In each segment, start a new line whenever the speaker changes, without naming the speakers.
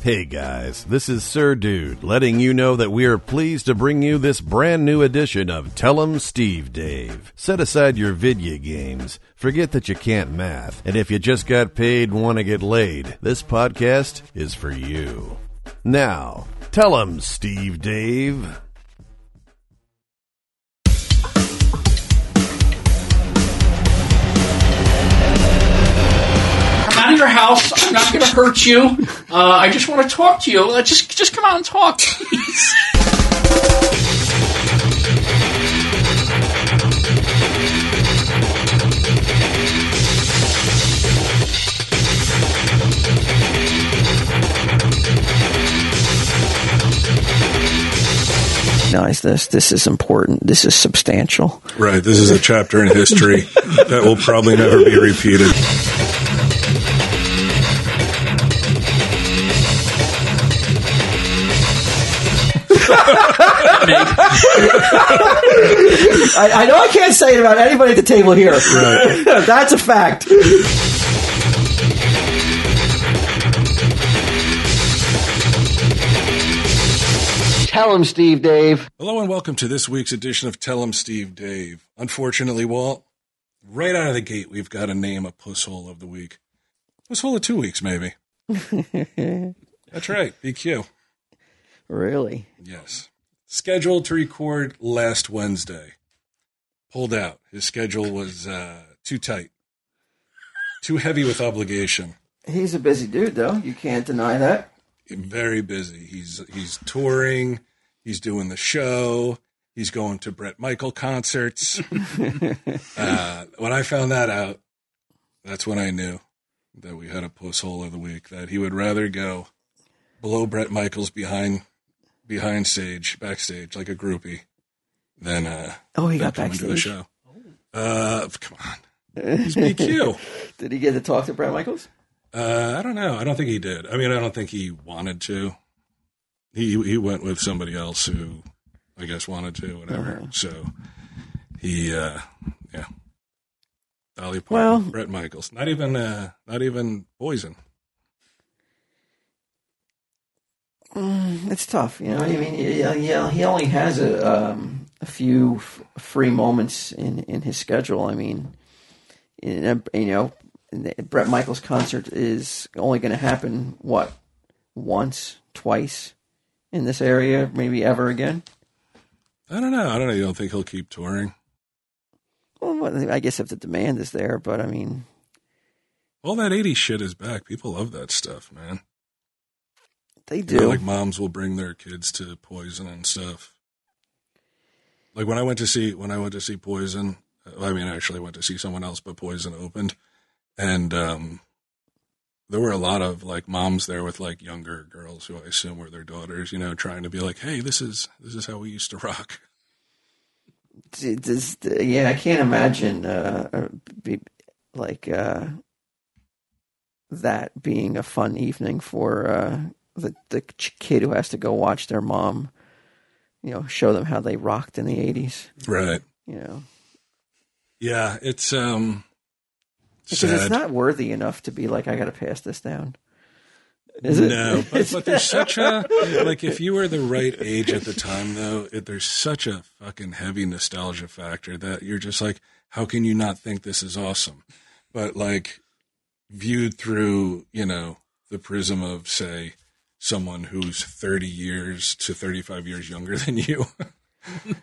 Hey guys, this is Sir Dude letting you know that we are pleased to bring you this brand new edition of Tell 'em Steve Dave. Set aside your video games, forget that you can't math, and if you just got paid and want to get laid, this podcast is for you. Now, tell 'em Steve Dave.
I'm out of your house. I'm not going to hurt you. Uh, I just want to talk to you. Uh, just, just come out and talk, please.
recognize this. This is important. This is substantial.
Right. This is a chapter in history that will probably never be repeated.
I, I know I can't say it about anybody at the table here.
Right.
That's a fact.
Tell him, Steve Dave.
Hello and welcome to this week's edition of Tell 'em Steve Dave. Unfortunately, Walt, right out of the gate, we've got to name a puss hole of the week. Puss hole of two weeks, maybe. That's right. BQ.
Really?
Yes. Scheduled to record last Wednesday. Pulled out. His schedule was uh, too tight, too heavy with obligation.
He's a busy dude, though. You can't deny that.
very busy. He's he's touring, he's doing the show, he's going to Brett Michael concerts. uh, when I found that out, that's when I knew that we had a puss hole of the week. That he would rather go below Brett Michaels behind behind stage backstage like a groupie than uh,
Oh, he
than
got
coming to the
backstage.
show. Uh, come on, he's BQ.
Did he get to talk to Brad Michaels?
Uh, I don't know. I don't think he did. I mean, I don't think he wanted to. He he went with somebody else who, I guess, wanted to. Whatever. So he, uh, yeah. Dolly Parton,
Well-
Brett Michaels, not even uh, not even Poison.
It's tough, you know. what I mean, yeah, yeah, he only has a um, a few f- free moments in in his schedule. I mean, in a, you know, Brett Michaels concert is only going to happen what once, twice in this area, maybe ever again.
I don't know. I don't know. You don't think he'll keep touring?
Well, what- I guess if the demand is there, but I mean,
All that '80s shit is back. People love that stuff, man.
they
You know,
do.
like moms will bring their kids to Poison and stuff. Like when I went to see when I went to see Poison, uh, I mean, I actually went to see someone else, but Poison opened, and um, there were a lot of like moms there with like younger girls who I assume were their daughters, you know, trying to be like, "Hey, this is this is how we used to rock."
It is- yeah, I can't imagine uh, uh, be, like uh, that being a fun evening for uh, the the ch- kid who has to go watch their mom, you know, show them how they rocked in the eighties.
Right?
You know,
Yeah, it's um,
because
sad.
it's not worthy enough to be like I got to pass this down. Is it?
No, but, but there's such a like if you were the right age at the time though, it, there's such a fucking heavy nostalgia factor that you're just like, how can you not think this is awesome? But like viewed through, you know, the prism of say someone who's 30 years to 35 years younger than you.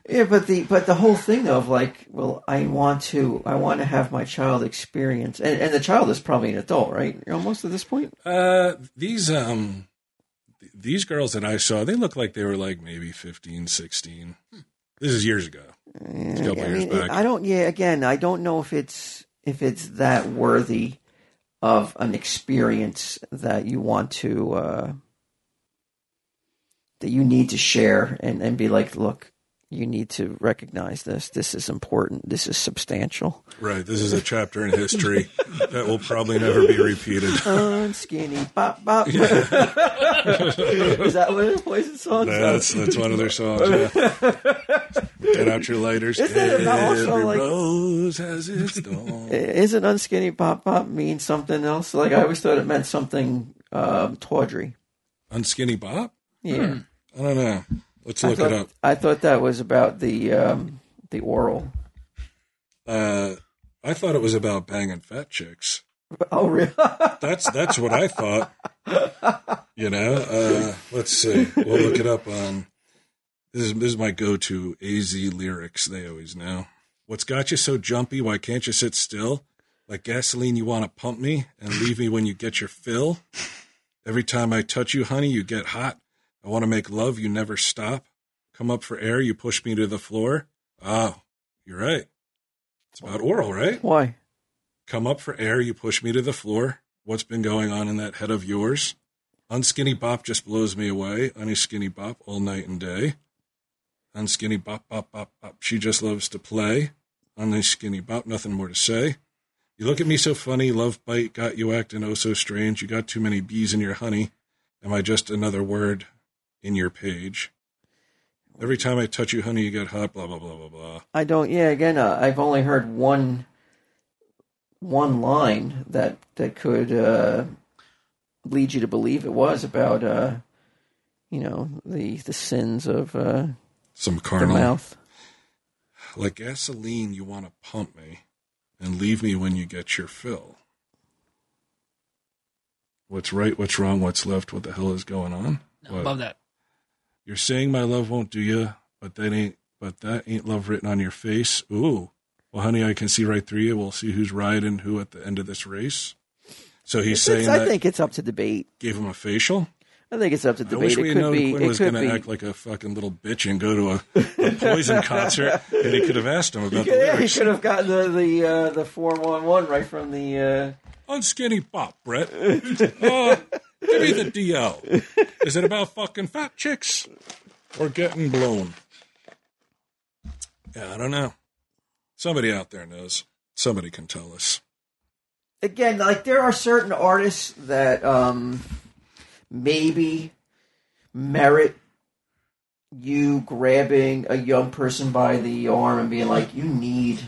Yeah, but the but the whole thing of like, well, I want to I want to have my child experience, and, and the child is probably an adult, right? Almost at this point.
Uh, these um th- these girls that I saw, they look like they were like maybe 15, 16. This is years ago. It's a couple
I
years
mean, it-
back.
I don't. Yeah, again, I don't know if it's if it's that worthy of an experience that you want to uh, that you need to share and and be like, look, you need to recognize this. This is important. This is substantial.
Right. This is a chapter in history that will probably never be repeated.
On skinny bop bop. is that what it plays? It songs.
That's that's one of their songs. Yeah. Get out your lighters.
Isn't it also
Every
like-
rose has its thorn.
Isn't unskinny bop bop mean something else? Like I always thought it meant something um, tawdry.
Unskinny Bob?
Yeah.
I don't know. Let's
I
look
thought,
it up.
I thought that was about the um, the oral.
Uh, I thought it was about banging fat chicks.
Oh, really?
That's that's what I thought. You know, uh, let's see. We'll look it up on. This is, this is my go-to AZ lyrics. They always know. What's got you so jumpy? Why can't you sit still? Like gasoline, you want to pump me and leave me when you get your fill. Every time I touch you, honey, you get hot. I want to make love. You never stop. Come up for air. You push me to the floor. Oh, you're right. It's about oral, right?
Why?
Come up for air. You push me to the floor. What's been going on in that head of yours? Unskinny bop just blows me away. Unskinny bop all night and day. Unskinny bop bop bop bop. She just loves to play. Unskinny bop. Nothing more to say. You look at me so funny. Love bite got you acting oh so strange. You got too many bees in your honey. Am I just another word in your page? Every time I touch you, honey, you get hot. Blah blah blah blah blah.
I don't. Yeah, again, uh, I've only heard one one line that that could uh, lead you to believe it was about uh, you know the the sins of uh,
Some
the
carnal.
mouth.
Like gasoline, you want to pump me and leave me when you get your fill. What's right, what's wrong, what's left, what the hell is going on? What?
Love that.
You're saying my love won't do you, but that ain't but that ain't love written on your face. Ooh. Well, honey, I can see right through you. We'll see who's riding who at the end of this race. So he's
It's-
saying
I
that
think it's up to debate.
gave him a facial.
I think it's up to
I
debate.
wish we
It
had
could
known
be.
Quinn
It
was
could
going
be.
to act like a fucking little bitch and go to a, a poison concert, and he could have asked him about the
yeah, he
lyrics.
could have gotten the the uh, the four one one right from the. Uh,
Unskinny Bob, Brett. Uh, give me the DL. Is it about fucking fat chicks or getting blown? Yeah, I don't know. Somebody out there knows. Somebody can tell us.
again, like there are certain artists that um, maybe merit you grabbing a young person by the arm and being like, "You need,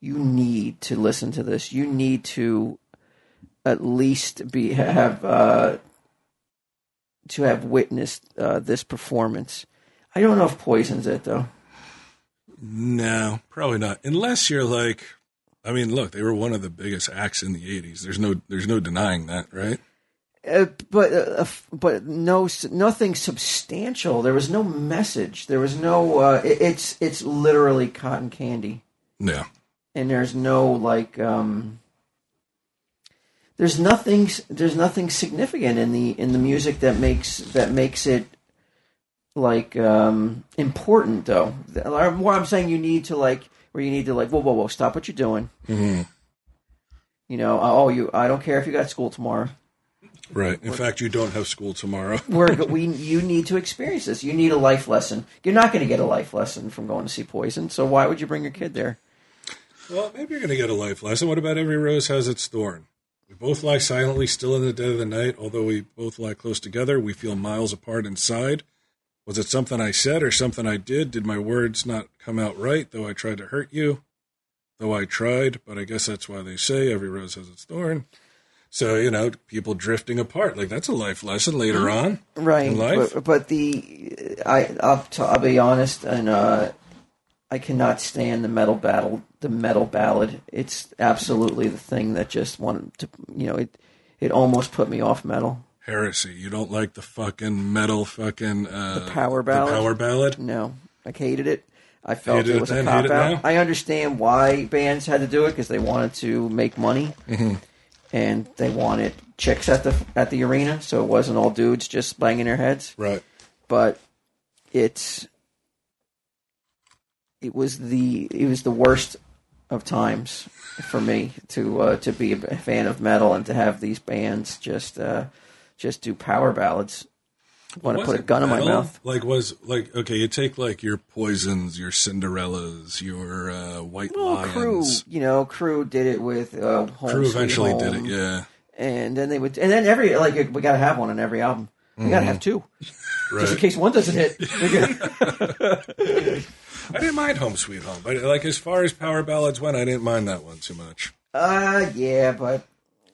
you need to listen to this. You need to at least be have uh, to have witnessed uh, this performance." I don't know if Poison's it though.
No, probably not. Unless you're like, I mean, look, they were one of the biggest acts in the '80s. There's no, there's no denying that, right?
Uh, but uh, f- but no s- nothing substantial. There was no message. There was no. Uh, it, it's it's literally cotton candy,
No,
and there's no like. Um, there's nothing. s- There's nothing significant in the in the music that makes that makes it like um, important though. Th- What I'm saying, you need to like where you need to like whoa whoa whoa stop what you're doing. You know, oh you I don't care if you got school tomorrow
right. In fact, you don't have school tomorrow.
we're we you need to experience this. You need a life lesson. You're not going to get a life lesson from going to see Poison. So why would you bring your kid there?
Well, maybe you're going to get a life lesson. What about every rose has its thorn? We both lie silently, still in the dead of the night. Although we both lie close together, we feel miles apart inside. Was it something I said or something I did? Did my words not come out right, though I tried to hurt you? Though I tried, but I guess that's why they say every rose has its thorn. So, you know, people drifting apart. Like, that's a life lesson later
Mm-hmm.
on.
Right.
In life?
But, but the I I'll, t- I'll be honest, and uh, I cannot stand the metal battle. The metal ballad. It's absolutely the thing that just wanted to you know it it almost put me off metal.
Heresy. You don't like the fucking metal fucking. Uh,
The power ballad? Mm.
The power ballad?
No, I hated it. I felt
Hated
it
it
was
then,
a cop
hate it now?
out. I understand why bands had to do it because they wanted to make money,
Mm-hmm.
and they wanted chicks at the at the arena, so it wasn't all dudes just banging their heads.
Right.
But it's it was the it was the worst of times for me to uh, to be a fan of metal and to have these bands just uh, just do power ballads. Want to
Was
put a
it
gun in my
metal?
mouth?
Like was like okay, you take like your poisons, your Cinderellas, your uh, white
Well, crew,
lions.
you know, crew did it with uh, Home
Crew
Sweet
eventually did it,
Home,
yeah.
And then they would, and then every like we got to have one on every album. We got to have two just in
Mm-hmm. Right.
case one doesn't hit. We gotta-
I didn't mind Home Sweet Home, but like as far as power ballads went, I didn't mind that one too much.
uh yeah, but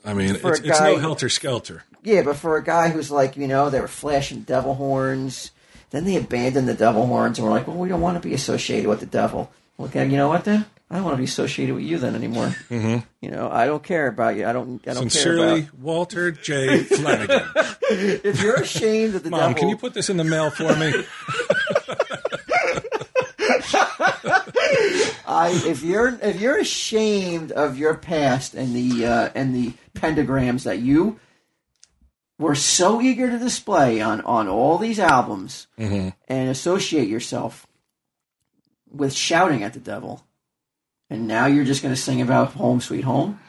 I mean,
For
it's,
a
it's no
guy-
helter skelter.
yeah, but for a guy who's like, you know, they were flashing devil horns, then they abandoned the devil horns and were like, well, we don't want to be associated with the devil. Well, okay, you know what then? I don't want to be associated with you then anymore. Mm-hmm. You know, I don't care about you. I don't. I don't care
Sincerely,
about.
Walter J. Flanagan.
If you're ashamed of the
Mom,
devil,
can you put this in the mail for me?
I if you're if you're ashamed of your past and the uh, and the pentagrams that you were so eager to display on on all these albums and associate yourself with shouting at the devil, and now you're just going to sing about home sweet home.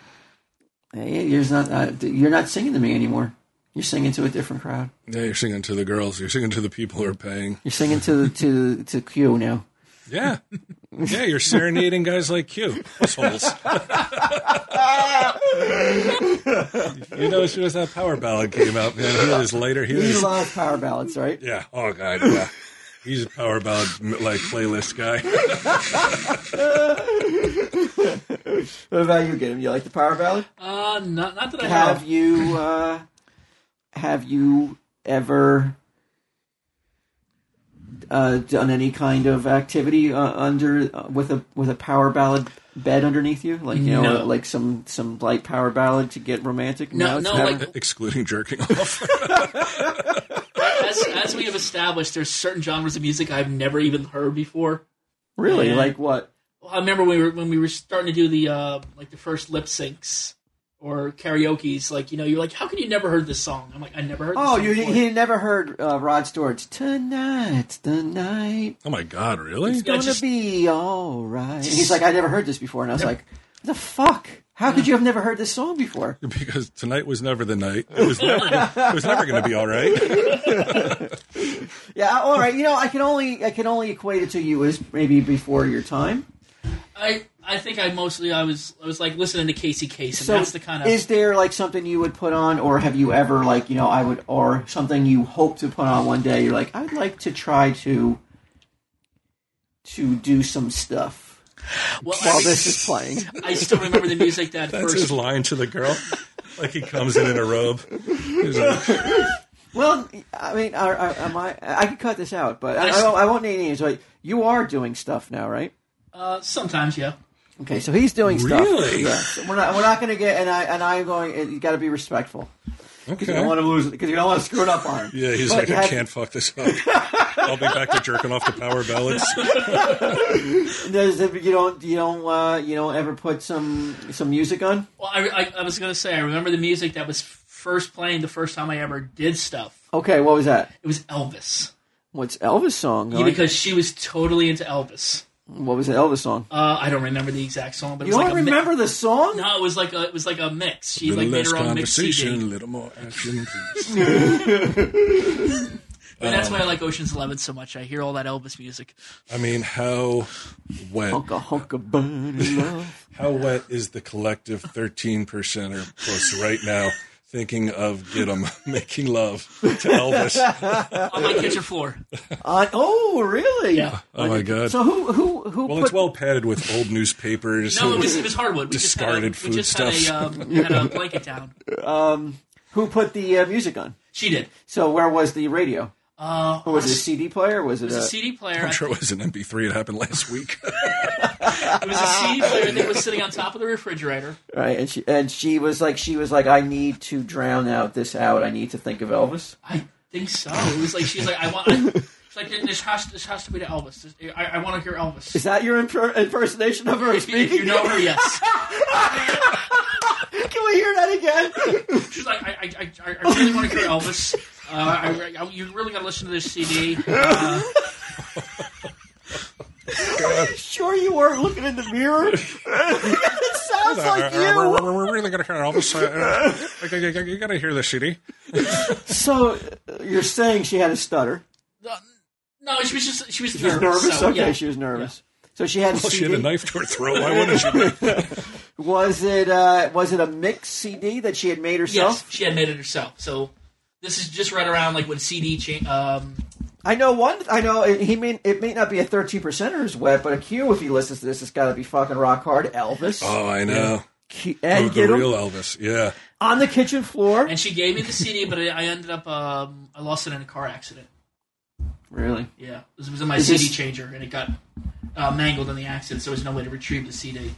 Hey, you're not uh, you're not singing to me anymore. You're singing to a different crowd.
yeah, you're singing to the girls. You're singing to the people who are paying.
You're singing to to to Q now.
Yeah. Yeah, you're serenading guys like you. Assholes. you know, as soon as that power ballad came out, man, he was later. He
You
was,
love power ballads, right?
yeah. Oh, God. Yeah. He's a power ballad like playlist guy.
What about you, get him? You like the power ballad?
Uh, not, not that I
have
have.
you uh, have you ever uh, done any kind of activity uh, under uh, with a with a power ballad bed underneath you, like you know,
No.
like some some light power ballad to get romantic?
No, no,
it's never-
like
Excluding jerking off.
as, as we have established, there's certain genres of music I've never even heard before.
really,
yeah.
like what?
I remember we were when we were starting to do the uh, like the first lip syncs or karaoke's. Like you know, you're like, how could you never heard this song? I'm like, I never heard. This
Oh,
song
you
before."
he never heard uh, Rod Stewart's "Tonight's the night,
Oh, my God. Really?
Yeah,
gonna
just-
be all right." And he's like, "I never heard this before," and I was like, "The fuck." How could you have never heard this song before?
Because tonight was never the night. It was never, it was never going to be all right.
Yeah, all right. You know, I can only I can only equate it to you as maybe before your time.
I I think I mostly I was I was like listening to Casey Case, and
So
that's the kind of
is there like something you would put on, or have you ever like you know I would or something you hope to put on one day? You're like I'd like to try to to do some stuff
well, I,
while
mean,
this is playing.
I still remember the music that
That's
first.
his line to the girl. Like he comes in in a robe. He's like,
Well, I mean, are, are, am I? I could cut this out, but I, I,
Nice.
don't, I won't need any names. Like you are doing stuff now, right?
Uh, sometimes, yeah.
Okay, so he's doing stuff.
Really?
Yeah. So we're not. We're not going to get. And I. And I'm going. You got to be respectful. Because you
Okay.
don't want to lose. Because you don't want to screw it up on him.
Yeah, he's
But
like,
you
I
have-
can't fuck this up. I'll be back to jerking off the power ballads.
Does it- you don't. You don't. Uh, you don't ever put some some music on.
Well, I, I, I was gonna say I remember the music that was first playing the first time I ever did stuff.
Okay, what was that?
It was Elvis
What's Elvis song?
Yeah, because she was totally into Elvis.
what was the Elvis song?
Uh, I don't remember the exact song, but it
You
was
don't
like a mi-
remember the song?
No, it was like a it was like a mix. She
little
like made
less
her own mix CD,
conversation, a
and
little more action. please.
that's why I like Ocean's Eleven so much. I hear all that Elvis music.
I mean, how wet?
Honka honka bunny love.
How wet is the collective thirteen percent or plus right now? Thinking of get 'em making love to Elvis.
On my kitchen floor,
Uh, oh, really?
yeah.
Oh my god!
So who who who
Well,
put
it's well padded with old newspapers.
No, it was it was hardwood. We
Discarded
just had a, we just
foodstuffs.
Had a, um, had a blanket down.
who put the uh, music on?
She did.
So where was the radio?
Uh,
Or was it a CD player? Was it,
it was
a,
a CD player.
I'm sure it was an MP3. It happened last week.
It was a CD player that was sitting on top of the refrigerator.
right? And she and she was like she was like I need to drown out this out. I need to think of Elvis.
I think so. It was like she's like I want. I, she's like this has this has to be to Elvis. This- I, I want to hear Elvis.
Is that your imper- impersonation of her
if, you- if you
speaking?
know her, yes.
Can we hear that again?
She's like, I, I, I, I really want to hear Elvis. Uh, I, I, you really got to listen to this CD. Uh,
sure you weren't looking in the mirror? it sounds like
We're,
you.
we're- we're really gonna hear Elvis. Uh, like, you- you- you gotta hear the CD.
So uh, you're saying she had a stutter?
no, she was just she was
She was
nervous.
nervous.
so,
okay,
yeah.
she was nervous. So she had a
Well,
CD.
she had a knife to her throat. Why wouldn't she?
Was it uh, was it a mixed CD that she had made herself?
Yes, she had made it herself. So this is just right around like when CD cha- um
I know one. I know it, he may it may not be a thirteen percenter's wet, but a Q if he listens to this has got to be fucking rock hard. Elvis
Oh, I know.
Q,
Oh,
and
the
get him.
real Elvis. Yeah.
on the kitchen floor.
And she gave me the CD, but I, I ended up um, I lost it in a car accident.
Really?
Yeah, it was in my
Is
CD
this-
changer, and it got uh, mangled in the accident. So there was no way to retrieve the CD.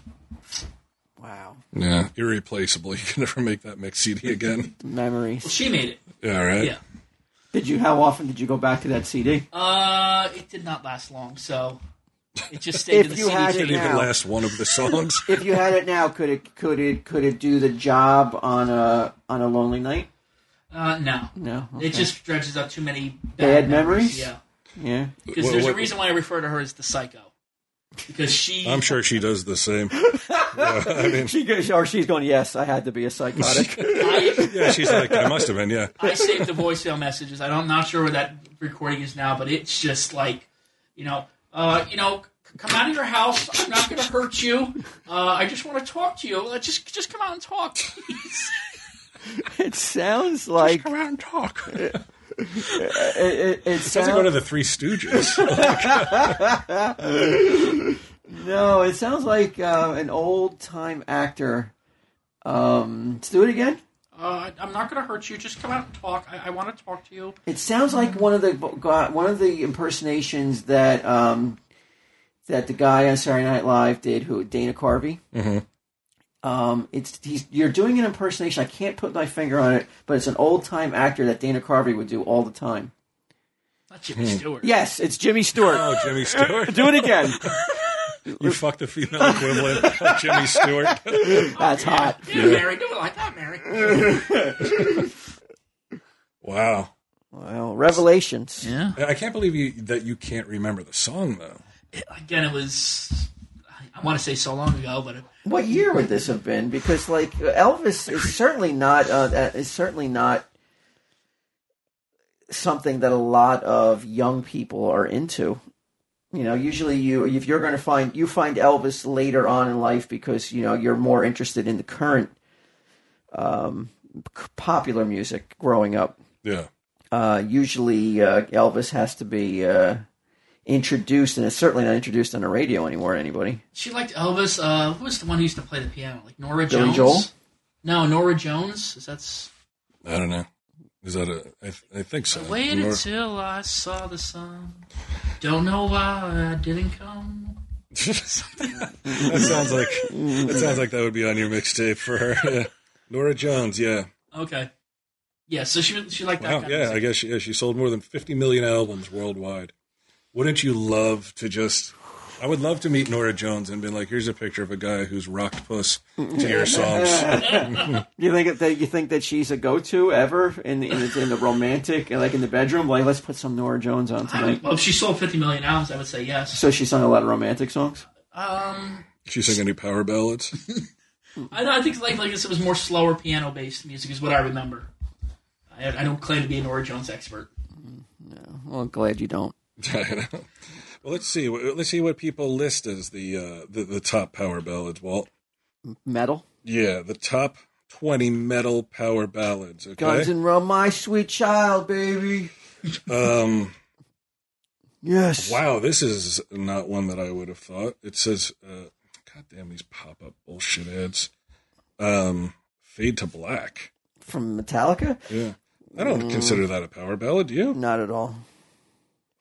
Wow.
Yeah. Irreplaceable. You can never make that mix CD again.
Memories.
She made it.
All right.
Yeah.
Did you? How often did you go back to that CD?
Uh, it did not last long, so it just stayed
If
in the
you
CD
had it
changer.
Didn't even
Now.
last one of the songs.
If you had it now, could it? Could it? Could it do the job on a on a lonely night?
Uh, no,
No.
it just dredges up too many bad,
Bad memories?
Yeah,
Yeah.
because
What-
there's a
what-
reason why I refer to her as the psycho, because she.
I'm sure she does the same. Yeah, I mean,
She goes, or she's going. Yes, I had to be a psychotic.
I,
yeah, she's like, I must have been. Yeah.
I saved the voicemail messages. I don't, I'm not sure where that recording is now, but it's just like, you know, uh, you know, c- come out of your house. I'm not going to hurt you. Uh, I just want to talk to you. Uh, Just, just come out and talk. please."
it sounds like
Come out and talk. It
it. It, it
doesn't go to
sounds
the Three Stooges.
no. It sounds like uh, an old time actor. Um, let's do it again.
Uh, I'm not going to hurt you. Just come out and talk. I, I want to talk to you.
It sounds like one of the uh, one of the impersonations that um, that the guy on Saturday Night Live did, who Dana Carvey. Um, it's he's, you're doing an impersonation. I can't put my finger on it, but it's an old time actor that Dana Carvey would do all the time.
Not Jimmy Stewart.
Yes, it's Jimmy Stewart.
Oh, Jimmy Stewart.
do it again.
You fucked the female equivalent of Jimmy Stewart.
That's hot.
Yeah, Mary, do it like that, Mary.
Wow.
Well, revelations.
Yeah.
I can't believe you that you can't remember the song though.
Again, it was. I- I want to say so long ago, but it,
What year would this have been? Because like Elvis is certainly not uh, is certainly not something that a lot of young people are into. You know, usually you if you're going to find you find Elvis later on in life because you know you're more interested in the current um, c- popular music growing up.
Yeah.
Uh, usually uh, Elvis has to be uh, introduced, and it's certainly not introduced on the radio anymore. to Anybody?
she liked Elvis. Uh, who was the one who used to play the piano? Like Nora
Billy
Jones.
Joel?
No, Nora Jones. Is that's
I don't know. Is that a? I, th- I think so.
Waited
Nor-
till I saw the sun. Don't know why I didn't come.
that sounds like that sounds like that would be on your mixtape for her. Yeah. Nora Jones. Yeah.
Okay. Yeah, so she she liked that
Wow.
kind
Yeah.
of
I
music.
guess she, yeah, she sold more than fifty million albums worldwide. Wouldn't you love to just? I would love to meet Nora Jones and be like, "Here's a picture of a guy who's rocked puss to your songs."
You think that you think that she's a go-to ever in in the, in the romantic like in the bedroom? Like let's put some Nora Jones on
I
tonight.
would, well, if she sold 50 million albums, I would say yes.
So she sung a lot of romantic songs.
Um,
She sing any power ballads?
I, don't- I think like like this, it was more slower piano based music is what I remember. I, I don't claim to be an Nora Jones expert.
Well, I'm glad you don't.
I don't know. Well, let's see. Let's see what people list as the uh, the, the top power ballads. Walt.
Metal,
Yeah, the top 20 metal power ballads. Okay.
Guns and Rum, my sweet child, baby.
um,
Yes.
wow, this is not one that I would have thought. It says, uh, God damn, these pop up bullshit ads. Um, Fade to Black.
From Metallica?
Yeah. I don't
Mm.
consider that a power ballad, do you?
Not at all.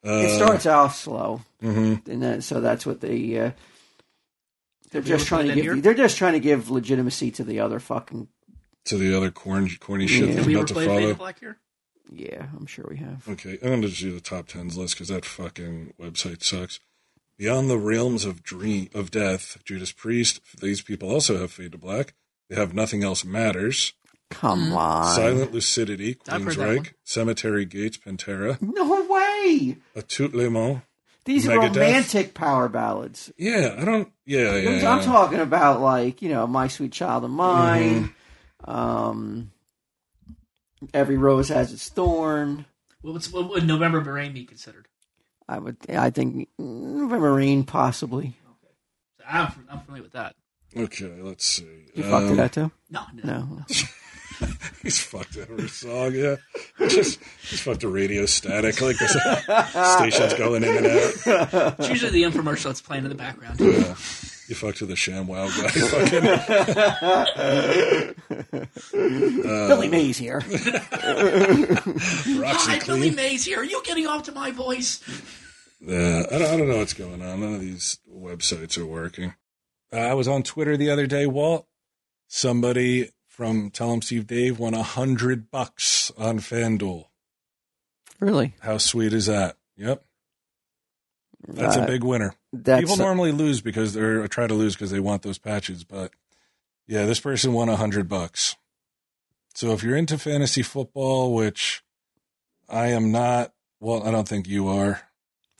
Uh,
It starts off slow,
mhm.
and that, so that's what they. Uh,
we
they're
look
just trying
at that
to give.
here?
They're just trying to give legitimacy to the other fucking.
to the other corn, corny shit
Yeah.
that's
Have we ever
about to
played Fade
follow.
to Black here?
Yeah, I'm sure we have.
Okay, I'm going to do the top tens list because that fucking website sucks. Beyond the realms of dream of death, Judas Priest. These people also have Fade to Black. They have Nothing Else Matters,
Come on.
Silent Lucidity,
I've heard that
Queensryche,
one.
Cemetery Gates, Pantera,
No way.
Atutlemont.
These are
Megadeth?
romantic power ballads.
Yeah, I don't. Yeah, yeah.
I'm,
yeah.
I'm talking about like you know, my sweet child of mine. Um, every rose has its thorn.
What, what's- what would November Rain be considered?
I would, I think, Marine possibly.
I'm, I'm familiar with that.
okay, let's see.
You fucked
Um,
it up too.
No, no.
No,
He's fucked every song. Yeah, just just fucked the radio static like the station's going in and out.
It's usually the infomercial that's playing in the background.
Yeah. You fucked with the ShamWow guy. Fucking
Uh.
Billy Mays here.
Roxy
Hi, Billy
Clean.
Mays here. Are you getting off to my voice?
Uh, I, don't, I don't know what's going on. None of these websites are working. Uh, I was on Twitter the other day, Walt. Somebody from Tell 'em Steve Dave won a hundred bucks on FanDuel.
Really?
How sweet is that? Yep. That's a
Uh,
big winner.
That's
People normally lose because they're or try to lose because they want those patches, but yeah, this person won a hundred bucks. So if you're into fantasy football, which I am not, well, I don't think you are.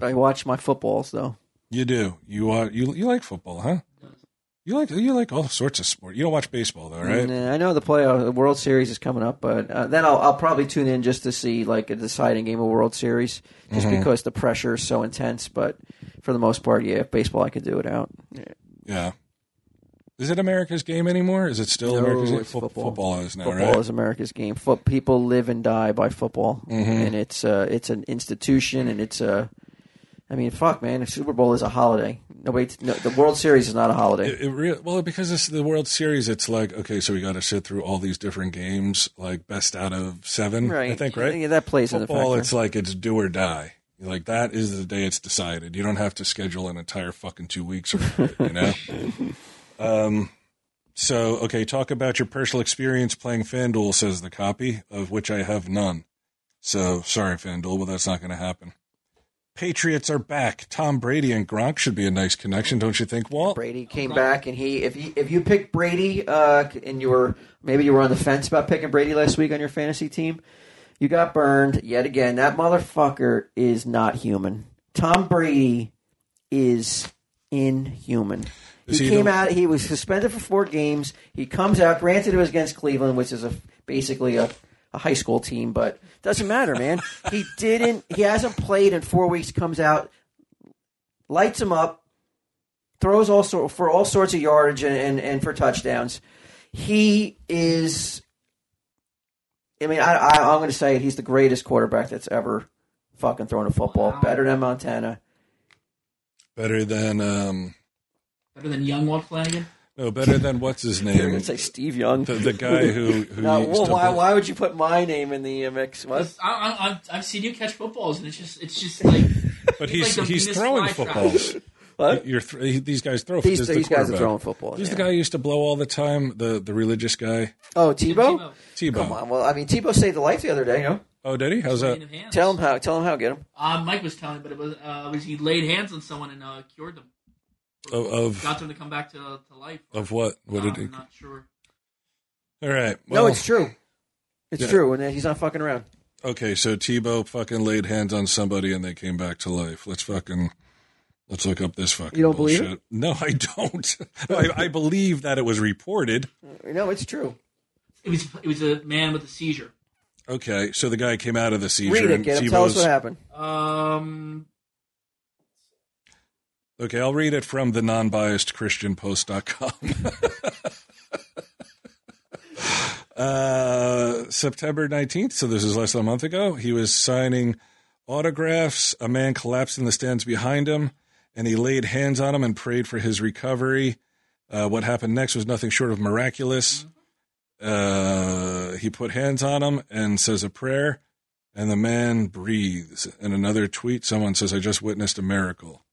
I watch my footballs though.
You do. You are. You you like football, huh? You like you like all sorts of sport. You don't watch baseball though, right?
And, uh, I know the playoff, the World Series is coming up, but uh, then I'll, I'll probably tune in just to see like a deciding game of World Series, just because the pressure is so intense. But for the most part, yeah, baseball I could do it out. Mm-hmm.
Yeah. Is it America's game anymore? Is it still
No,
America's game?
it's
Fo-
football.
Football is now,
Football
right?
is America's game. Foot people live and die by football,
Mm-hmm.
and it's uh, it's an institution, and it's a. I mean, fuck, man. The Super Bowl is a holiday. No, wait, no, the World Series is not a holiday.
It, it real well because it's the World Series. It's like okay, so we got to sit through all these different games, like best out of seven, I think, right?
Yeah, that plays in the
Football,
factor.
it's like it's do or die. Like that is the day it's decided. You don't have to schedule an entire fucking two weeks, or you know. um, so okay, talk about your personal experience playing FanDuel. Says the copy of which I have none. So sorry, FanDuel, but that's not going to happen. Patriots are back. Tom Brady and Gronk should be a nice connection, don't you think, Walt?
Brady came back, and he if you if you picked Brady, uh, and you were maybe you were on the fence about picking Brady last week on your fantasy team, you got burned yet again. That motherfucker is not human. Tom Brady is inhuman.
Is
He
he
came
the-
out. He was suspended for four games. He comes out. Granted, it was against Cleveland, which is a basically a, a high school team, but doesn't matter, man. he didn't. He hasn't played in four weeks. Comes out, lights him up, throws all sort for all sorts of yardage and, and, and for touchdowns. He is. I mean, I, I, I'm going to say it, he's the greatest quarterback that's ever fucking thrown a football. Better than Montana.
Better than um,
Better than Young Walt Flanagan.
no, better than what's his
I'm going
name?
to say Steve Young.
the, the guy who who
No,
used
well,
to
why,
play-
why would you put my name in the uh, mix? What?
I, I, I've, I've seen you catch footballs, and it's just it's just like.
But
He's
he's
like the
he's
Venus
throwing
flytrap.
footballs.
What?
You're th- he- these guys throw.
These,
he's the
these guys are
quarterback.
throwing football.
He's
yeah.
the guy who used to blow all the time. The the religious guy.
Oh, Tebow? Come
Tebow.
on. Well, I mean, Tebow saved the life the other day. You know?
Oh, did he? How's that?
Laying of hands.
Tell him how. Tell him how. Get him.
Uh, Mike was telling, me, but it was uh, it was he laid hands on someone and uh, cured them,
Of of,
got them to come back to, to life.
of what? What
I'm
did he?
not sure.
All right.
no,
Well,
it's true. It's
Yeah.
true, and then he's not fucking around.
okay. So Tebow fucking laid hands on somebody and they came back to life. Let's fucking. Let's look up this fucking.
You don't believe it?
bullshit. No, I don't. I, I believe that it was reported.
No, it's true.
It was it was a man with a seizure.
Okay, so the guy came out of the seizure.
Read it,
and
get him. Tell us
Tebow's-
what happened.
Um,
Okay, I'll read it from the non-biased christianpost.com. uh, September 19th, so this is less than a month ago, he was signing autographs. A man collapsed in the stands behind him, and he laid hands on him and prayed for his recovery. Uh, what happened next was nothing short of miraculous. Uh, he put hands on him and says a prayer, and the man breathes. In another tweet, someone says, I just witnessed a miracle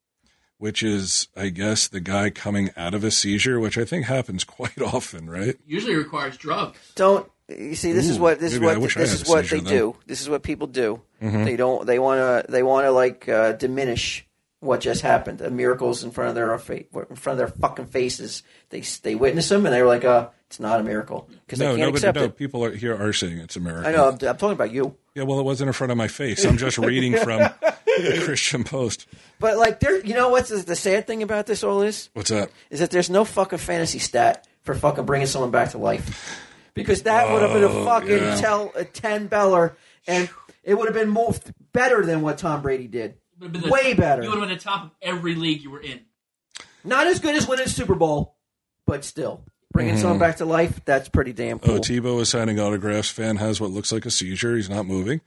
which is, I guess, the guy coming out of a seizure, which I think happens quite often, right?
usually requires drugs.
Don't you see? This is
Ooh,
what this is
maybe I
what
wish I
this
had
is
a
what they
seizure then. Mm-hmm.
do. This is what people do. They don't. They want to. They want to like uh, diminish what just happened. The miracles in front of their fa- in front of their fucking faces. They they witness them and they're like, uh, it's not a miracle because
No,
they can't
no, but
accept
no,
it.
people are, here are saying it's America.
I know. I'm, I'm talking about you.
Yeah, well, it wasn't in front of my face. I'm just reading from the Christian Post.
But like, there. You know what's the, the sad thing about this all is?
What's that?
is that there's no fucking fantasy stat for fucking bringing someone back to life. Because that would have been a fucking
Oh, yeah.
tell a ten beller, and it would have been more better than what Tom Brady did.
Would've been the-
Way better.
You would have been at the top of every league you were in.
Not as good as winning the Super Bowl, but still bringing someone back to life—that's pretty damn
Mm-hmm. Oh,
cool.
Tebow is signing autographs. Fan has what looks like a seizure. He's not moving.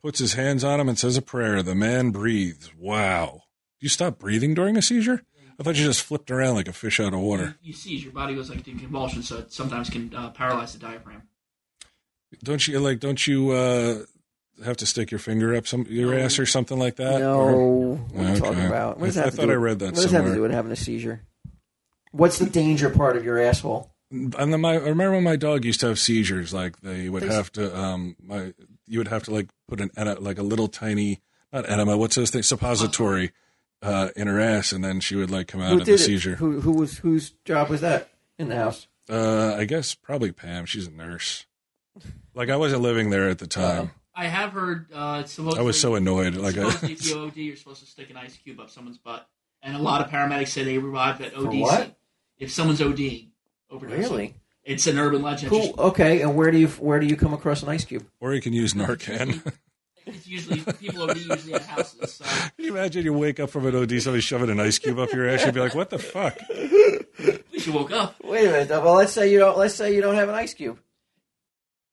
Puts his hands on him and says a prayer. The man breathes. Wow. Do you stop breathing during a seizure? I thought you just flipped around like a fish out of water.
You seize, your body goes like into convulsion, so it sometimes can uh, paralyze the diaphragm.
Don't you like? Don't you uh, have to stick your finger up some your ass or something like that? Or-
No, what are you talking
Okay.
about? What does
I-
that
I
have to
thought
do
I
with-
read that
What does that have to
somewhere.
do with having a seizure? What's the danger part of your asshole?
and then my, I remember when my dog used to have seizures. Like they would have to, um, my you would have to like put an ena- like a little tiny not enema. What's this thing? Suppository uh, in her ass, and then she would like come out
Who
of
did
the
it?
seizure.
Who, who was whose job was that in the house?
Uh, I guess probably Pam. She's a nurse. Like I wasn't living there at the time.
I have heard. Uh, it's supposed
I was so annoyed. Like I,
supposedly if you OD, you're supposed to stick an ice cube up someone's butt, and a lot of paramedics say they arrived at OD
what?
if someone's ODing. Overdosing.
Really?
It's an urban legend.
Who? Okay, and where do you where do you come across an ice cube?
or you can use Narcan.
It's usually people OD usually at houses. So
Can you imagine you wake up from an OD, somebody shoving an ice cube up your ass? You'd be like, what the fuck?
at least you woke up.
Wait a minute. though. Well, let's say you don't. Let's say you don't have an ice cube.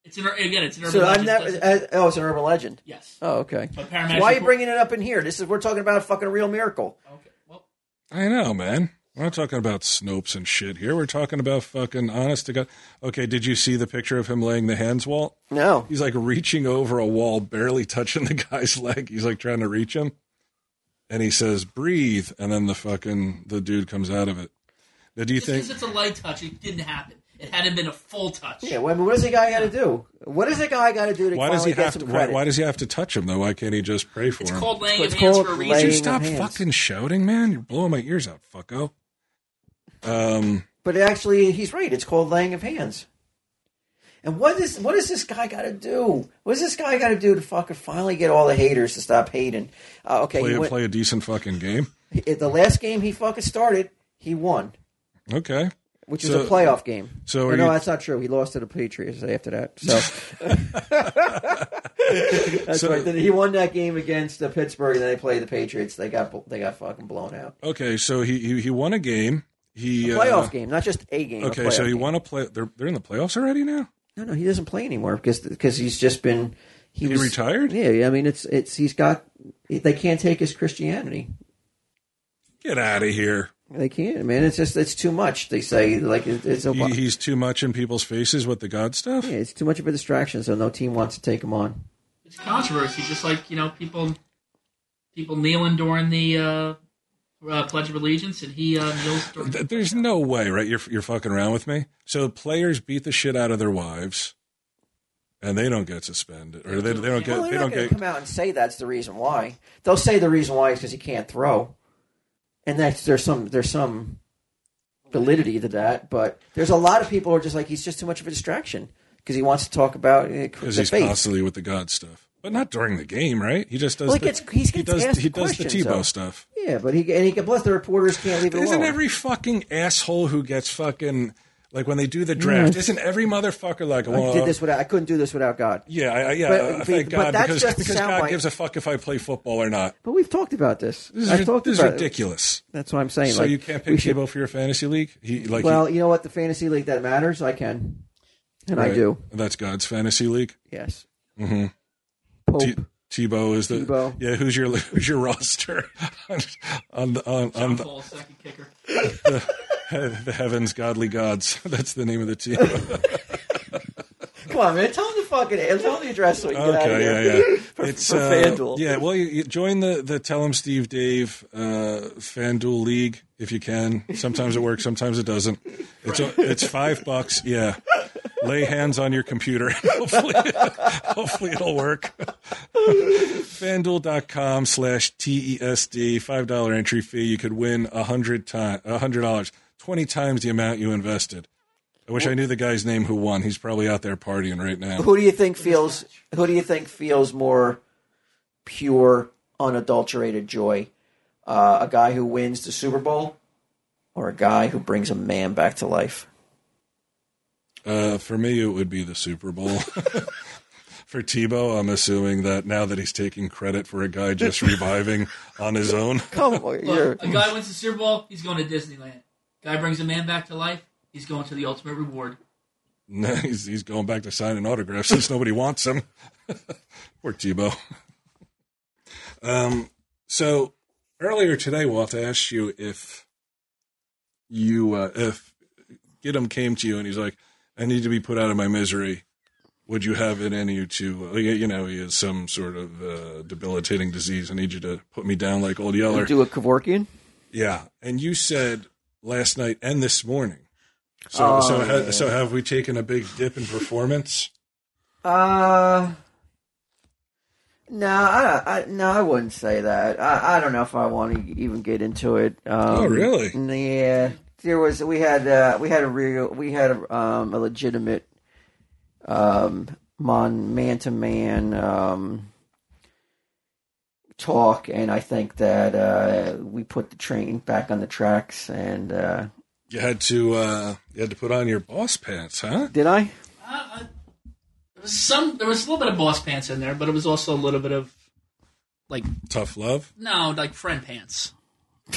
It's an ur- again. It's an urban
So I've
legend.
never.
doesn't-
Uh, oh, it's an urban legend.
yes.
Oh, okay.
But paramedics.
Why are you
report-
bringing it up in here? This is we're talking about a fucking real miracle.
Okay. Well,
I know, man. We're not talking about Snopes and shit here. We're talking about fucking honest to God. Okay, did you see the picture of him laying the hands, Walt?
No.
He's like reaching over a wall, barely touching the guy's leg. He's like trying to reach him. And he says, breathe. And then the fucking, the dude comes out of it. Now, do you
just because it's
think,
a light touch, it didn't happen. It hadn't been a full touch.
Yeah. Well, I mean, what does the guy got to do? What does the guy got to do to
why does
finally
he
get
have
some
to, why,
credit?
why does he have to touch him though? Why can't he just pray for
It's
him?
called laying
It's
of hands
called
for a
laying-
reason.
Would you
of
stop
hands.
fucking shouting, man? You're blowing my ears out, fucko. Um,
But actually, he's right. It's called laying of hands. And what is what does this guy got to do? What does this guy got to do to fucking finally get all the haters to stop hating? Uh, okay, he
play,
went,
play a decent fucking game.
he- at the last game he fucking started, he won,
Okay.
which
So-
was a playoff game.
so
Or
are
no,
you-
that's not true. He lost to the Patriots after that. So that's
So-
right. Then He won that game against the Pittsburgh, and then they played the Patriots. They got bl- they got fucking blown out.
Okay, so he he, he won a game. He
Playoff
uh,
game, not just a game. a
Okay, so
playoff
he
game.
won a play. They're they're in the playoffs already now.
No, no, he doesn't play anymore because because he's just been he,
He
was-
retired?
Yeah, I mean it's it's he's got they can't take his Christianity.
Get out of here.
They can't, man. It's just it's too much. They say like it, it's a
He, he's too much in people's faces with the God stuff.
yeah, it's too much of a distraction, so no team wants to take him on.
It's controversy, just like you know people people kneeling during the uh, uh, Pledge of Allegiance, and he uh, kneels during.
Th- There's no way, right? You're you're fucking around with me. So players beat the shit out of their wives, and they don't get suspended, or they, they don't get
Well, they're not
they don't
going to
get
come out and say that's the reason why. They'll say the reason why is because he can't throw, and that's there's some there's some validity to that. But there's a lot of people who are just like he's just too much of a distraction because he wants to talk about uh,
because
the
he's
faith.
constantly with the God stuff, but not during the game, right? He just does.
Well, he
the,
gets- he gets
does
asked
he does the
questions,
Tebow
though.
stuff.
Yeah, but he and he can plus the reporters can't leave it
Isn't
alone.
every fucking asshole who gets fucking like when they do the draft? Isn't every motherfucker like,
I
well,
Mm. did this without. I couldn't do this without God.
yeah, I, I- yeah,
But-
uh,
but-
thank
but
God
that's
because
just
because God
soundbite.
gives a fuck if I play football or not.
But we've talked about this.
This is,
I've talked
this is
about it.
ridiculous.
That's what I'm saying.
So
like,
you can't
we
pick
should-
Tebow for your fantasy league? He like he-
Well, you know what? The fantasy league that matters, I can, and I
right.
do.
That's God's fantasy league.
Yes.
Mhm.
Pope.
T- Tebow is the
Tebow.
yeah. Who's your who's your roster on on the, on, on
John
the,
Paul, second kicker.
the heavens, godly gods? That's the name of the team.
Come on, man. Tell him the fucking. Tell him the address so we can get out of here.
Okay, yeah, yeah. it's
for
uh,
FanDuel.
Yeah, well, you, you join the the Tell 'em Steve Dave uh, FanDuel League if you can. Sometimes it works, sometimes it doesn't. It's it's five bucks. Yeah, lay hands on your computer. hopefully, hopefully it'll work. FanDuel.com slash E TESD, $5 entry fee. You could win a 100 time, a $100, 20 times the amount you invested. I wish I knew the guy's name who won. He's probably out there partying right now.
Who do you think feels? Who do you think feels more pure, unadulterated joy? Uh, a guy who wins the Super Bowl, or a guy who brings a man back to life?
Uh, for me, it would be the Super Bowl. for Tebow, I'm assuming that now that he's taking credit for a guy just reviving on his own.
Come on, you're.
Look, a guy wins the Super Bowl, he's going to Disneyland. Guy brings a man back to life, he's going to the ultimate reward.
No, he's, he's going back to signing autographs since nobody wants him. Poor Tebow. Um, so earlier today, Walt I asked you if you uh, if Gidim came to you and he's like, "I need to be put out of my misery," would you have it in you to, like, you know, he has some sort of uh, debilitating disease? I need you to put me down like Old Yeller.
Do a Kevorkian?
Yeah, and you said last night and this morning. So, so, ha- so have we taken a big dip in performance?
Uh, no, I, I no, I wouldn't say that. I, I don't know if I want to even get into it. Um,
Oh, really?
Yeah, there was we had uh, we had a real we had a, um, a legitimate um mon man to man um talk, and I think that uh, we put the train back on the tracks. And uh,
You had to, uh, you had to put on your boss pants, huh?
did I?
Uh, there was some. There was a little bit of boss pants in there, but it was also a little bit of like
Tough love.
no, like friend pants.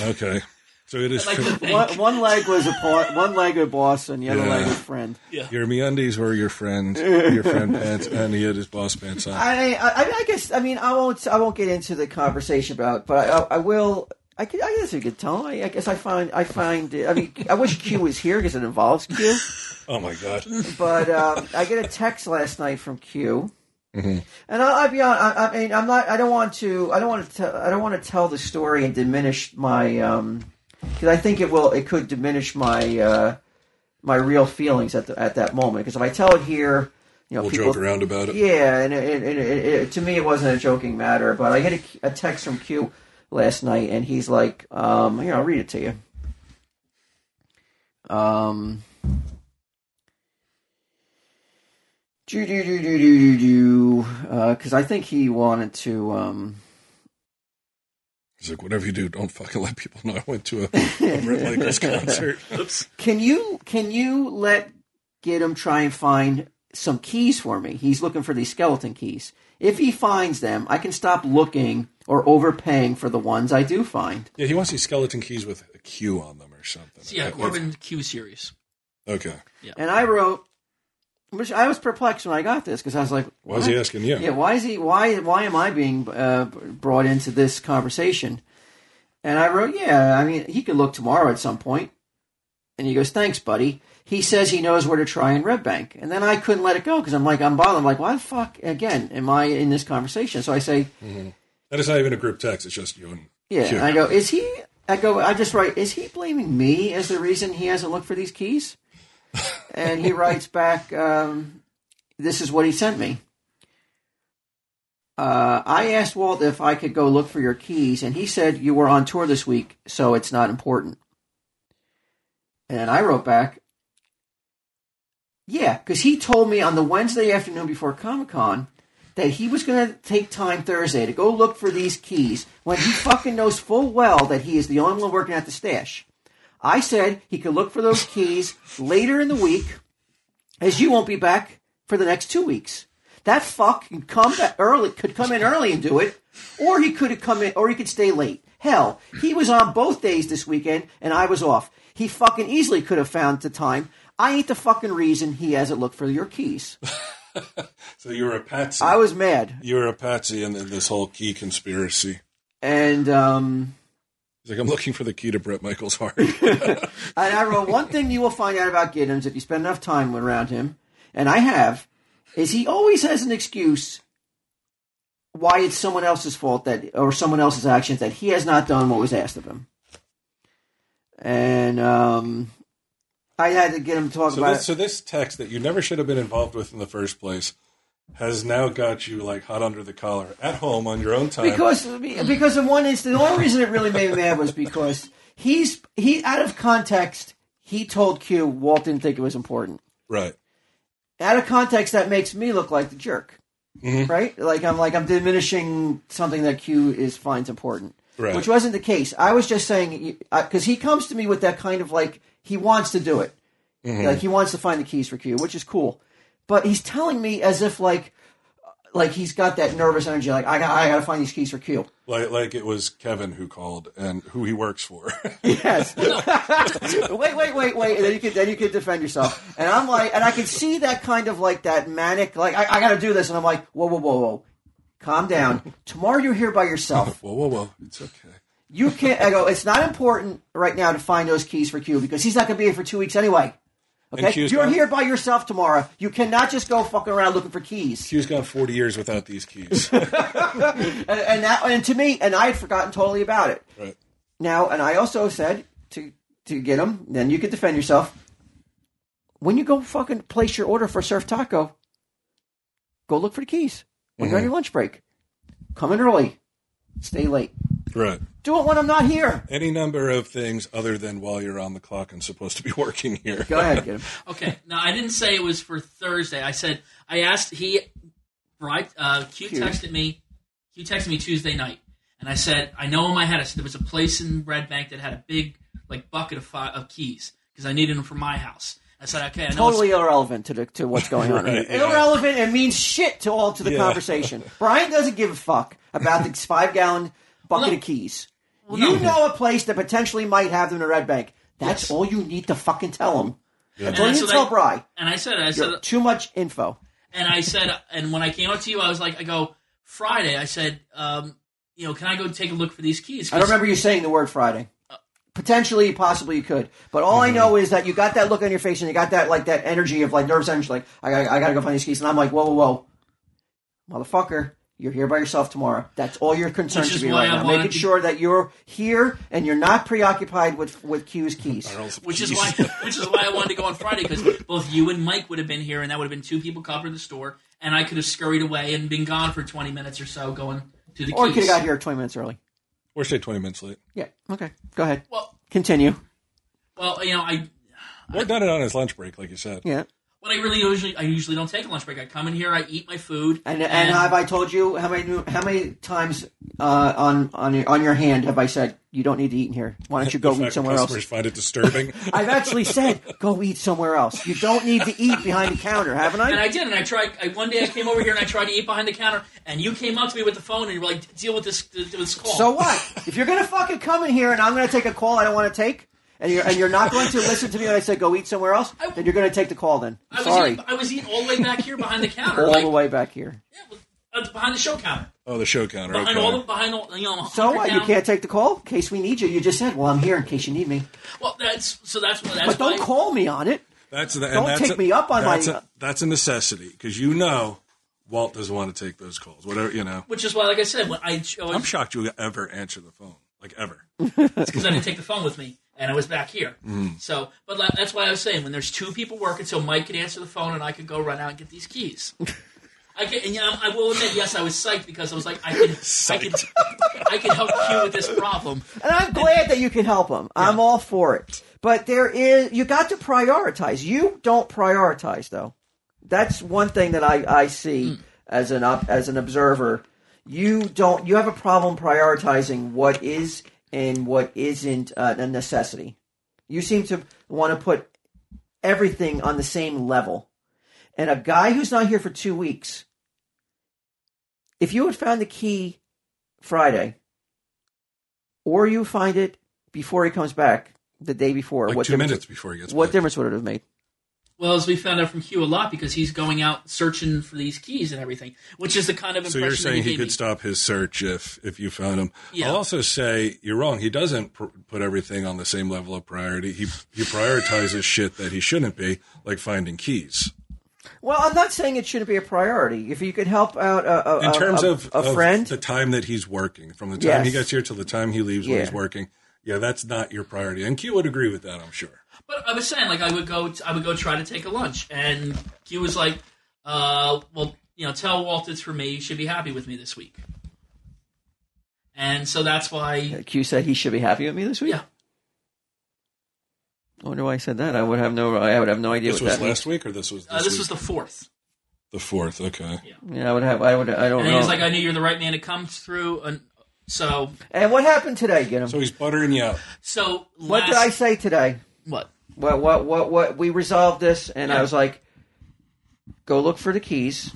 Okay, so it is.
Like the thing.
One, one leg was a pa- one leg was boss, and the other
Yeah.
leg was friend.
Your MeUndies were your friend, your friend pants, and he had his boss pants on.
I, I, I guess I mean I won't I won't get into the conversation about, but I, I will. I, could, I guess we could tell. I, I guess I find I find. uh, I mean, I wish Q was here because it involves Q.
Oh my god!
But um, I get a text last night from Q,
Mm-hmm.
and I'll, I'll be on. I, I mean, I'm not. I don't want to. I don't want to. Tell, I don't want to tell the story and diminish my. Um, because I think it will. It could diminish my uh, my real feelings at the, at that moment. Because if I tell it here, you know,
We'll
people
joke around about it.
yeah, and it, it, it, it, to me, it wasn't a joking matter. But I get a, a text from Q last night, and he's like, um, "Here, I'll read it to you." Um, do do do do do do do, because I think he wanted to. Um,
He's like, whatever you do, don't fucking let people know I went to a, a Brett Michaels concert.
can you can you let get him try and find some keys for me? He's looking for these skeleton keys. If he finds them, I can stop looking or overpaying for the ones I do find.
yeah, he wants these skeleton keys with a Q on them or something.
yeah, Corbin Q series.
Okay.
And I wrote, which I was perplexed when I got this because I was like,
Why is he asking you?
Yeah, why is he? Why why am I being uh, brought into this conversation? And I wrote, yeah, I mean, he could look tomorrow at some point. And he goes, thanks, buddy. He says he knows where to try in Red Bank. And then I couldn't let it go because I'm like, I'm bothered. I'm like, why the fuck again am I in this conversation? So I say,
That is not even a group text. It's just you and
yeah.
Q.
And I go, is he? I go, I just write, is he blaming me as the reason he hasn't looked for these keys? And he writes back, um, this is what he sent me. Uh, I asked Walt if I could go look for your keys, and he said you were on tour this week, so it's not important. And I wrote back, yeah, because he told me on the Wednesday afternoon before Comic Con that he was going to take time Thursday to go look for these keys when he fucking knows full well that he is the only one working at the stash. I said he could look for those keys later in the week, as you won't be back for the next two weeks. That fuck can come back early, could come in early and do it, or he could have come in, or he could stay late. Hell, he was on both days this weekend, and I was off. He fucking easily could have found the time. I ain't the fucking reason he hasn't looked for your keys.
So you were a patsy.
I was mad.
you were a patsy in this whole key conspiracy.
and um,
He's like, I'm looking for the key to Brett Michaels' heart.
and I wrote one thing you will find out about Giddens if you spend enough time around him, and I have, is he always has an excuse why it's someone else's fault that or someone else's actions that he has not done what was asked of him. And um, I had to get him to talk
so,
about
this, so this text that you never should have been involved with in the first place has now got you like hot under the collar at home on your own time.
because because in one instance, the only reason it really made me mad was because he's he out of context. He told Q Walt didn't think it was important.
right.
out of context that makes me look like the jerk right like i'm like i'm diminishing something that q is finds important
Right.
which wasn't the case i was just saying because he comes to me with that kind of like he wants to do it like he wants to find the keys for q which is cool but he's telling me as if like like he's got that nervous energy like i got i gotta find these keys for q
Like, like it was Kevin who called and who he works for.
Yes. wait, wait, wait, wait. And then you can then you can defend yourself. And I'm like, and I can see that kind of like that manic, like I, I got to do this, and I'm like, whoa, whoa, whoa, whoa, calm down. Tomorrow you're here by yourself.
whoa, whoa, whoa. It's okay.
You can't. I go. It's not important right now to find those keys for Q because he's not going to be here for two weeks anyway. Okay,
Q's
you're
gone.
here by yourself tomorrow. You cannot just go fucking around looking for keys.
Q's gone 40 years without these keys.
And, and that, and to me, and I had forgotten totally about it.
right.
Now, and I also said to to get them, then you could defend yourself. When you go fucking place your order for surf taco, go look for the keys when you're on your lunch break. Come in early, stay late.
Right.
Do it when I'm not here.
Any number of things other than while you're on the clock and supposed to be working here.
Go ahead, get him.
Okay. No, I didn't say it was for Thursday. I said I asked he right uh Q texted me Q texted me Tuesday night and I said I know him I had I said there was a place in Red Bank that had a big like bucket of fi- of keys because I needed them for my house. I said okay, I know it's-
Totally irrelevant to the, to what's going on.
Right, yeah.
Irrelevant and means shit to all to the
Yeah.
conversation. Brian doesn't give a fuck about this five gallon bucket
no.
of keys.
no.
you know a place that potentially might have them in a red bank. That's all you need to fucking tell him. That's all
And that's
you need to
what
tell
I-
Bry.
and I said I
You're
said
too much info.
and I said, and when I came up to you, I was like, I go Friday. I said, um, you know, can I go take a look for these keys?
I
'Cause-
don't remember you saying the word Friday. Potentially, possibly you could, but all
Mm-hmm.
I know is that you got that look on your face and you got that like that energy of like nervous energy, like I gotta, I gotta go find these keys, and I'm like, whoa, whoa, whoa, motherfucker, you're here by yourself tomorrow. That's all your concern
Which is
should be
why
right
I
now,
wanted
making
to-
sure that you're here and you're not preoccupied with with Q's keys.
which is why which is why I wanted to go on Friday because both you and Mike would have been here, and that would have been two people covering the store, and I could have scurried away and been gone for twenty minutes or so going to the
Or you could
keys.
have got here 20 minutes early.
We're say 20 minutes late.
Yeah. Okay. Go ahead.
well,
Continue.
well, you know, I
We're done it on his lunch break, like you said.
Yeah.
what I really usually I usually don't take a lunch break. I come in here, I eat my food,
And, and, have I told you how many how many times uh, on on your, on your hand have I said you don't need to eat in here? Why don't you go
In
eat
fact,
somewhere
customers
else?
find it disturbing.
I've actually said go eat somewhere else. You don't need to eat behind the counter, haven't
and
I?
I did, and I tried. I, one day I came over here and I tried to eat behind the counter, and you came up to me with the phone and you were like, "Deal with this this call."
So what? If you're gonna fucking come in here and I'm gonna take a call I don't want to take, and you're and you're not going to listen to me when I say go eat somewhere else, then you're gonna take the call. Then
I was
sorry, Oh.
eating, I was eating all the way back here behind the counter,
all
like,
the way back here.
uh, behind the show counter,
oh, the show counter.
behind
okay.
all the behind all you know.
So what? You
down.
can't take the call in case we need you. You just said, well, I'm here in case you need me,
Well, that's so that's what that's
but don't
why-
call me on it.
That's the, and
Don't
that's
take
a-
me up on my-
that's A, that's a necessity because you know Walt doesn't want to take those calls. Whatever you know,
Which is why, like I said, when I
I'm
because
shocked you ever answer the phone, like ever.
I didn't take the phone with me, and I was back here.
Mm.
So, but like, that's why I was saying when there's two people working, so Mike could answer the phone, and I could go run out and get these keys. I can, and, you know, I will admit, yes, I was psyched because I was like, I could, I could, I could help you with this problem.
And I'm glad that you can help them. I'm all for it. But there is, you got to prioritize. You don't prioritize though. That's one thing that I, I see as an ob- as an observer. You don't. You have a problem prioritizing what is and what isn't uh, a necessity. You seem to want to put everything on the same level. And a guy who's not here for two weeks, if you had found the key Friday, or you find it before he comes back the day before,
Like
what
two
difference-
minutes before he gets.
What
back.
difference would it have made?
Well, as we found out from Hugh a lot, because he's going out searching for these keys and everything, which is the kind of
So
impression
you're saying
that he,
he
gave
could
me.
stop his search if if you found him.
Yeah.
I'll also say you're wrong. He doesn't pr- put everything on the same level of priority. He he prioritizes shit that he shouldn't be, like finding keys.
Well, I'm not saying it shouldn't be a priority. If you could help out a, a,
in
a-
terms
Um, a-
of,
a
of
friend,
the time that he's working from the time
Yes.
he gets here till the time he leaves when he's
Yeah.
working yeah that's not your priority and q would agree with that i'm sure
But I was saying, like, I would go, I would go try to take a lunch, and Q was like, uh, "Well, you know, tell Walt it's for me. You should be happy with me this week." And so that's why,
Q said he should be happy with me this week.
yeah,
I wonder why I said that. I would have no. I would have no idea
this
what
was
that means.
last week or this was this,
uh, this
week?
was the fourth.
the fourth okay
Yeah, I would have. I would. I don't
And
know.
he was like, "I knew you're the right man to come through." And so,
and what happened today? Get him.
so he's buttering you up
so
what
last,
did I say today?
What?
What? What? What? What? We resolved this, and
Yeah.
I was like, go look for the keys.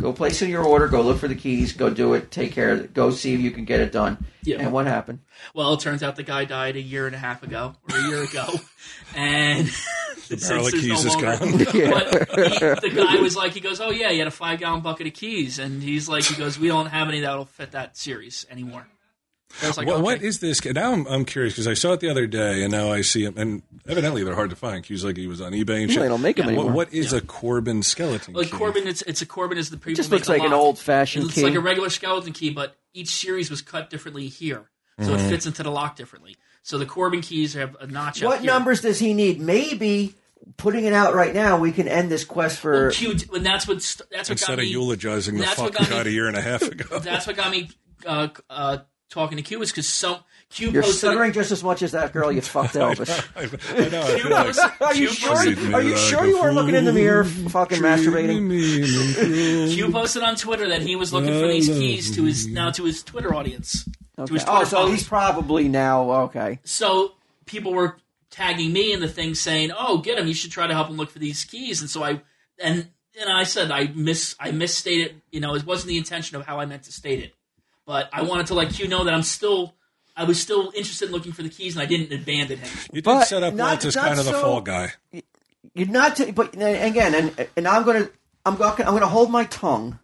Go place in your order. Go look for the keys. Go do it. Take care. of it. Go see if you can get it done.
Yeah.
And what happened?
Well, it turns out the guy died a year and a half ago, or a year ago, and the
barrel of keys is gone
But he, the guy was like, he goes, "Oh yeah, he had a five gallon bucket of keys," and he's like, he goes, "We don't have any that'll fit that series anymore." So it's like,
What- what
okay.
is this? kid? Now I'm, I'm curious because I saw it the other day, and now I see him. And evidently, they're hard to find. Q's like he was on eBay and shit.
They don't make 'em
What-
anymore.
what is a Corbin skeleton?
Like
key?
Corbin, it's it's a Corbin is the prequel.
just
make
looks
a
like an
lot. It
old-fashioned
looks
key.
like a regular skeleton key, but each series was cut differently here, so
Mm-hmm.
it fits into the lock differently. So the Corbin keys have a notch. up
What
here.
numbers does he need? Maybe putting it out right now, we can end this quest for.
Well, Q, and that's what st- that's what
Instead
got
of
me.
eulogizing the
that's
fuck
what
we
got me-
got a year and a half ago.
That's what got me uh, uh, talking to Q was because some Q
You're
posted.
stuttering just as much as that girl you fucked Elvis.
oh, I, I know. I
Q
feel like-
posted-
Are you
Q
sure?
posted-
Are you sure you weren't looking in the mirror, fucking masturbating?
Q posted on Twitter that he was looking for these keys to his now to his Twitter audience. To his Twitter
Oh, so
followers.
he's probably now okay.
so people were tagging me in the thing saying, "Oh, get him! You should try to help him look for these keys." And so I and and I said I miss I misstated. You know, it wasn't the intention of how I meant to state it, but I wanted to let you know that I'm still I was still interested in looking for the keys, and I didn't abandon him.
You did
But
set up
not-
Waltz as
not
kind of the
so-
fall guy.
You're not, to, but and again, and and I'm gonna, I'm gonna, I'm gonna hold my tongue,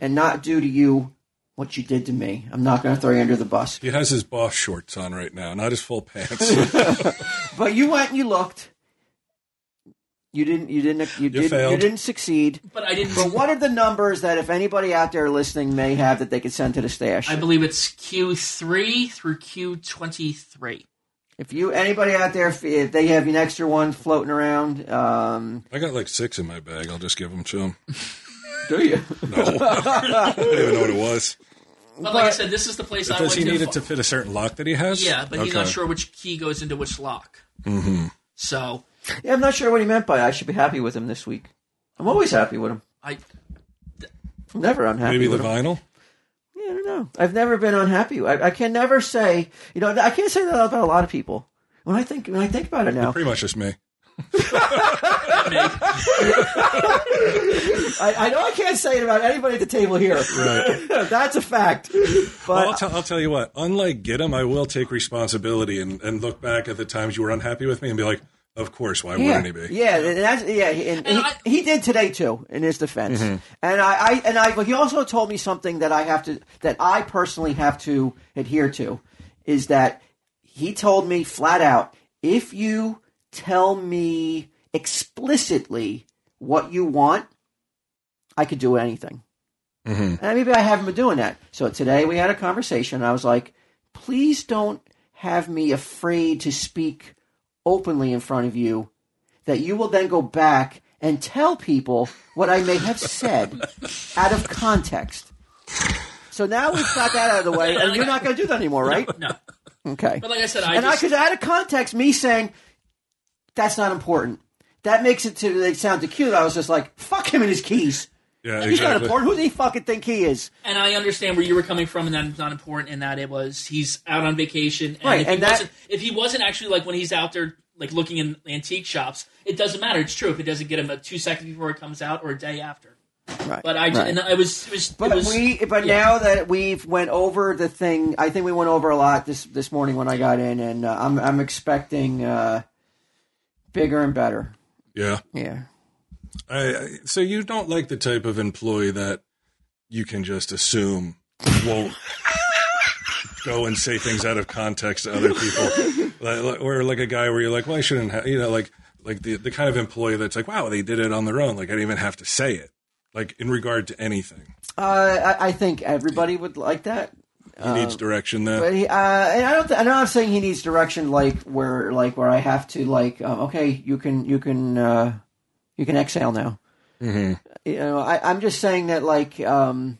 and not do to you what you did to me. I'm not gonna throw you under the bus.
He has his boss shorts on right now, not his full pants.
But you went and you looked. You didn't. You didn't. You, didn't. You
failed.
didn't succeed.
But I didn't.
But what are the numbers that if anybody out there listening may have that they could send to the stash?
I believe it's Q three through Q twenty three.
if you anybody out there, if, if they have an extra one floating around, um,
I got like six in my bag. I'll just give them to him.
do you?
No, I don't even know what it was.
But like I said, this is the place I
Does
went
he need
to.
it to fit a certain lock that he has?
yeah, but he's
Okay.
not sure which key goes into which lock. Mm-hmm. So
Yeah, I'm not sure what he meant by I should be happy with him this week. I'm always happy with him.
I
I'm never unhappy.
Maybe the
with him.
vinyl.
Yeah, I don't know. I've never been unhappy. I, I can never say, you know, I can't say that about a lot of people. When I think when I think about it now,
Pretty much just me.
I, I know I can't say it about anybody at the table here. That's a fact.
Well, I'll,
But
tell, I'll tell you what. Unlike get him, I will take responsibility and, and look back at the times you were unhappy with me and be like, "Of course, why
yeah,
wouldn't he be?"
yeah, and that's, yeah, and,
And
he,
I-
he did today too in his defense.
Mm-hmm.
And I, I and I, but he also told me something that I have to that I personally have to adhere to is that he told me flat out if you tell me explicitly what you want, I could do anything. And maybe I haven't been doing that. So today we had a conversation. And I was like, please don't have me afraid to speak openly in front of you that you will then go back and tell people what I may have said out of context. So now we've got that out of the way, and you're not going to do that anymore, right?
no.
Okay.
But like I said, I
and
just,
I could add a context, me saying, that's not important. That makes it to they sound too cute. I was just like, fuck him and his keys.
Yeah,
He's not
exactly.
important. Who does he fucking think he is?
and I understand where you were coming from, and that it's not important, and that it was he's out on vacation, and
Right,
if, he
and that-
wasn't, if he wasn't actually like when he's out there like looking in antique shops, it doesn't matter. It's true if it doesn't get him a two seconds before it comes out or a day after.
Right.
But I
right.
and I was it was,
But
it was
we, but
yeah.
now that we've went over the thing, I think we went over a lot this this morning when I got in, and uh, I'm I'm expecting uh, bigger and better.
Yeah.
Yeah,
I, I- so you don't like the type of employee that you can just assume won't go and say things out of context to other people, Like- like- or like a guy where you're like, "Well, I shouldn't," have, you know, like like the the kind of employee that's like, "Wow, they did it on their own. Like I didn't even have to say it." Like in regard to anything,
uh, I, I think everybody would like that.
he needs direction. There,
But he, uh, and I don't, th- I'm not saying he needs direction like where like where I have to like um, okay, you can you can uh, you can exhale now. You know, I, I'm just saying that like um,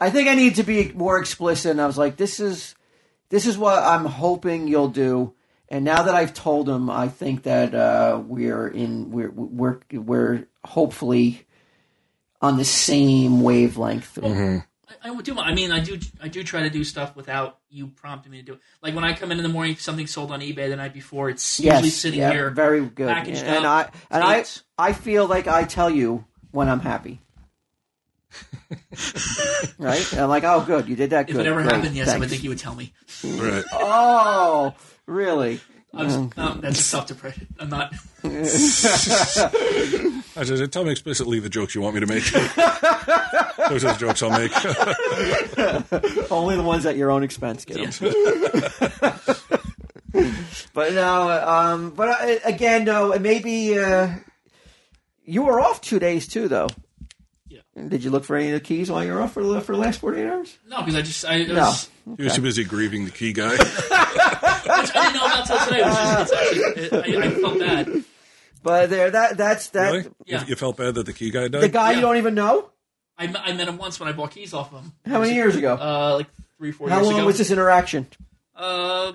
I think I need to be more explicit. And I was like, this is this is what I'm hoping you'll do. And now that I've told him, I think that uh, we're in we're we're we're hopefully on the same wavelength.
I, I do. I mean, I do. I do try to do stuff without you prompting me to do it. Like when I come in in the morning, if something's sold on eBay the night before. It's usually sitting
yeah,
here,
Very good.
packaged
and
up,
I and I
taped.
I feel like I tell you when I'm happy. right? And like, oh, good, you did that.
If
good.
it ever
Great.
happened, yes, I would
Thanks.
think you would tell me.
right?
Oh, really?
I was, um, that's a self depression. I'm not.
I said, tell me explicitly the jokes you want me to make. Those are the jokes I'll make.
Only the ones at your own expense get 'em. But no, um, but I, again, no. Maybe uh, you were off two days too, though.
Yeah.
Did you look for any of the keys while you were off for the, for the last forty eight hours?
No, because I just I, it
No.
was,
He was too busy grieving the key guy.
I didn't know about till today. It was just, it's actually, I, I felt bad.
But there, that that's that.
Really?
Yeah.
You felt bad that the key guy died?
The guy you
Yeah.
don't even know.
I, met- I met him once when I bought keys off of him.
How many years ago?
Uh, like three, four
How
years
long
ago.
was this interaction?
Uh,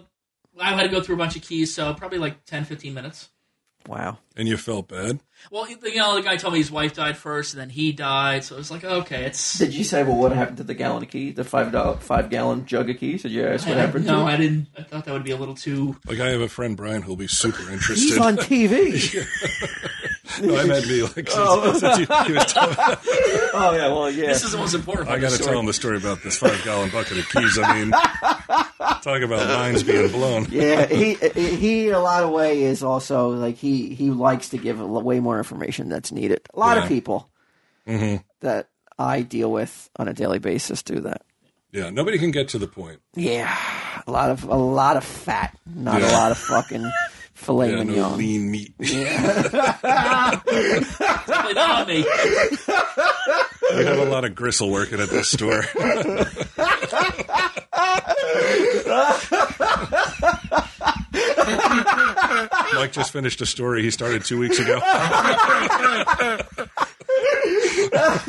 I had to go through a bunch of keys, so probably like 10, 15 minutes.
Wow.
and you felt bad?
Well, you know, the guy told me his wife died first, and then he died. So it was like, okay, it's.
Did you say, well, what happened to the gallon of keys, the five dollar five gallon jug of keys? Did you ask what
I-
happened?
no,
to
I didn't. I thought that would be a little too.
Like, I have a friend, Brian, who'll be super interested.
He's on TV.
no, I meant me. Like, since, since he, he was telling,
oh yeah, well yeah.
This is the most important part.
I got to tell him the story about this five gallon bucket of keys. I mean, talk about minds being blown.
yeah, he he in a lot of way is also like he he likes to give a lo- way more information that's needed. A lot
Yeah. Mm-hmm.
of people that I deal with on a daily basis do that.
Yeah, nobody can get to the point.
Yeah, a lot of a lot of fat, not a
Yeah.
lot of fucking filet
Yeah, no
mignon.
lean meat.
Probably not me.
We have a lot of gristle working at this store. Mike just finished a story he started two weeks ago.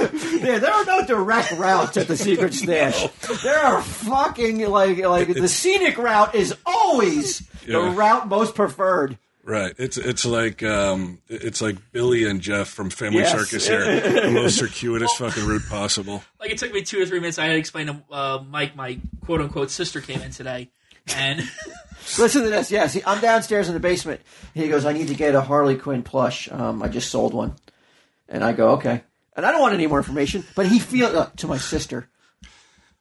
Yeah, there are no direct routes at the secret stash. There are fucking like like the scenic route is always the
Yeah.
route most preferred.
Right. It's it's like um, it's like Billy and Jeff from Family
Yes.
Circus here. The most circuitous fucking route possible.
Like it took me two or three minutes. I had to explain to uh, Mike my quote unquote sister came in today, and
Listen to this. Yes, he- I'm downstairs in the basement. He goes, "I need to get a Harley Quinn plush. Um, I just sold one." And I go, "Okay." And I don't want any more information, but he feels uh, to my sister.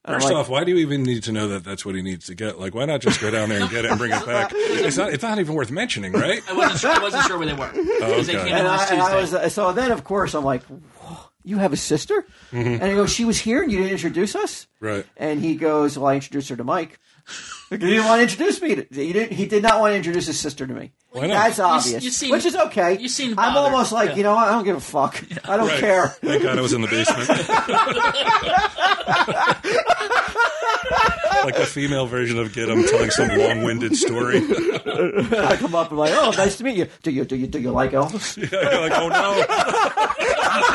And I'm
First
like,
off, why do you even need to know that that's what he needs to get? Like, why not just go down there and get it and bring it back? It's not it's not even worth mentioning, right?
I wasn't sure, I wasn't sure where they were because they
okay.
came in
and
last
I, and
Tuesday.
I was uh, so then of course I'm like, "Whoa, "You have a sister?" And I go, "She was here, and you didn't introduce us."
Mm-hmm. Right.
And he goes, "Well, I introduced her to Mike." He didn't want to introduce me. To, he didn't. He did not want to introduce his sister to me.
Why not?
That's obvious,
you seem-
which is okay.
you seem
I'm
bothered.
almost like
Yeah.
you know. what? I don't give a fuck. I don't
Right.
care.
Thank God I was in the basement. like a female version of Get 'em telling some long winded story. Yeah,
I come up and like, oh, nice to meet you. Do you do you do you like Elvis?
you're like, oh no.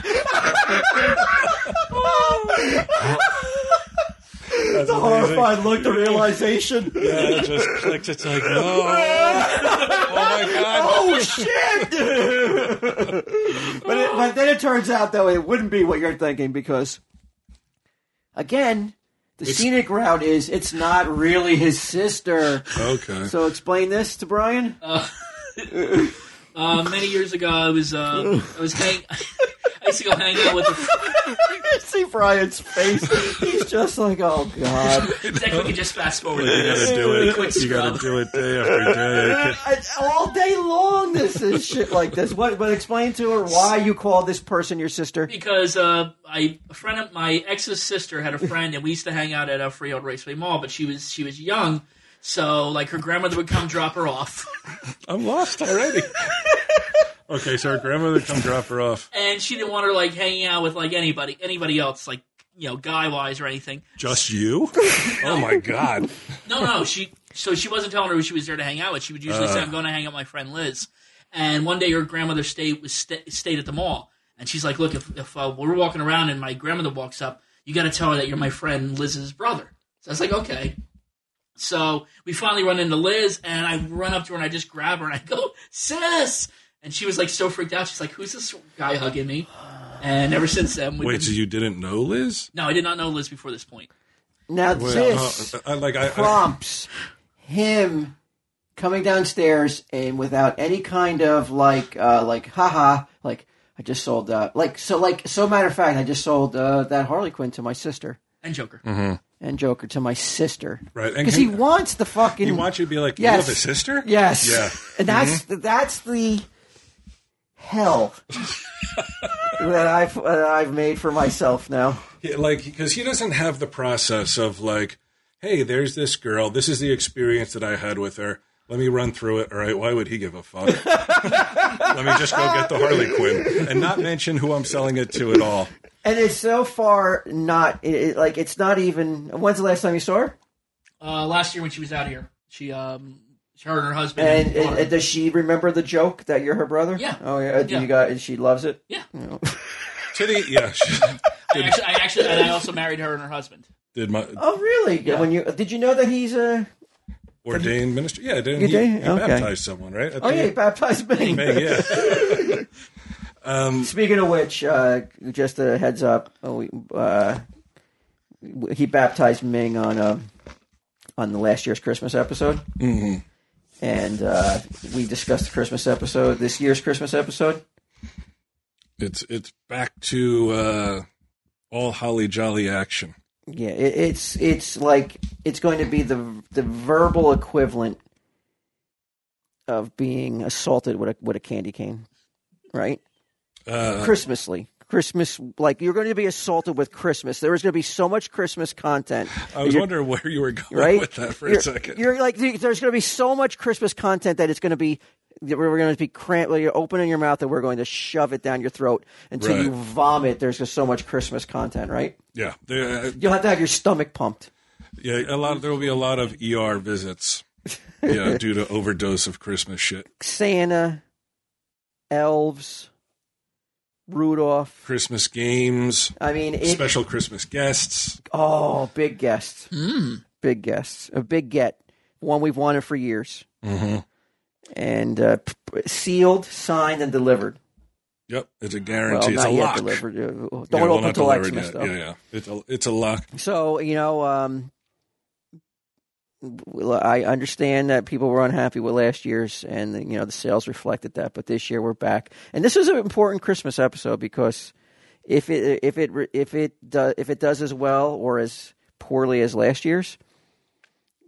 That's
The
amazing.
horrified look, the realization.
Yeah, it just clicked. It's like, no. Oh my God.
Oh shit! but it, but then it turns out though it wouldn't be what you're thinking because again, the scenic route is it's not really his sister.
Okay.
So explain this to Brian.
Uh, many years ago, I was uh, I was hang- I used to go hang out with a
See Brian's face. He's just like, oh god.
Zach, we could just fast forward.
You
to
gotta
this.
do
Quick
it. You
scrub.
gotta do it day after day.
And all day long, this is shit like this. What? But explain to her why you call this person your sister.
Because uh, I a friend of my ex's sister had a friend, and we used to hang out at a Free Old Raceway Mall. But she was she was young, so like her grandmother would come drop her off,
I'm lost already. Okay, so our grandmother come drop her off.
and she didn't want her like hanging out with like anybody anybody else, like you know guy wise or anything.
Just you? Oh my God.
No, no, she. So she wasn't telling her who she was there to hang out with. She would usually say, "I'm going to hang out with my friend Liz." And one day, her grandmother stayed was st- stayed at the mall, and she's like, "Look, if, if uh, we're walking around and my grandmother walks up, you got to tell her that you're my friend Liz's brother." So I was like, "Okay." So we finally run into Liz, and I run up to her and I just grab her and I go, "Sis!" And she was like so freaked out. She's like, "Who's this guy hugging me?" And ever since then, we've
Wait,
been-
so you didn't know Liz?
no, I did not know Liz before this point.
Now
Wait,
this
uh, I, like I, I
prompts him coming downstairs and without any kind of like uh like haha like I just sold uh, like so like so matter of fact I just sold uh, that Harley Quinn to my sister
and Joker.
Mm-hmm.
and Joker to my sister
Right, and
because he
can-
wants the fucking
You want you to be like, you
Yes.
love his sister?
yes
Yeah. Mm-hmm.
and that's that's the hell that I've that I've made for myself now
Yeah, like, because he doesn't have the process of like, hey, there's this girl. This is the experience that I had with her. Let me run through it. All right. Why would he give a fuck? Let me just go get the Harley Quinn and not mention who I'm selling it to at all.
and it's so far not it, it- like it's not even when's the last time you saw her
Uh, last year when she was out here, she um, her and her husband.
and,
And,
and- and does she remember the joke that you're her brother
Yeah.
oh yeah,
Yeah.
you got and she loves it
yeah,
To the, yeah.
I actually, I actually, and I also married her and her husband.
Did my
oh really when you did you know that he's uh, a
ordained minister? Yeah. Didn't
You
he,
did?
he
Okay.
baptized someone, right? I
oh yeah he
think-
baptized me
Yeah.
Speaking of which, uh, just a heads up, uh, we, uh, w- he baptized Ming on um on the last year's Christmas episode, mm-hmm. and uh, we discussed the Christmas episode, this year's Christmas episode.
It's, it's back to uh, all holly jolly action.
Yeah, it, it's it's like it's going to be the the verbal equivalent of being assaulted with a with a candy cane, right?
Uh,
Christmasly. Christmas, like you're going to be assaulted with Christmas. There is going to be so much Christmas content.
I was
You're-
wondering where you were going
right?
with that for
you're,
a 2nd
You're like, th- there's going to be so much Christmas content that it's going to be, that we're going to be cramped. like, You're opening your mouth and we're going to shove it down your throat until
Right.
you vomit. There's just so much Christmas content, right?
yeah. They- uh,
You'll have to have your stomach pumped.
Yeah, a lot. There will be a lot of ER visits. Yeah, due to overdose of Christmas shit,
Santa, elves, Rudolph.
Christmas games,
I mean, it,
special Christmas guests.
oh, big guests, big guests, a big get, one we've wanted for years,
Mm-hmm.
and uh, p- p- sealed, signed, and delivered.
Yep, it's a
Well, not
guarantee. it's a
yet
lock.
delivered. Uh, Don't
Yeah, well,
open
not
till
delivered
Xmas
yet.
though.
Yeah, yeah, it's a it's a lock.
So you know, um, well, I understand that people were unhappy with last year's, and you know the sales reflected that. But this year we're back, and this is an important Christmas episode because if it if it if it does if it does as well or as poorly as last year's,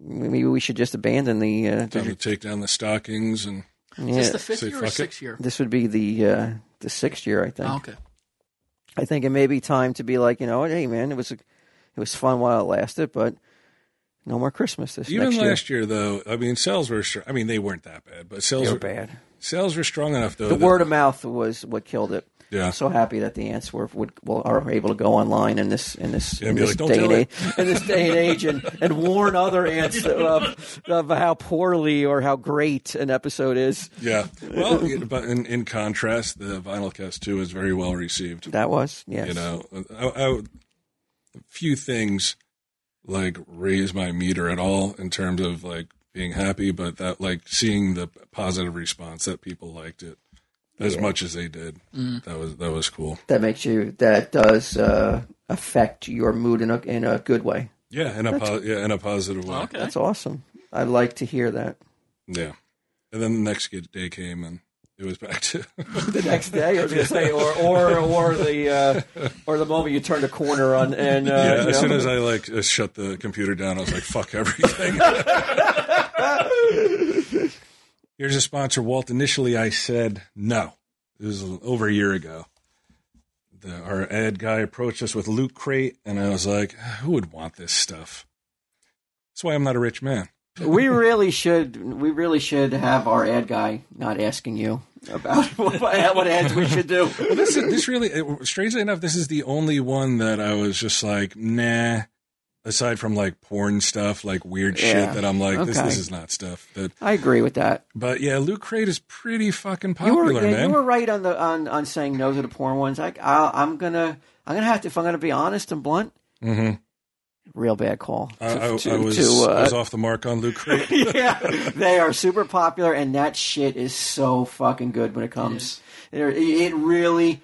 maybe we should just abandon the. Uh,
Time to take down the stockings and
Is this the fifth
Say
year
fuck
or
it.
sixth year?
this would be the uh, the sixth year, I think.
Oh, okay.
I think it may be time to be like, you know what, hey man, it was it was fun while it lasted, but no more Christmas this
even
next year.
last year. though. I mean, sales were. Str- I mean, they weren't that bad, but sales
They
were,
were bad.
Sales were strong enough though.
The
that-
word of mouth was what killed it.
Yeah.
I'm so happy that the ants were would well, are able to go online in this in this,
Yeah,
in
be
this
like, "Don't
day and
tell
age in this day and age and, and warn other ants of, of how poorly or how great an episode is.
Yeah. Well, it- but in, in contrast, the Vinyl Cast Two is very well received.
That was yes.
You know, I, I, few things like raise my meter at all in terms of like being happy, but that like seeing the positive response that people liked it as much as they did,
Mm.
that was that was cool.
That makes you that does uh, affect your mood in a in a good way.
Yeah, in a po- yeah in a positive way.
Okay.
That's awesome. I like to hear that.
Yeah, and then the next good day came and it was back to
the next day. I was going to say, or or or the uh, or the moment you turn the corner on and uh,
yeah.
you
As soon
know.
as I like uh, shut the computer down, I was like, fuck everything. Here's a sponsor, Walt. Initially, I said no. This was over a year ago. The, our ad guy approached us with Loot Crate, and I was like, who would want this stuff? That's why I'm not a rich man.
we really should we really should have our ad guy not asking you about what, what ads we should do.
This, is- this really, it, strangely enough, this is the only one that I was just like, nah. Aside from like porn stuff, like weird
Yeah.
shit that I'm like, this,
Okay.
this is not stuff that
I agree with that.
But yeah, Loot Crate is pretty fucking
You
popular,
were, yeah,
man.
you were right on the on, on saying no to the porn ones. I, I I'm gonna I'm gonna have to if I'm gonna be honest and blunt. Real bad call.
Mm-hmm. I, I,
to-
I was,
to,
I
uh,
was off the mark on Loot Crate.
yeah, they are super popular, and that shit is so fucking good when it comes. It, it really,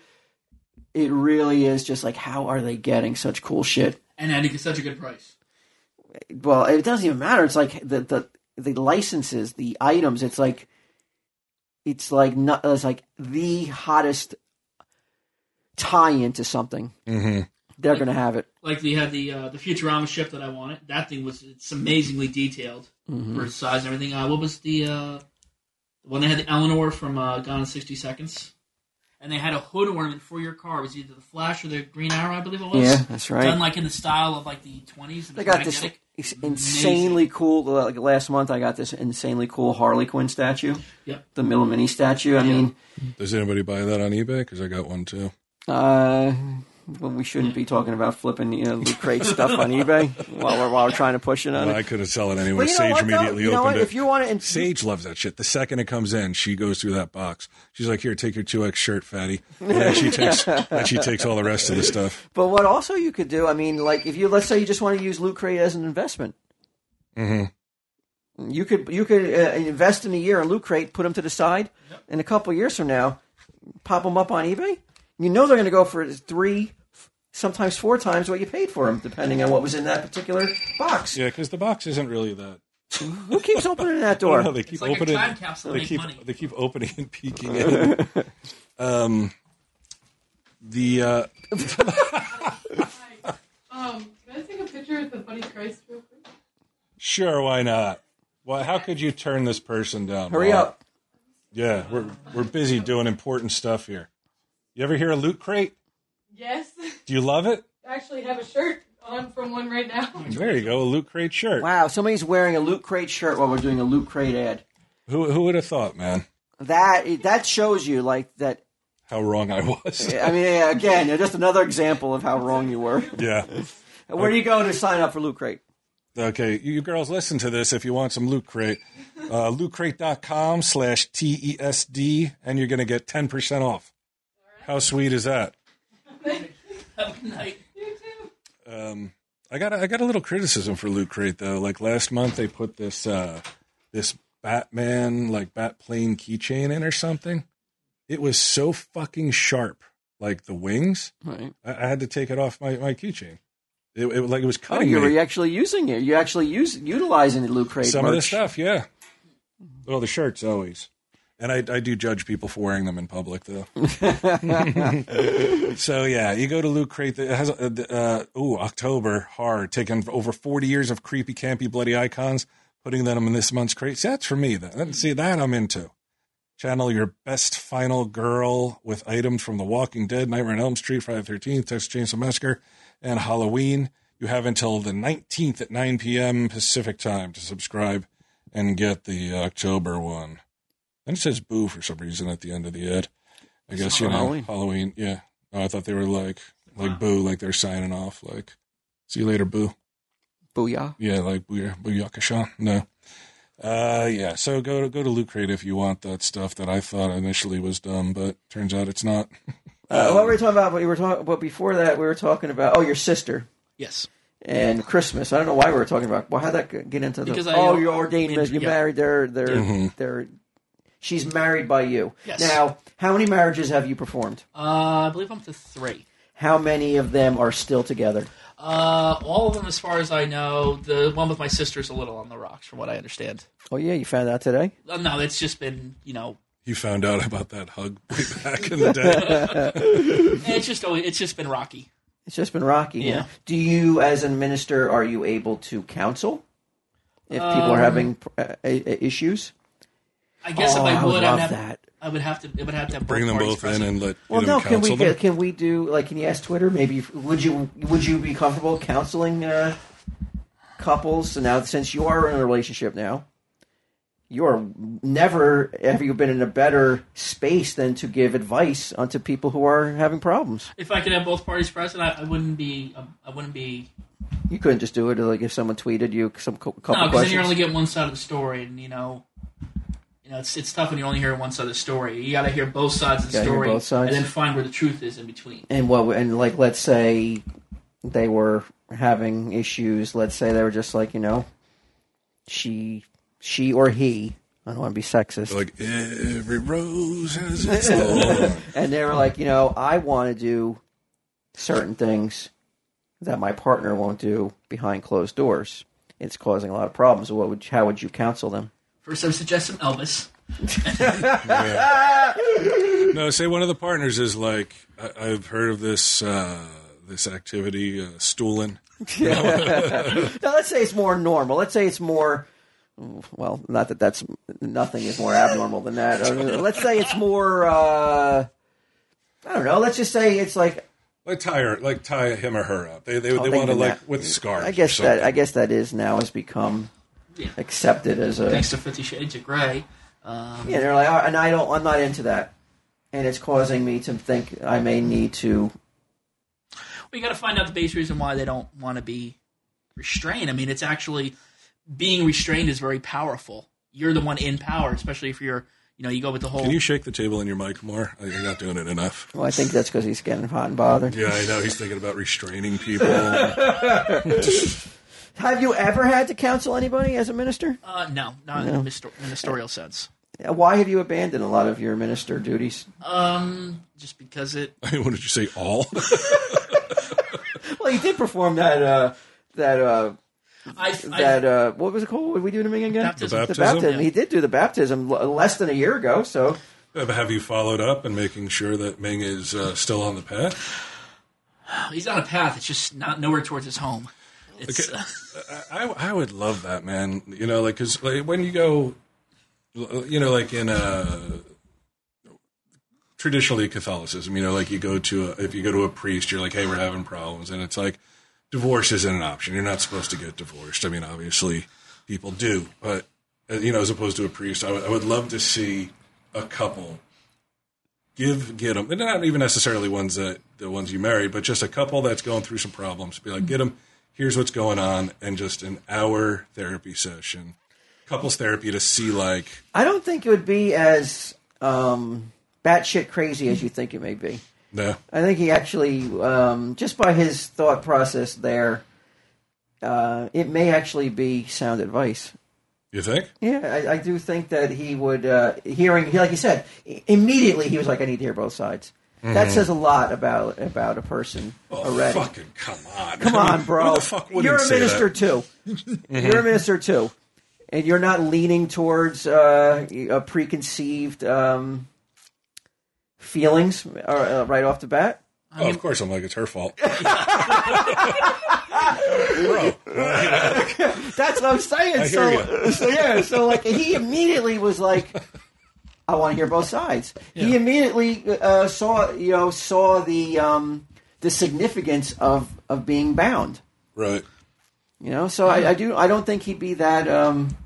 it really is just like how are they getting such cool shit?
And at such a good price.
Well, it doesn't even matter. It's like the the the licenses, the items. It's like, it's like not. It's like the hottest tie into something, they're going to have it.
Like they had the uh, the Futurama ship that I wanted. That thing was it's amazingly detailed
Mm-hmm.
for its size and everything. Uh, what was the uh, the one they had the Eleanor from uh, Gone in sixty seconds? And they had a hood ornament for your car. It was either the Flash or the Green Arrow, I believe it was.
Yeah, that's right.
Done like in the style of like the twenties.
They got this ex- insanely cool. uh, Like last month, I got this insanely cool Harley Quinn statue,
Yep.
the Middle Mini statue. I mean,
Does anybody buy that on eBay? Because I got one too.
uh, well, we shouldn't be talking about flipping you know, loot crate stuff on eBay while we're while we're trying to push it on
Well,
it.
I couldn't sell it anyway.
But you know
Sage
what, though?
immediately
You know
opened
what?
it.
If you want to,
Sage loves that shit. The second it comes in, she goes through that box. She's like, "Here, take your two X shirt, fatty." And then she takes, then she takes all the rest of the stuff.
But what also you could do, I mean, like if you let's say you just want to use loot crate as an investment, mm-hmm. you could you could uh, invest in a year in loot crate, put them to the side, and a couple years from now, pop them up on eBay. You know they're going to go for three, f- sometimes four times what you paid for them, depending on what was in that particular box.
Yeah, because the box isn't really that.
Who keeps opening that
Oh,
door?
no, they keep
It's like a
opening.
time capsule to
They
make
keep
money.
they keep opening and peeking. in. um, the uh,
Um, can I take a picture of the Buddy Christ real quick?
sure, why not? Well, how could you turn this person down?
Hurry
Bob?
up!
Yeah, we're we're busy doing important stuff here. You ever hear a loot crate?
Yes.
Do you love it?
I actually have a shirt on from one right now.
There you go, a loot crate shirt.
Wow, somebody's wearing a loot crate shirt while we're doing a loot crate ad.
Who who would have thought, man?
That that shows you like that.
How wrong I was.
I mean, yeah, again, just another example of how wrong you were.
Yeah.
Where do you go to sign up for Loot Crate?
Okay, you girls listen to this if you want some Loot Crate. Uh, lootcrate.com slash TESD, and you're going to get 10% off. How sweet is that?
Have a good night.
Um, I got a, I got a little criticism for Loot Crate though. Like last month, they put this uh, this Batman like Batplane keychain in or something. It was so fucking sharp, like the wings.
Right.
I, I had to take it off my, my keychain. It, it like it was
Oh,
cutting
you're
me.
actually using it. You're actually use, utilizing the Loot Crate.
Some of the
merch.
stuff, yeah. Well, the shirts always. And I, I do judge people for wearing them in public, though. so yeah, you go to Loot Crate. It has uh, the, uh, ooh October hard taking over forty years of creepy, campy, bloody icons, putting them in this month's crate. See, that's for me. That that- see that I'm into. Channel your best final girl with items from The Walking Dead, Nightmare on Elm Street, Friday the Thirteenth, Texas Chainsaw Massacre, and Halloween. You have until the nineteenth at nine p.m. Pacific time to subscribe and get the October one. And it says "boo" for some reason at the end of the ad. I guess you know
Halloween.
Halloween. Yeah. Oh, I thought they were like like boo, like they're signing off, like see you later, boo.
Booyah.
Yeah, like boo booyakasha. No. Uh yeah, so go to go to Loot Crate if you want that stuff that I thought initially was dumb, but turns out it's not.
Uh, what were we talking about? We were talking, but before that, we were talking about oh, your sister
Yes.
and Christmas. I don't know why we were talking about. Well, how would that get into the?
Because I-
oh, you're ordained.
Yeah.
mis- You married. They're they're
Mm-hmm.
they're. She's married by you.
Yes.
Now, how many marriages have you performed?
Uh, I believe I'm to three.
How many of them are still together?
Uh, all of them, as far as I know. The one with my sister's a little on the rocks, from what I understand.
Oh yeah, you found out today.
Uh, No, it's just been you know,
He found out about that hug way back in the day.
it's just always, it's just been rocky.
It's just been rocky.
Yeah.
Do you, as a minister, are you able to counsel if
Um,
people are having uh, uh, issues?
I guess
Oh,
if
I
I
would
would, I'd
love
have,
that.
I would have to, it would have to have
Bring them
parties
both in
present.
and let
Well,
you
no.
know,
Can we
counsel
get,
them.
can we do like? Can you ask Twitter? Maybe would you would you be comfortable counseling uh, couples? So now, since you are in a relationship now, you are never have you been in a better space than to give advice onto people who are having problems.
If I could have both parties present, I, I wouldn't be, um, I wouldn't be.
You couldn't just do it like if someone tweeted you some cou- couple
No, because then
questions.
you're only getting one side of the story, and you know, you know, it's it's tough when you only hear one side of the story. You got to hear both sides of the
Gotta hear
story,
both sides.
and then find where the truth is in between.
and what and like let's say they were having issues let's say they were just like you know she she or he i don't want to be sexist
like every rose has its thorn.
and they were like you know i want to do certain things that my partner won't do behind closed doors it's causing a lot of problems what would how would you counsel them
First, I would suggest some Elvis.
No, say one of the partners is like I, I've heard of this uh, this activity, uh, stooling.
Now let's say it's more normal. Let's say it's more. Well, not that that's nothing is more abnormal than that. Uh, Let's say it's more. Uh, I don't know. Let's just say it's like.
Like tie her, like tie him or her up. They they, they
Oh, they
want to
do
like
that.
with scarves.
I
or
guess that.
something.
I guess that is now has become
Yeah.
accepted as a.
Thanks to Fifty Shades of Grey. Um,
Yeah, they're like, "Oh," and I don't. I'm not into that, and it's causing me to think I may need to.
we got to find out the base reason why they don't want to be restrained. I mean, it's actually being restrained is very powerful. You're the one in power, especially if you're, you know, you go with the whole.
Can you shake the table in your mic more? I- You're not doing it enough.
Well, I think that's because he's getting hot and bothered.
Yeah, I know. He's thinking about restraining people.
Have you ever had to counsel anybody as a minister?
uh, no, not in a misto- ministerial sense.
Why have you abandoned a lot of your minister duties?
Um, just because it.
I mean, what did you say? All?
Well, you did perform that. Uh, that. Uh,
I,
that uh, what was it called? What did we do to him again?
Baptism.
The
The
baptism?
baptism. He did do the baptism l- less than a year ago. So
Have you followed up and making sure that Ming is uh, still on the path?
I, he's on a path. It's just not nowhere towards his home. It's,
Okay.
uh,
I, I would love that, man. You know, like, cause like, when you go, you know, like in uh traditionally Catholicism, you know, like you go to a, if you go to a priest, you're like, hey, we're having problems, and it's like divorce isn't an option. You're not supposed to get divorced. I mean, obviously, people do, but uh, you know, as opposed to a priest, I would- I would love to see a couple give get them, and not even necessarily ones that the ones you marry, but just a couple that's going through some problems. Be like, get them. Here's what's going on, and just an hour therapy session, couples therapy to see like
I don't think it would be as um, batshit crazy as you think it may be.
no.
I think he actually, um, just by his thought process there, uh, it may actually be sound advice.
You think?
Yeah, I, I do think that he would uh, hearing like you said i- immediately he was like, I need to hear both sides. That says a lot about about a person
Oh,
already.
fucking come on.
Come on, bro.
Who the fuck wouldn't
you're a
say
minister
that? Mm-hmm.
too. You're a minister too, and you're not leaning towards uh, a preconceived um, feelings uh, uh, right off the bat.
Oh, of course, I'm like, it's her fault. bro,
That's what I'm saying.
I
so,
hear
so yeah, so like he immediately was like, "I want to hear both sides." He immediately uh, saw you know saw the um, the significance of of being bound.
right.
You know, so I, I do. I don't think he'd be that, um,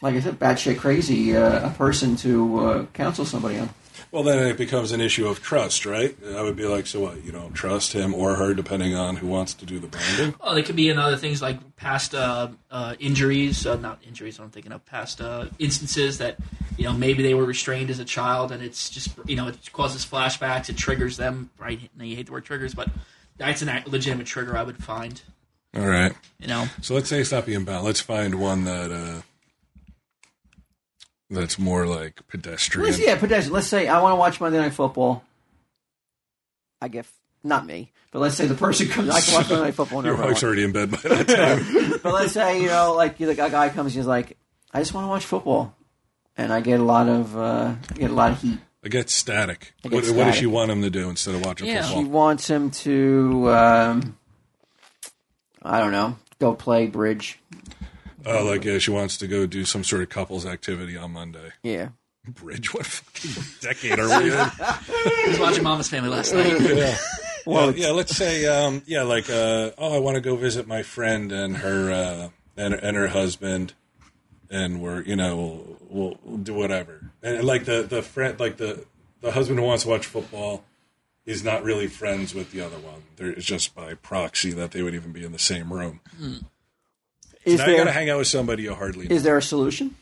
like I said, batshit crazy uh, a person to uh, counsel somebody on.
Well, then it becomes an issue of trust, right? I would be like, so what? You don't trust him or her, depending on who wants to do the binding.
oh, it could be in other things like past uh, uh, injuries, uh, not injuries. I'm thinking of past uh, instances that you know maybe they were restrained as a child, and it's just you know it causes flashbacks. It triggers them. Right? Now you hate the word triggers, but that's an act- legitimate trigger I would find.
All right.
You know,
So let's say it's not being bound. Let's find one that uh, that's more like pedestrian.
Let's, yeah, pedestrian. Let's say I want to watch Monday Night Football. I get not me, but let's say the person comes. I can watch Monday Night Football.
Your
whenever I
wife's
want.
already in bed by that time.
But let's say you know, like you- like a guy comes, and he's like, "I just want to watch football," and I get a lot of uh, I get a lot of heat.
I get static.
get
what, what does
static.
she want him to do instead of watching
Yeah.
football?
She wants him to, um, I don't know, go play bridge.
Oh, like yeah, she wants to go do some sort of couples activity on Monday.
Yeah.
Bridge, what fucking decade are we in?
I was watching Mama's Family last night.
Well, yeah, let's say, um, yeah, like, uh, oh, I want to go visit my friend and her uh, and and her husband, and we're you know we'll, we'll do whatever. And like the the friend, like the the husband who wants to watch football is not really friends with the other one. They're, it's just by proxy that they would even be in the same room.
Is
now you got to
there
hang out with somebody you hardly know.
is there a solution?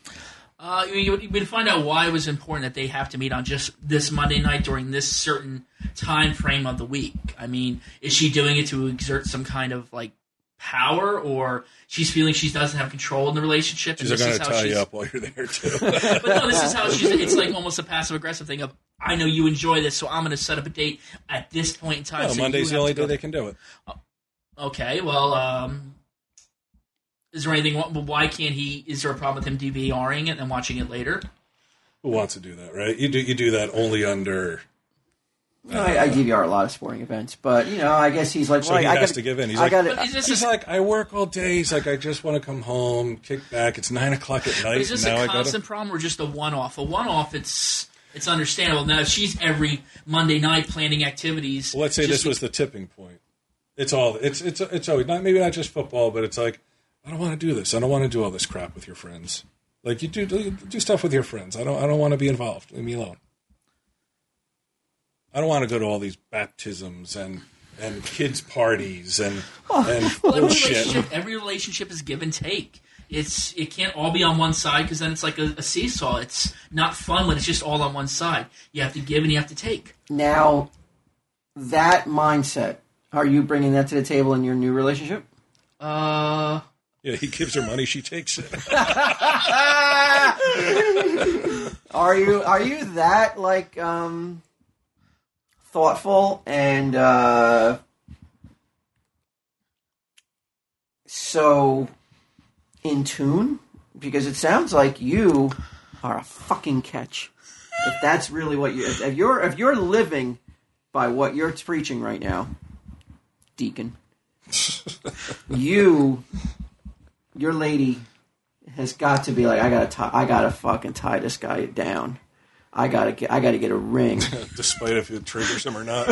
Uh, you, you, would find out why it was important that they have to meet on just this Monday night during this certain time frame of the week. I mean, is she doing it to exert some kind of like power, or she's feeling she doesn't have control in the relationship? and
They're
this
going
is
to
how
tie you
she's-
up while you're there too.
But no, this is how she's. It's like almost a passive aggressive thing of I know you enjoy this, so I'm going to set up a date at this point in time.
No,
so
Monday's
you
the
have
only
to go
day they can do it.
Okay, well, um, is there anything? Why can't he? Is there a problem with him DVRing it and watching it later?
Who wants to do that, right? You do you do that only under
You know, I, I DVR a lot of sporting events, but you know, I guess he's like,
so
well,
he
I
has
gotta,
to give in. He's
I
like,
got
Is this
He's
a,
like, I work all day. He's like, I just want to come home, kick back. It's nine o'clock at night.
is this
and now
a
I gotta,
constant problem or just a one-off? A one-off, it's it's understandable. Now if she's every Monday night planning activities.
Well, let's say
just
this was the tipping point. It's all. It's it's it's always not maybe not just football, but it's like I don't want to do this. I don't want to do all this crap with your friends. Like you do do stuff with your friends. I don't I don't want to be involved. Leave me alone. I don't want to go to all these baptisms and and kids parties and and
Well, every
bullshit.
relationship, every relationship is give and take. It's it can't all be on one side because then it's like a, a seesaw. It's not fun when it's just all on one side. You have to give and you have to take.
now that mindset. Are you bringing that to the table in your new relationship?
Uh,
Yeah, he gives her money, she takes it.
Are you are you that like um thoughtful and uh so in tune? Because it sounds like you are a fucking catch. If that's really what you if you're if you're living by what you're preaching right now, Deacon, you your lady has got to be like I gotta tie, I gotta fucking tie this guy down. I gotta get I gotta get a ring.
Despite if it triggers him or not.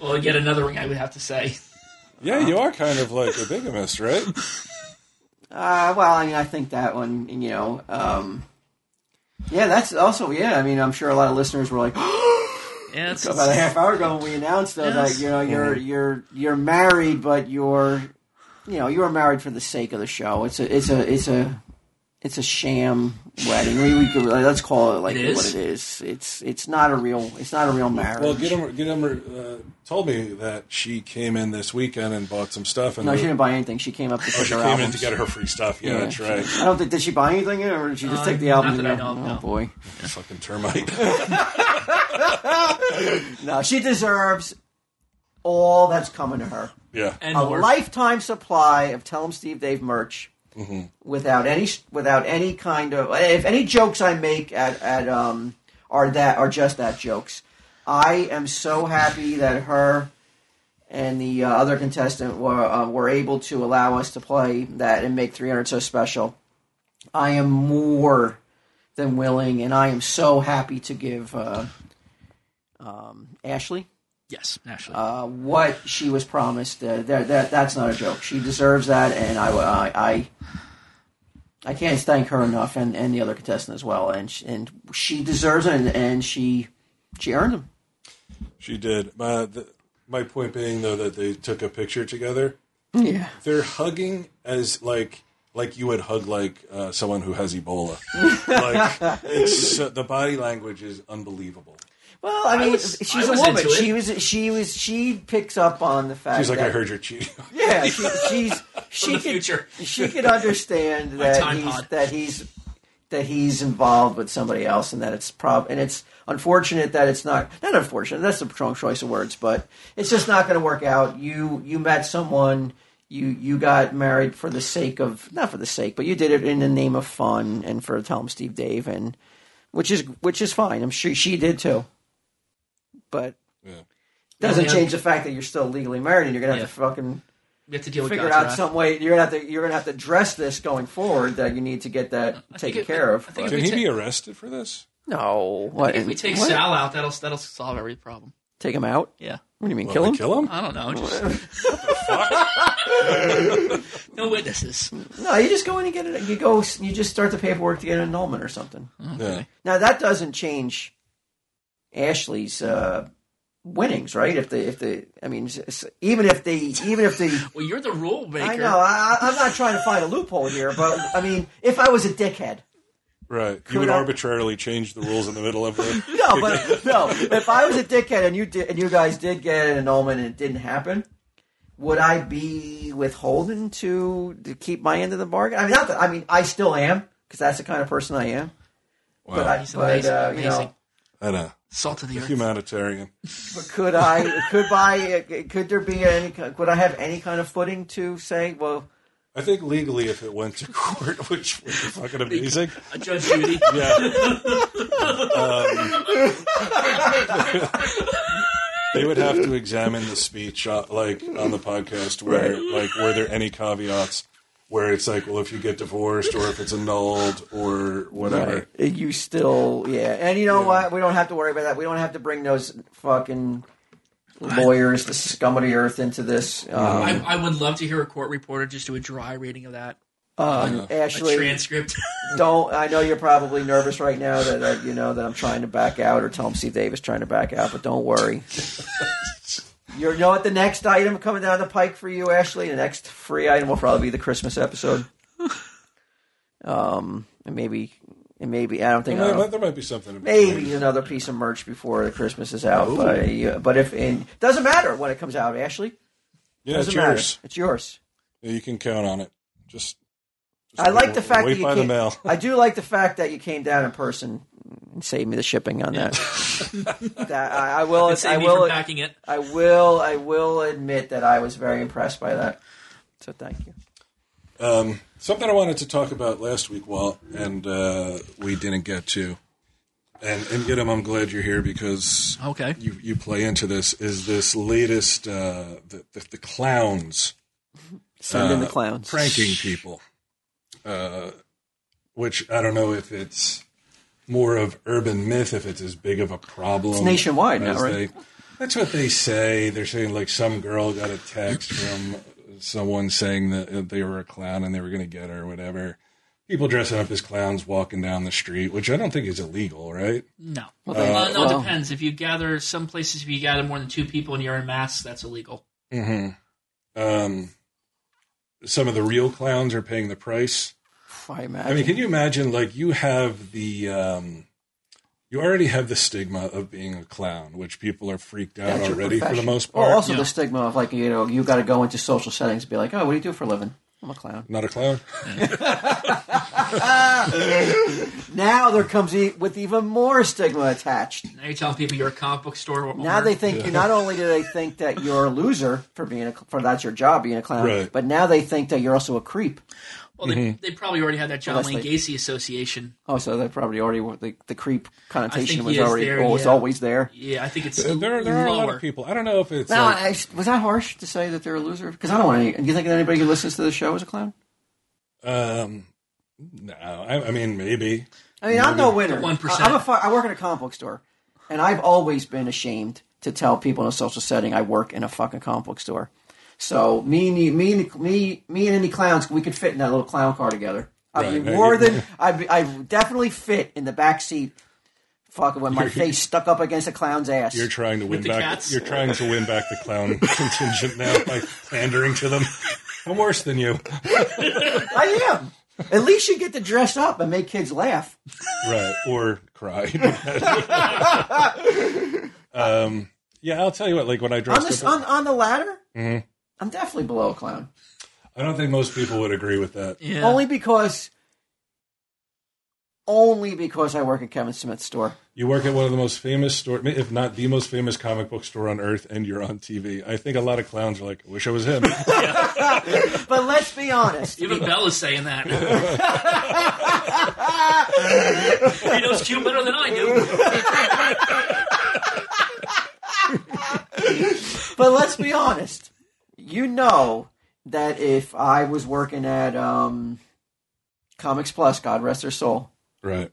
well, yet another ring I would have to say.
Yeah, you are kind of like a bigamist, right?
Uh, well, I mean, I think that one, you know, um, yeah, that's also yeah. I mean, I'm sure a lot of listeners were like
Yeah, it's,
about a half hour ago when we announced though
Yes.
that you know you're you're you're married, but you're you know you are married for the sake of the show. It's a it's a it's a it's a sham wedding. We, we could, let's call it like
It is?
what it is. It's it's not a real it's not a real marriage.
Well, Gidimer, Gidimer uh, told me that she came in this weekend and bought some stuff, and
No, she
the-
didn't buy anything. She came up to
oh,
pick
she
her
came in
albums.
to get her free stuff. Yeah, that's right.
I don't think did she buy anything or did she just
Uh,
take the
not
album?
that I know of,
oh
no.
boy,
Fucking termite.
no, she deserves all that's coming to her.
yeah,
and
A
more.
lifetime supply of Tell 'em Steve Dave merch without any without any kind of eh, if any jokes I make at at um are that are just that jokes. I am so happy that her and the uh, other contestant were uh, were able to allow us to play that and make 300 so special. I am more than willing, and I am so happy to give uh, um, Ashley
yes, actually,
uh, what she was promised. Uh, that, that that's not a joke. She deserves that, and I I I, I can't thank her enough, and, and the other contestant as well. And she, and she deserves it, and, and she she earned them.
she did. My the, my point being though that they took a picture together.
Yeah,
They're hugging as like like you would hug like uh, someone who has Ebola. like it's so, the body language is unbelievable.
Well, I mean,
was-
she's
I was
a woman.
into it.
She was. She was. She picks up on the fact.
She's like,
that,
I heard you're cheating.
Yeah, she, she's. She
the
could.
future.
She could understand that
time
he's
pod.
that he's that he's involved with somebody else, and that it's prob and it's unfortunate that it's not not unfortunate. That's the strong choice of words, but it's just not going to work out. You you met someone. You you got married for the sake of not for the sake, but you did it in the name of fun and for Tom Steve Dave and which is which is fine. I'm sure she did too, but
Yeah.
doesn't
Yeah.
change the fact that you're still legally married and you're gonna have to fucking
we have to
Oh,
deal with
figure
God's
out
wrath.
some way. You're gonna have to you're gonna have to dress this going forward. That you need to get that taken
it-
care of.
I think
but-
it-
Can he be arrested for this?
no, what?
If we take
what?
Sal out, that'll that'll solve every problem.
take him out.
Yeah,
What do you mean,
Well,
kill
they
him?
Kill him?
I don't know. Just no witnesses.
No, you just go in and get it. You go. You just start the paperwork to get an annulment or something.
Yeah.
Now that doesn't change Ashley's uh, winnings, right? If the if the I mean, s- s- even if they even if they
Well, you're the rule maker.
I know I, I- I'm not trying to find a loophole here, but I mean, if I was a dickhead.
Right. you would
I-
arbitrarily change the rules in the middle of the.
No, but no. If I was a dickhead and you did, and you guys did get an annulment and it didn't happen, would I be withholding to to keep my end of the bargain? I mean, not that. I mean, I still am because that's the kind of person I am. But, I,
He's
but
amazing,
uh, you
amazing.
know,
I know.
Salt of the earth.
Humanitarian.
but could I? Could I? Could there be any? Could I have any kind of footing to say? Well,
I think legally, if it went to court, which would be fucking amazing,
Uh, Judge Judy.
yeah. Um, they would have to examine the speech, uh, like on the podcast, where like were there any caveats where it's like, well, if you get divorced or if it's annulled or whatever.
You still, yeah. And you know what? We don't have to worry about that. We don't have to bring those fucking lawyers, the scum of the earth, into this. Um,
I, I would love to hear a court reporter just do a dry reading of that
Uh,
um, Ashley,
a transcript.
don't. I know you're probably nervous right now that uh, you know that I'm trying to back out, or tell him Steve Davis trying to back out. But don't worry. You know what? The next item coming down the pike for you, Ashley. The next free item will probably be the Christmas episode. Um, and maybe, and maybe I don't think I
There
don't-
might, there might be something. in between.
maybe another piece of merch before Christmas is out. But, uh, but if and doesn't matter when it comes out, Ashley.
Yeah,
Doesn't
it's
matter.
yours.
It's yours.
Yeah, You can count on it. Just. just
I like
wait-
the fact
wait
that you
by the
came,
mail.
I do like the fact that you came down in person and saved me the shipping on that. that I, I will.
Save
I
me from
will.
packing it.
I will. I will admit that I was very impressed by that. So thank you.
Um, something I wanted to talk about last week, Walt, and uh, we didn't get to. And and get him. I'm glad you're here because
Okay.
you you play into this. Is this latest uh, the, the the clowns
Send in the
uh,
clowns.
pranking people? Uh, which I don't know if it's more of urban myth, if it's as big of a problem.
It's nationwide now,
as
right?
they- that's what they say. They're saying like some girl got a text from someone saying that uh, they were a clown and they were going to get her or whatever. People dressing up as clowns walking down the street, which I don't think is illegal, right?
No.
they-
uh, no,
well-
it depends. If you gather, some places, if you gather more than two people and you're in masks, that's illegal.
hmm Um, some of the real clowns are paying the price.
I
I mean,
imagine.
can you imagine? Like, you have the, um, you already have the stigma of being a clown, which people are freaked out
That's your
already for the
profession.
most
Well,
part.
also
yeah.
the stigma of like you know you got to go into social settings and be like, oh, what do you do for a living? I'm a clown.
Not a clown.
Now there comes e- with even more stigma attached.
Now you're telling people you're a comic book store owner.
Now they think you. Not only do they think that you're a loser for being a, for that's your job being a clown,
Right.
but now they think that you're also a creep.
Well, they,
Mm-hmm.
they probably already had that John
Well,
Wayne
that's
Gacy association.
Oh, so they probably already the, the creep
I
connotation
think
was
he is
already
there,
oh, it's
yeah.
always there.
Yeah, I think it's
There, there are a
lower.
lot of people. I don't know if it's.
Now,
like,
I, was that harsh to say that they're a loser? Because I don't want any. Do you think that anybody who listens to the show is a clown?
um, no, I, I mean maybe.
I mean, I'm no winner.
The 1%.
I- I'm a fi- I work in a comic book store, and I've always been ashamed to tell people in a social setting I work in a fucking comic book store. So me, and you- me, and- me, me, and any clowns, we could fit in that little clown car together. I'd
Right.
be more than I'd be, I definitely fit in the back seat. Fucking when my face stuck up against a clown's ass.
You're trying to win
the
back.
cats?
You're trying to win back the clown contingent now by pandering to them. I'm worse than you,
I am. At least you get to dress up and make kids laugh.
right? Or cry. um, yeah, I'll tell you what. Like when I
On
dressed
this
up,
on, on the ladder,
Mm-hmm.
I'm definitely below a clown.
I don't think most people would agree with that.
Yeah.
Only because. Only because I work at Kevin Smith's store.
You work at one of the most famous store, if not the most famous comic book store on earth, and you're on TV. I think a lot of clowns are like, "I "Wish I was him."
But let's be honest.
Even Bella's saying that. he knows Q better than I do.
But let's be honest. You know that if I was working at um, Comics Plus, God rest their soul,
right?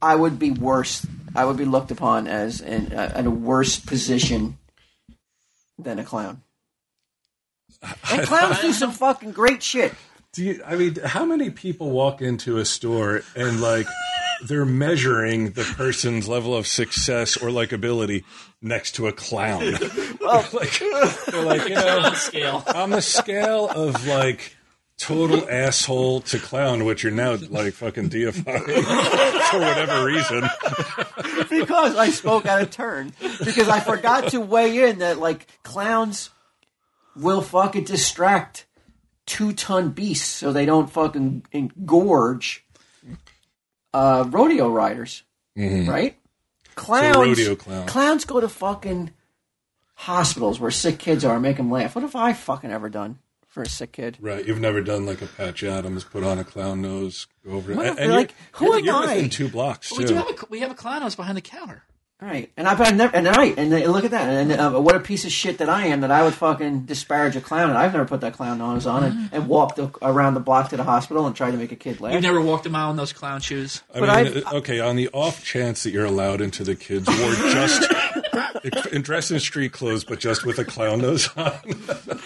I would be worse. I would be looked upon as in, uh, in a worse position than a clown. And clowns do some fucking great shit.
Do you, I mean, how many people walk into a store and like they're measuring the person's level of success or like ability next to a clown? like, they're like, you know,
On scale.
on the scale of like total asshole to clown, which you're now like fucking deifying for whatever reason.
because I spoke out of turn because I forgot to weigh in that like clowns will fucking distract two ton beasts so they don't fucking engorge uh, rodeo riders, right? Clowns,
Mm-hmm. rodeo clown.
clowns go to fucking hospitals where sick kids are, make them laugh. What have I fucking ever done for a sick kid?
Right, you've never done like a Patch Adams, put on a clown nose, go over,
What
and,
if-
and
like,
you're,
who
you're, you're
am I?
within two blocks
But we do
too.
have a we have a clown house behind the counter.
Right, and I but I never and right and then- look at that and uh, what a piece of shit that I am that I would fucking disparage a clown and I've never put that clown nose on and, and walked the, around the block to the hospital and tried to make a kid laugh.
You've never walked a mile in those clown shoes.
I
but
mean, uh, okay, on the off chance that you're allowed into the kids' ward, just in dress in street clothes, but just with a clown nose on.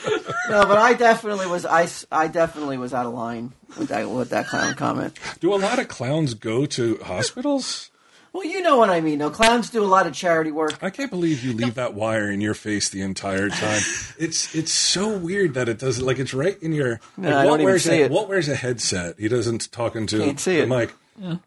no, but I definitely was I, s- I definitely was out of line with that with that clown comment.
Do a lot of clowns go to hospitals?
Well, you know what I mean. though. clowns do a lot of charity work.
I can't believe you leave that wire in your face the entire time. It's it's so weird that it doesn't like it's right in your. like,
I don't
Walt
even
wears
see
a,
it.
Walt wears a headset. He doesn't talk into
Can't see
the
it.
mic.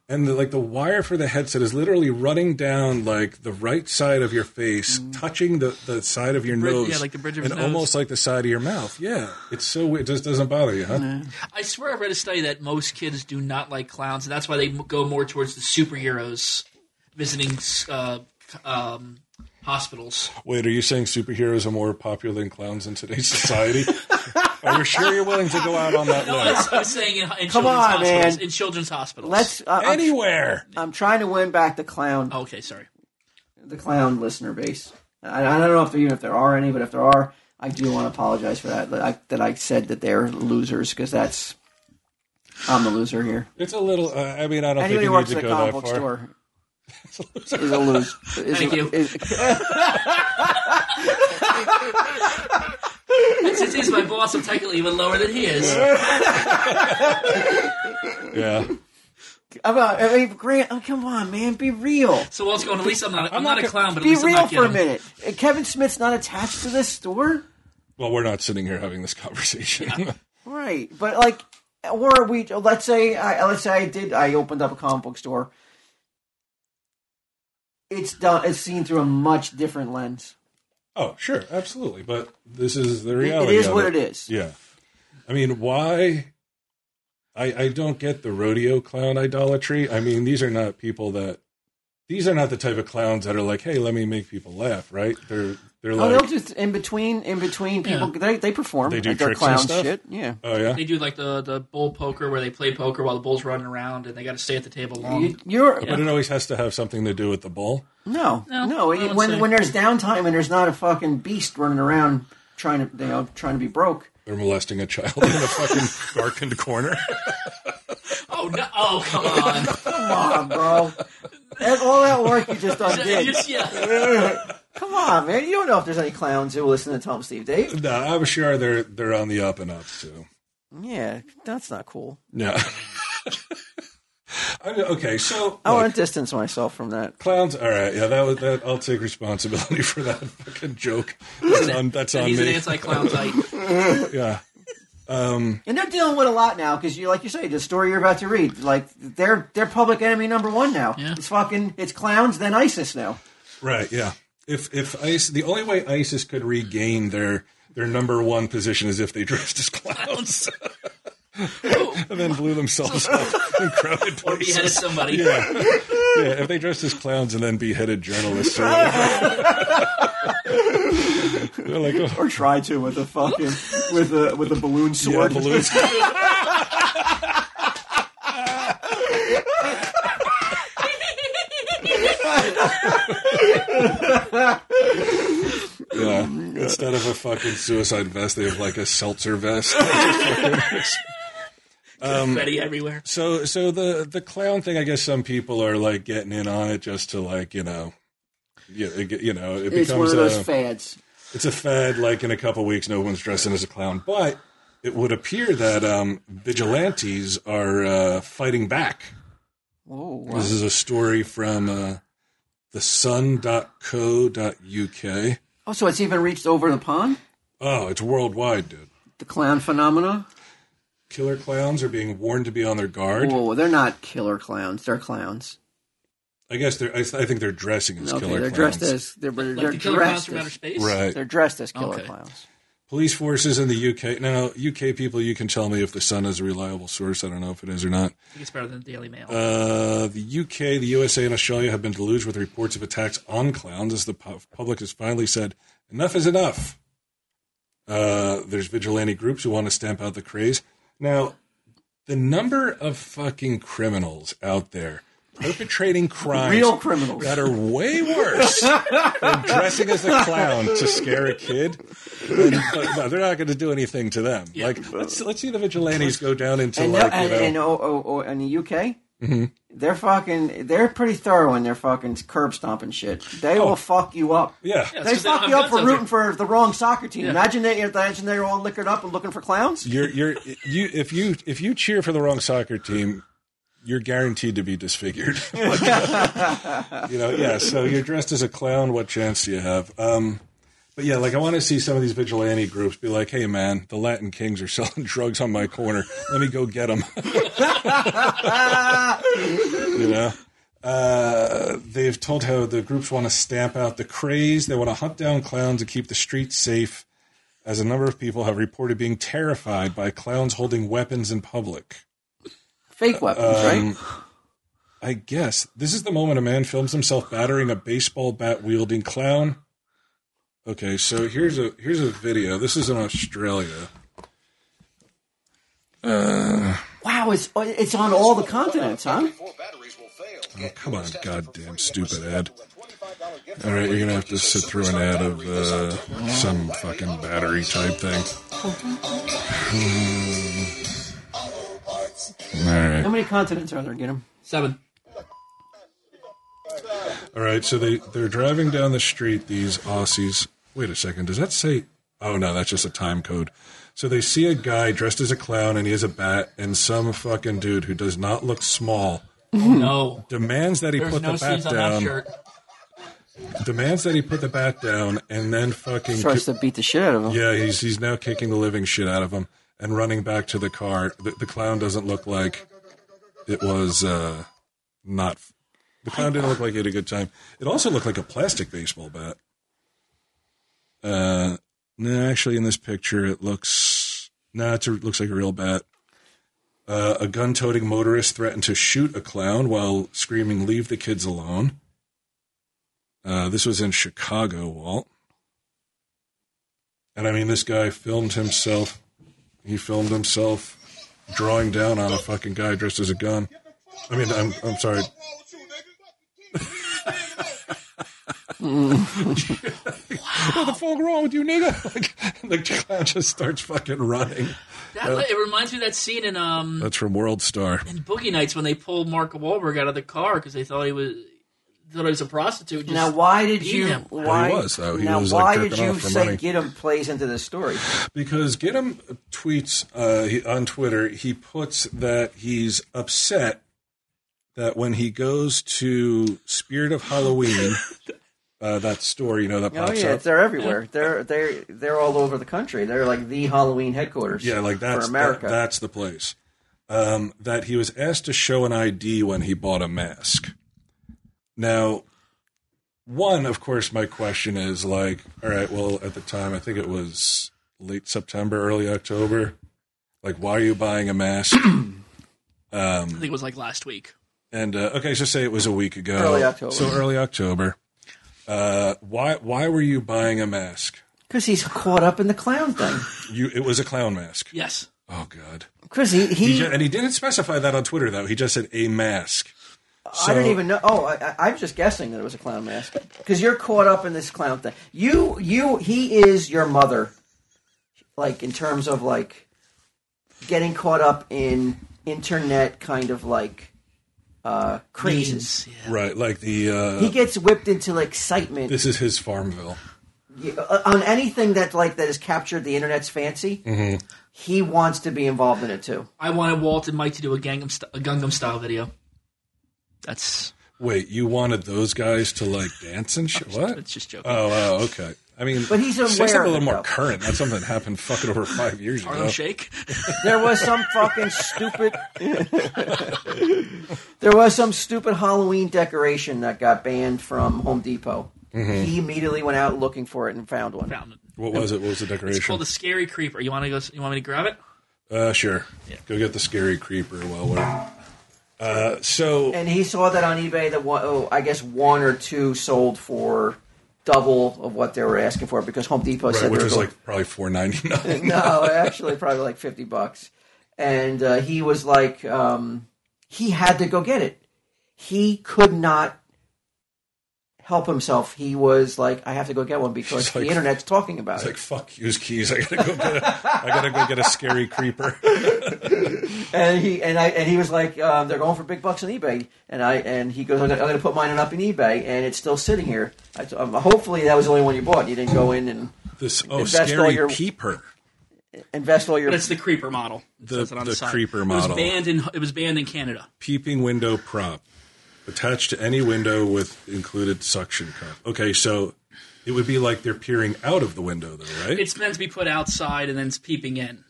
And the, like the wire for the headset is literally running down like the right side of your face,
Mm.
touching the, the side of your
bridge-
nose,
yeah, like the bridge of
and
his nose.
almost like the side of your mouth. Yeah, it's so weird. It just doesn't bother you, huh?
I swear I read a study that most kids do not like clowns, and that's why they m- go more towards the superheroes visiting uh, um, hospitals.
Wait, are you saying superheroes are more popular than clowns in today's society? are you sure you're willing to go out on that
No, I
limb?
was, I was saying in, in children's
on,
hospitals.
man.
In children's hospitals.
Let's. Uh, I'm,
Anywhere.
I'm trying to win back the clown
Oh, okay, sorry.
the clown listener base. I, I don't know if there, even if there are any, but if there are, I do want to apologize for that. That I, that I said that they're losers because that's I'm the loser here.
It's a little. Uh, I mean, I
Anybody
don't think
who
you need
works
to
at a
go
comic
that
book
far.
store is a loser. Is
Thank
a,
you.
Is,
And Since he's my boss, I'm technically even lower than he is.
Yeah,
I'm not- I mean, Grant, oh, come on, man, be real.
So Walt's going. At least I'm not. I'm, not,
not
a clown, but at
Be
least I'm
real
not
for a
getting.
minute. Uh, Kevin Smith's not attached to this store,
Well, we're not sitting here having this conversation.
right? But like, or we let's say I, let's say I did I opened up a comic book store. It's done. It's seen through a much different lens.
oh, sure, absolutely. But this is the
It-
reality.
it is
of
what it is.
Yeah, I mean, why? I I don't get the rodeo clown idolatry. I mean, these are not people that. These are not the type of clowns that are like, "Hey, let me make people laugh." Right? They're they're
Oh,
like,
they'll do th- in between. In between, people they they perform.
They do
like their
tricks and
clown
stuff?
shit. Yeah.
"Oh yeah,
They do like the the bull poker where they play poker while the bull's running around and they got to stay at the table
Um,
long.
You, you're
but it always has to have something to do with the bull."
no,
No,
no.
I wouldn't
when
say.
when there's downtime and there's not a fucking beast running around trying to you know trying to be broke.
They're molesting a child in a fucking darkened corner.
Oh no! Oh come on!
Come on, bro. And all that work you just done
You
did.
just- yeah.
Come on, man. You don't know if there's any clowns who listen to Tom Steve Dave.
no, I'm sure they're they're on the up and up too.
Yeah, that's not cool.
Yeah. I, okay, so
Oh,
I want
like,
to distance myself from that.
clowns. All right, yeah, that was that. I'll take responsibility for that fucking joke. That's on, that's on
He's an
me.
anti-clown type.
yeah,
And they're dealing with a lot now because you, like you say, the story you're about to read, like they're they're public enemy number one now.
Yeah.
It's fucking it's clowns then ISIS now.
right. Yeah, if if ICE, the only way ISIS could regain their their number one position is if they dressed as clowns and then blew themselves up in crowded
Or beheaded
places.
somebody.
Yeah. yeah, if they dressed as clowns and then beheaded journalists, or whatever. they're like, oh,
Or try to with a fucking with a with a balloon
yeah,
sword.
balloons. Yeah. Instead of a fucking suicide vest, they have like a seltzer vest.
Freddy everywhere.
so, so the the clown thing, I guess some people are like getting in on it just to like you know, you, you know, it becomes
it's one of those
a,
uh,
fads.
it's a fad. Like in a couple weeks, no one's dressing as a clown, but it would appear that um, vigilantes are uh, fighting back.
Whoa, wow.
This is a story from uh, the sun.co.uk.
Oh, so it's even reached over the pond?
Oh, it's worldwide, dude.
The clown phenomena?
Killer clowns are being warned to be on their guard.
Whoa, they're not killer clowns. They're clowns.
I guess they're. I, I think they're dressing as
Okay,
killer
they're
clowns.
dressed as they're, they're
Like the killer clowns
dressed
from outer
as,
space.
right.
they're dressed as killer
Okay.
clowns.
Police forces in the UK. Now, UK people, you can tell me if the Sun is a reliable source. I don't know if it is or not.
I think it's better than the Daily Mail.
Uh, the UK, the USA, and Australia have been deluged with reports of attacks on clowns as the pu- public has finally said enough is enough. Uh, there's vigilante groups who want to stamp out the craze. Now, the number of fucking criminals out there perpetrating crimes
Real criminals.
that are way worse than dressing as a clown to scare a kid. And, uh, no, they're not going to do anything to them. Like, let's let's see the vigilantes go down into
And,
like
no- and,
you Mm-hmm. know.
and, oh, oh, oh, and the UK, they're fucking. They're pretty thorough in their fucking curb stomping shit. They will fuck you up.
Oh. yeah.
Yeah,
They
That's 'cause they
fuck
don't
you
have
up for
guns out
rooting for the wrong soccer team. Imagine they imagine they're all liquored up and looking for clowns.
You're you're you if you if you cheer for the wrong soccer team, you're guaranteed to be disfigured. Like, you know, yeah. So you're dressed as a clown. What chance do you have? Um, but yeah, like I want to see some of these vigilante groups be like, "Hey, man, the Latin Kings are selling drugs on my corner. Let me go get them." you know. Uh, they've told how the groups want to stamp out the craze. They want to hunt down clowns and keep the streets safe as a number of people have reported being terrified by clowns holding weapons in public. Um,
Fake weapons, right?
I guess this is the moment a man films himself battering a baseball bat wielding clown. Okay, so here's a here's a video. This is in Australia.
Wow, it's it's on all the continents, huh?
Oh, come on, goddamn stupid ad. All right, you're gonna have to sit through an ad of uh, some fucking battery type thing. Hmm. All right.
How many continents are there? Get them.
Seven.
All right, so they they're driving down the street. These Aussies. Wait a second. Does that say? Oh no, that's just a time code. So they see a guy dressed as a clown and he has a bat, and some fucking dude who does not look small
No.
demands that he
There's
put
no
the bat
sleeves on that
down.
shirt.
Demands that he put the bat down, and then fucking
Starts to beat the shit out of them.
yeah, he's he's now kicking the living shit out of him and running back to the car. The, the clown doesn't look like it was uh, not. The clown didn't look like he had a good time. It also looked like a plastic baseball bat. Uh, no, actually, in this picture, it looks no, it's a, it looks like a real bat. Uh, a gun-toting motorist threatened to shoot a clown while screaming, "Leave the kids alone." Uh, this was in Chicago, Walt. And I mean, this guy filmed himself. He filmed himself drawing down on a fucking guy dressed as a gun. I mean, I'm, I'm sorry. What the fuck wrong with you, nigga? Like, the clown just starts fucking running.
That, it reminds me of that scene in um
That's from World Star.
in Boogie Nights when they pulled Mark Wahlberg out of the car because they thought he was thought he was a prostitute. Just,
Now, why did
beat
you?
him.
Why,
was, though. He
now,
was, like,
why
jerking
did you
off for
say
money.
get him plays into this story?
because Gidim tweets uh, he, on Twitter. He puts that he's upset that when he goes to Spirit of Halloween, uh, that store you know that
Oh
pops
yeah,
up.
they're everywhere. They're they're they're all over the country. They're like the Halloween headquarters.
Yeah, like that's
for America.
that- that's the place. Um, that he was asked to show an ID when he bought a mask. Now, one, of course, my question is like, all right, well, at the time, I think it was late September, early October. Like, why are you buying a mask?
I think it was like last week.
And uh, okay, so say it was a week ago,
Early October.
So early October. Uh, why why were you buying a mask?
because he's caught up in the clown thing.
You it was a clown mask.
Yes.
Oh God.
Because he, he,
He ju- and he didn't specify that on Twitter though. He just said a mask.
I didn't
So-
even know. Oh, I, I- I'm just guessing that it was a clown mask because you're caught up in this clown thing. You, you, he is your mother, like in terms of like getting caught up in internet kind of like uh crazes.
Means, yeah.
Right, like the
He
uh,
gets whipped into excitement
this is his Farmville.
uh, on anything that like that has captured the internet's fancy. He wants to be involved in it too.
I wanted Walt and Mike to do a Gangnam st- a Gangnam Style video. That's
Wait, you wanted those guys to like dance and shit? What?
that's just joking.
Oh, oh, okay. I mean,
But he's
say
aware
something
of
a
it,
little more
though.
current. That's something that happened fucking over five years ago.
Harlem Shake.
There was some fucking stupid. there was some stupid Halloween decoration that got banned from Home Depot. He immediately went out looking for it and found one.
Found it.
What was it? What was the
It's
decoration?
called the Scary Creeper. You want to go? s- You want me to grab it?
Uh, sure. Go get the scary creeper while we're. Uh, so
And he saw that on eBay. That one, oh, I guess one or two sold for double of what they were asking for because Home Depot
right,
said
which
they
was
were-
like probably four ninety nine.
no, actually, probably like fifty bucks. And uh, he was like, um, he had to go get it. He could not help himself. He was like, I have to go get one because
He's
the
like-
internet's talking about
It's
it.
like fuck use keys. I gotta go get a, I gotta go get a scary creeper.
and he and I and he was like, um, they're going for big bucks on eBay. And I and he goes, I'm gonna, I'm gonna put mine up in eBay, and it's still sitting here. I, um, hopefully, that was the only one you bought. You didn't go in and
This oh
Invest all
scary
your-
peeper.
invest all your.
But it's the creeper model. It
The-
says it on the,
the
side.
creeper
It
model.
was banned in it was banned in Canada.
Peeping window prop. Attached to any window with included suction cup. Okay, so it would be like they're peering out of the window though, right?
It's meant to be put outside and then it's peeping in.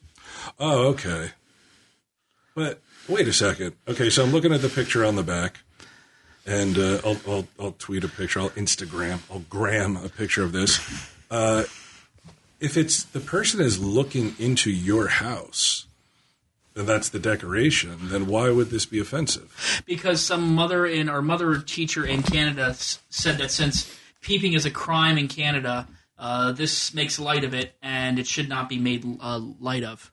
Oh, okay. But wait a second. Okay, so I'm looking at the picture on the back, and uh, I'll, I'll I'll tweet a picture. I'll Instagram. I'll gram a picture of this. Uh, if it's the person is looking into your house, and that's the decoration, then why would this be offensive?
because some mother in or mother teacher in Canada s- said that since peeping is a crime in Canada, uh, this makes light of it and it should not be made uh, light of.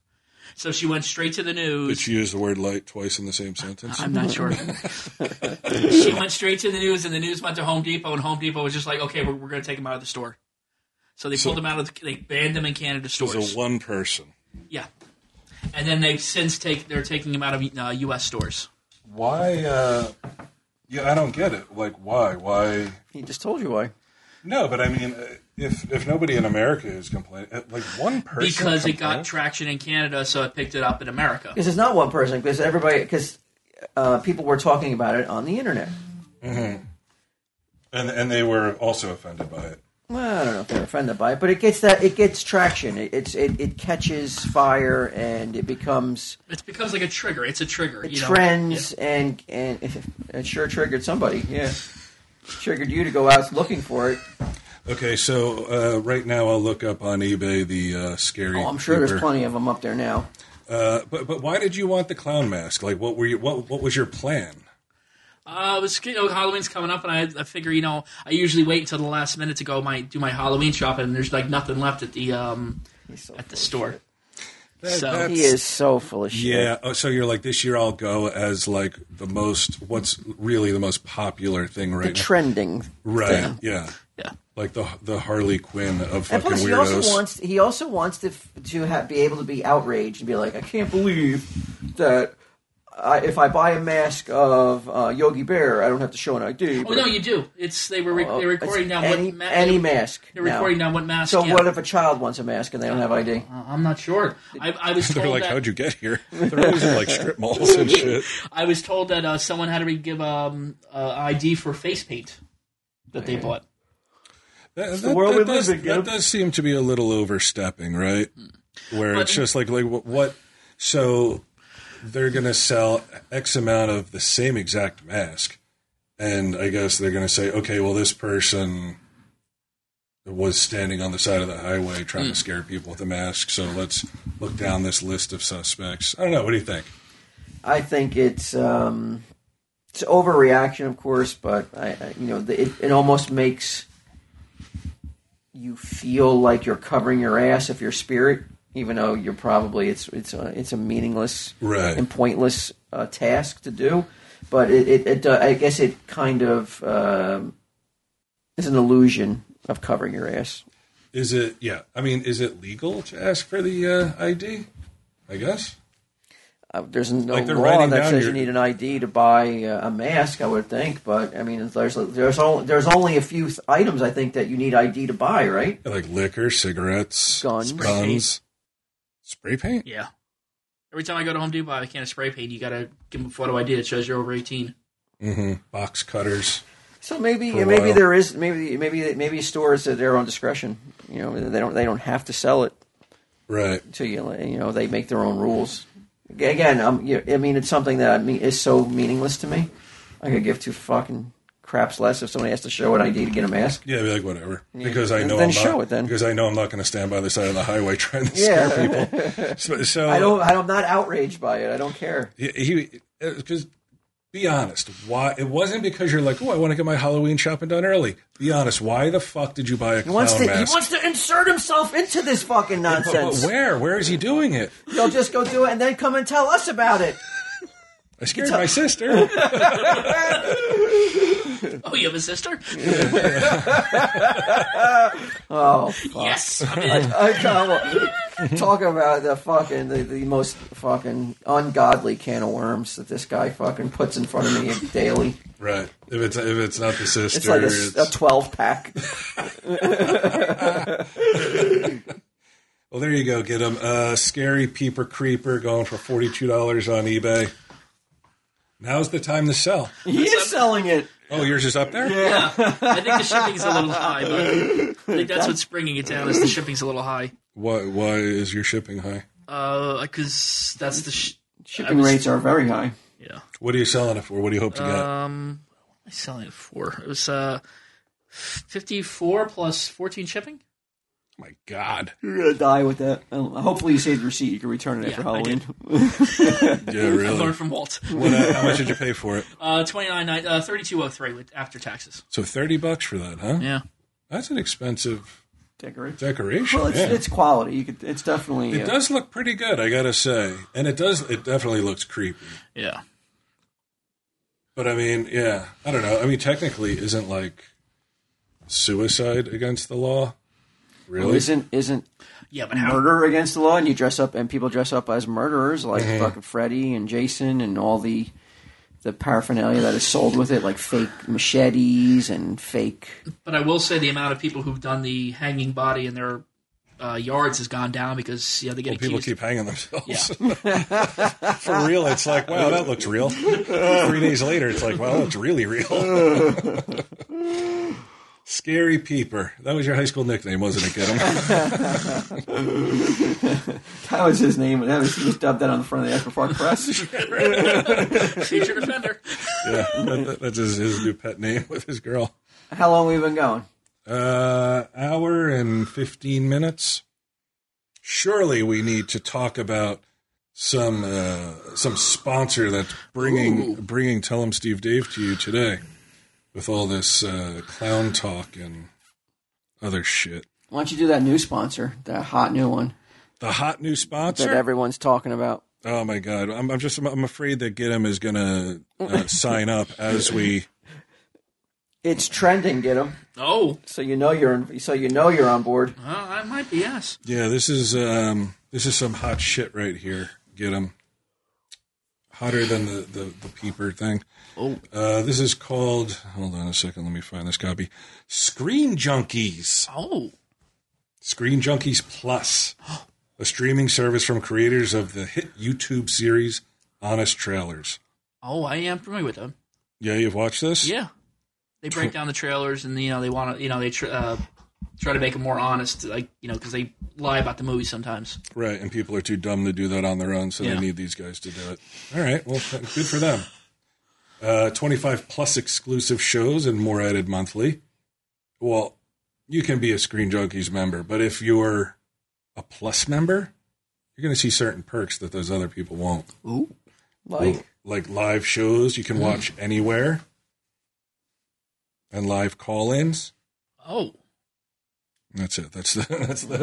So she went straight to the news.
Did she use the word light twice in the same sentence?
I'm not sure. she went straight to the news, and the news went to Home Depot, and Home Depot was just like, "Okay, we're, we're going to take them out of the store." So they pulled them out of. The, they banned them in Canada stores.
So one person.
yeah, and then they've since take they're taking them out of uh, U.S. stores.
Why? Uh, yeah, I don't get it. Like, why? Why?
he just told you why.
No, but I mean, uh, if if nobody in America is complaining, uh, like one person
because it got
complained-
traction in Canada, so it picked it up in America.
Because it's not one person. Because everybody, because uh, people were talking about it on the internet.
and and they were also offended by it.
Well, I don't know if they're offended by it, but it gets that it gets traction. It, it's it, it catches fire and it becomes
It becomes like a trigger. It's a trigger.
it
you know?
trends and and it sure triggered somebody. Yeah, triggered you to go out looking for it.
Okay, so uh, right now I'll look up on eBay the uh, scary.
Oh, I'm sure there's
creeper.
plenty of them up there now.
Uh, but but why did you want the clown mask? Like, what were you? What what was your plan?
Uh, it was you know Halloween's coming up, and I, I figure you know I usually wait until the last minute to go my do my Halloween shopping, and there's like nothing left at the um at the store. So-
that's-
He is so full of shit.
Yeah. Oh, so you're like this year I'll go as like the most what's really the most popular thing right now.
Trending.
Right.
thing.
Yeah.
Yeah.
Like the the Harley Quinn of
And
fucking
plus,
weirdos.
he also wants he also wants to f- to ha- be able to be outraged and be like, I can't believe that I, if I buy a mask of uh, Yogi Bear, I don't have to show an ID.
Oh no, you do. It's they were re-
Oh,
they're recording
it's
now
any,
what ma-
any mask.
they're
now.
recording now what mask.
So
yeah. Oh.
what if a child wants a mask and they don't have ID?
I'm not sure. I, I was
They're
told
like,
that
how'd you get here? They're always in like strip malls and shit.
I was told that uh, someone had to re- give um uh, ID for face paint that they bought.
That, that,
world
that
we
does,
live in,
that
Gabe. Hmm.
does seem to be a little overstepping, right? Where
But-
it's just like, like what, what? So they're gonna sell X amount of the same exact mask, and I guess they're gonna say, okay, well, this person was standing on the side of the highway trying
Hmm.
to scare people with a mask, so let's look down this list of suspects. I don't know. What do you think?
I think it's um, it's overreaction, of course, but I, I you know the, it, it almost makes you feel like you're covering your ass if you're spirit, even though you're probably it's it's a, it's a meaningless
Right.
and pointless uh, task to do. But it, it, it do- I guess it kind of um, is an illusion of covering your ass.
Is it? Yeah, I mean, is it legal to ask for the uh, ID? I guess.
Uh, there's no
Like they're
law
writing
that
down
says
your-
you need an ID to buy uh, a mask. I would think, but I mean, there's there's only, there's only a few th- items I think that you need ID to buy, right?
like liquor, cigarettes,
Guns.
spray guns, spray paint.
Yeah. Every time I go to Home Depot, I can of spray paint. You gotta give them a photo ID that shows you're over 18.
hmm Box cutters.
So maybe
For a
maybe
while.
there is maybe maybe maybe stores at their own discretion. You know, they don't they don't have to sell it
Right.
to you. You know, they make their own rules. Again, um, you- I mean, it's something that I mean is so meaningless to me. I could give two fucking craps less if somebody has to show an ID to get a mask.
Yeah, be like whatever. Because I
Then-
know
then
I'm
show
not,
it then.
Because I know I'm not going to stand by the side of the highway trying to
Yeah.
scare people. So, so
I don't. I'm not outraged by it. I don't care.
he because uh, be honest. Why it wasn't because you're like, oh, I want to get my Halloween shopping done early. Be honest. Why the fuck did you buy a
He wants
clown
to
mask?
he wants to insert himself into this fucking
But- but
nonsense.
where? Where is he doing it?
You'll just go do it and then come and tell us about it.
I scared my sister.
Oh, you have a sister?
Oh,
Yes. I'm in.
I can't talk about the fucking the, the most fucking ungodly can of worms that this guy fucking puts in front of me daily.
right. If it's if it's not the sister,
It's like
it's-
a, a twelve pack.
well, there you go. Get him. Uh, scary peeper creeper going for forty two dollars on eBay. Now's the time to sell.
He is selling it.
Oh, yours is up there.
I think the shipping's a little high, but I think that's what's bringing it down is the shipping's a little high.
Why? Why is your shipping high?
Because that's the sh-
Shipping rates are very high.
yeah.
What are you selling it for? What do you hope to get?
Uh,
Um, what am I selling it for? It was uh, fifty-four plus fourteen shipping.
my God.
You're gonna die with that. I don't know. Hopefully, you saved the receipt. You can return it
Yeah,
after
I
Halloween.
did.
Yeah,
I
really.
learned from Walt.
What, uh, how much did you pay for it?
Uh, twenty-nine, uh, thirty-two oh three with after taxes.
So thirty bucks for that, huh?
Yeah.
That's an expensive
Decorate.
decoration.
Well, it's,
yeah.
it's quality. You could, it's definitely.
it
uh,
does look pretty good, I gotta say, and it does. It definitely looks creepy.
Yeah.
But I mean, yeah, I don't know. I mean, technically, isn't like suicide against the law? Really?
Isn't isn't
Yeah, but how?
murder against the law? And you dress up, and people dress up as murderers, like fucking Freddy and Jason, and all the the paraphernalia that is sold with it, like fake machetes and fake.
But I will say the amount of people who've done the hanging body in their uh, yards has gone down because yeah they get
Well, people
accused.
keep hanging themselves. For real, it's like, wow, that looks real. Three days later, it's like, wow, that's really real. Scary Peeper. That was your high school nickname, wasn't it, Get
That was his name. That was he was dubbed that on the front of the After Park Press.
Future offender.
yeah, that- that- that's his, his new pet name with his girl.
How long we been going?
Uh, hour and 15 minutes. Surely we need to talk about some uh, some sponsor that's bringing bringing Tell 'em Steve Dave to you today with all this uh, clown talk and other shit.
Why don't you do that new sponsor, that hot new one
The hot new
that
sponsor.
everyone's talking about?
oh my god, I'm, I'm just I'm afraid that Get 'em is gonna uh, sign up as we.
It's trending. Get them
Oh,
so you know you're in, so you know you're on board.
uh, I might be yes.
Yeah, this is um, this is some hot shit right here. Get 'em. hotter than the the, the peeper thing.
Oh.
uh, this is called. Hold on a second. Let me find this copy. Screen Junkies.
Oh,
Screen Junkies Plus, a streaming service from creators of the hit YouTube series Honest Trailers.
oh, I am familiar with them.
Yeah, you've watched this.
Yeah, they break down the trailers, and you know they want to, you know they tr- uh, try to make them more honest, like you know because they lie about the movie sometimes.
Right, and people are too dumb to do that on their own, so
Yeah.
they need these guys to do it. All right, well, th- good for them. Uh, 25 plus exclusive shows and more added monthly. Well, you can be a Screen Junkies member, but if you're a plus member, you're going to see certain perks that those other people won't.
Ooh,
Like Mm-hmm.
Like live shows you can watch anywhere and live call ins.
oh,
That's it. That's the, that's the,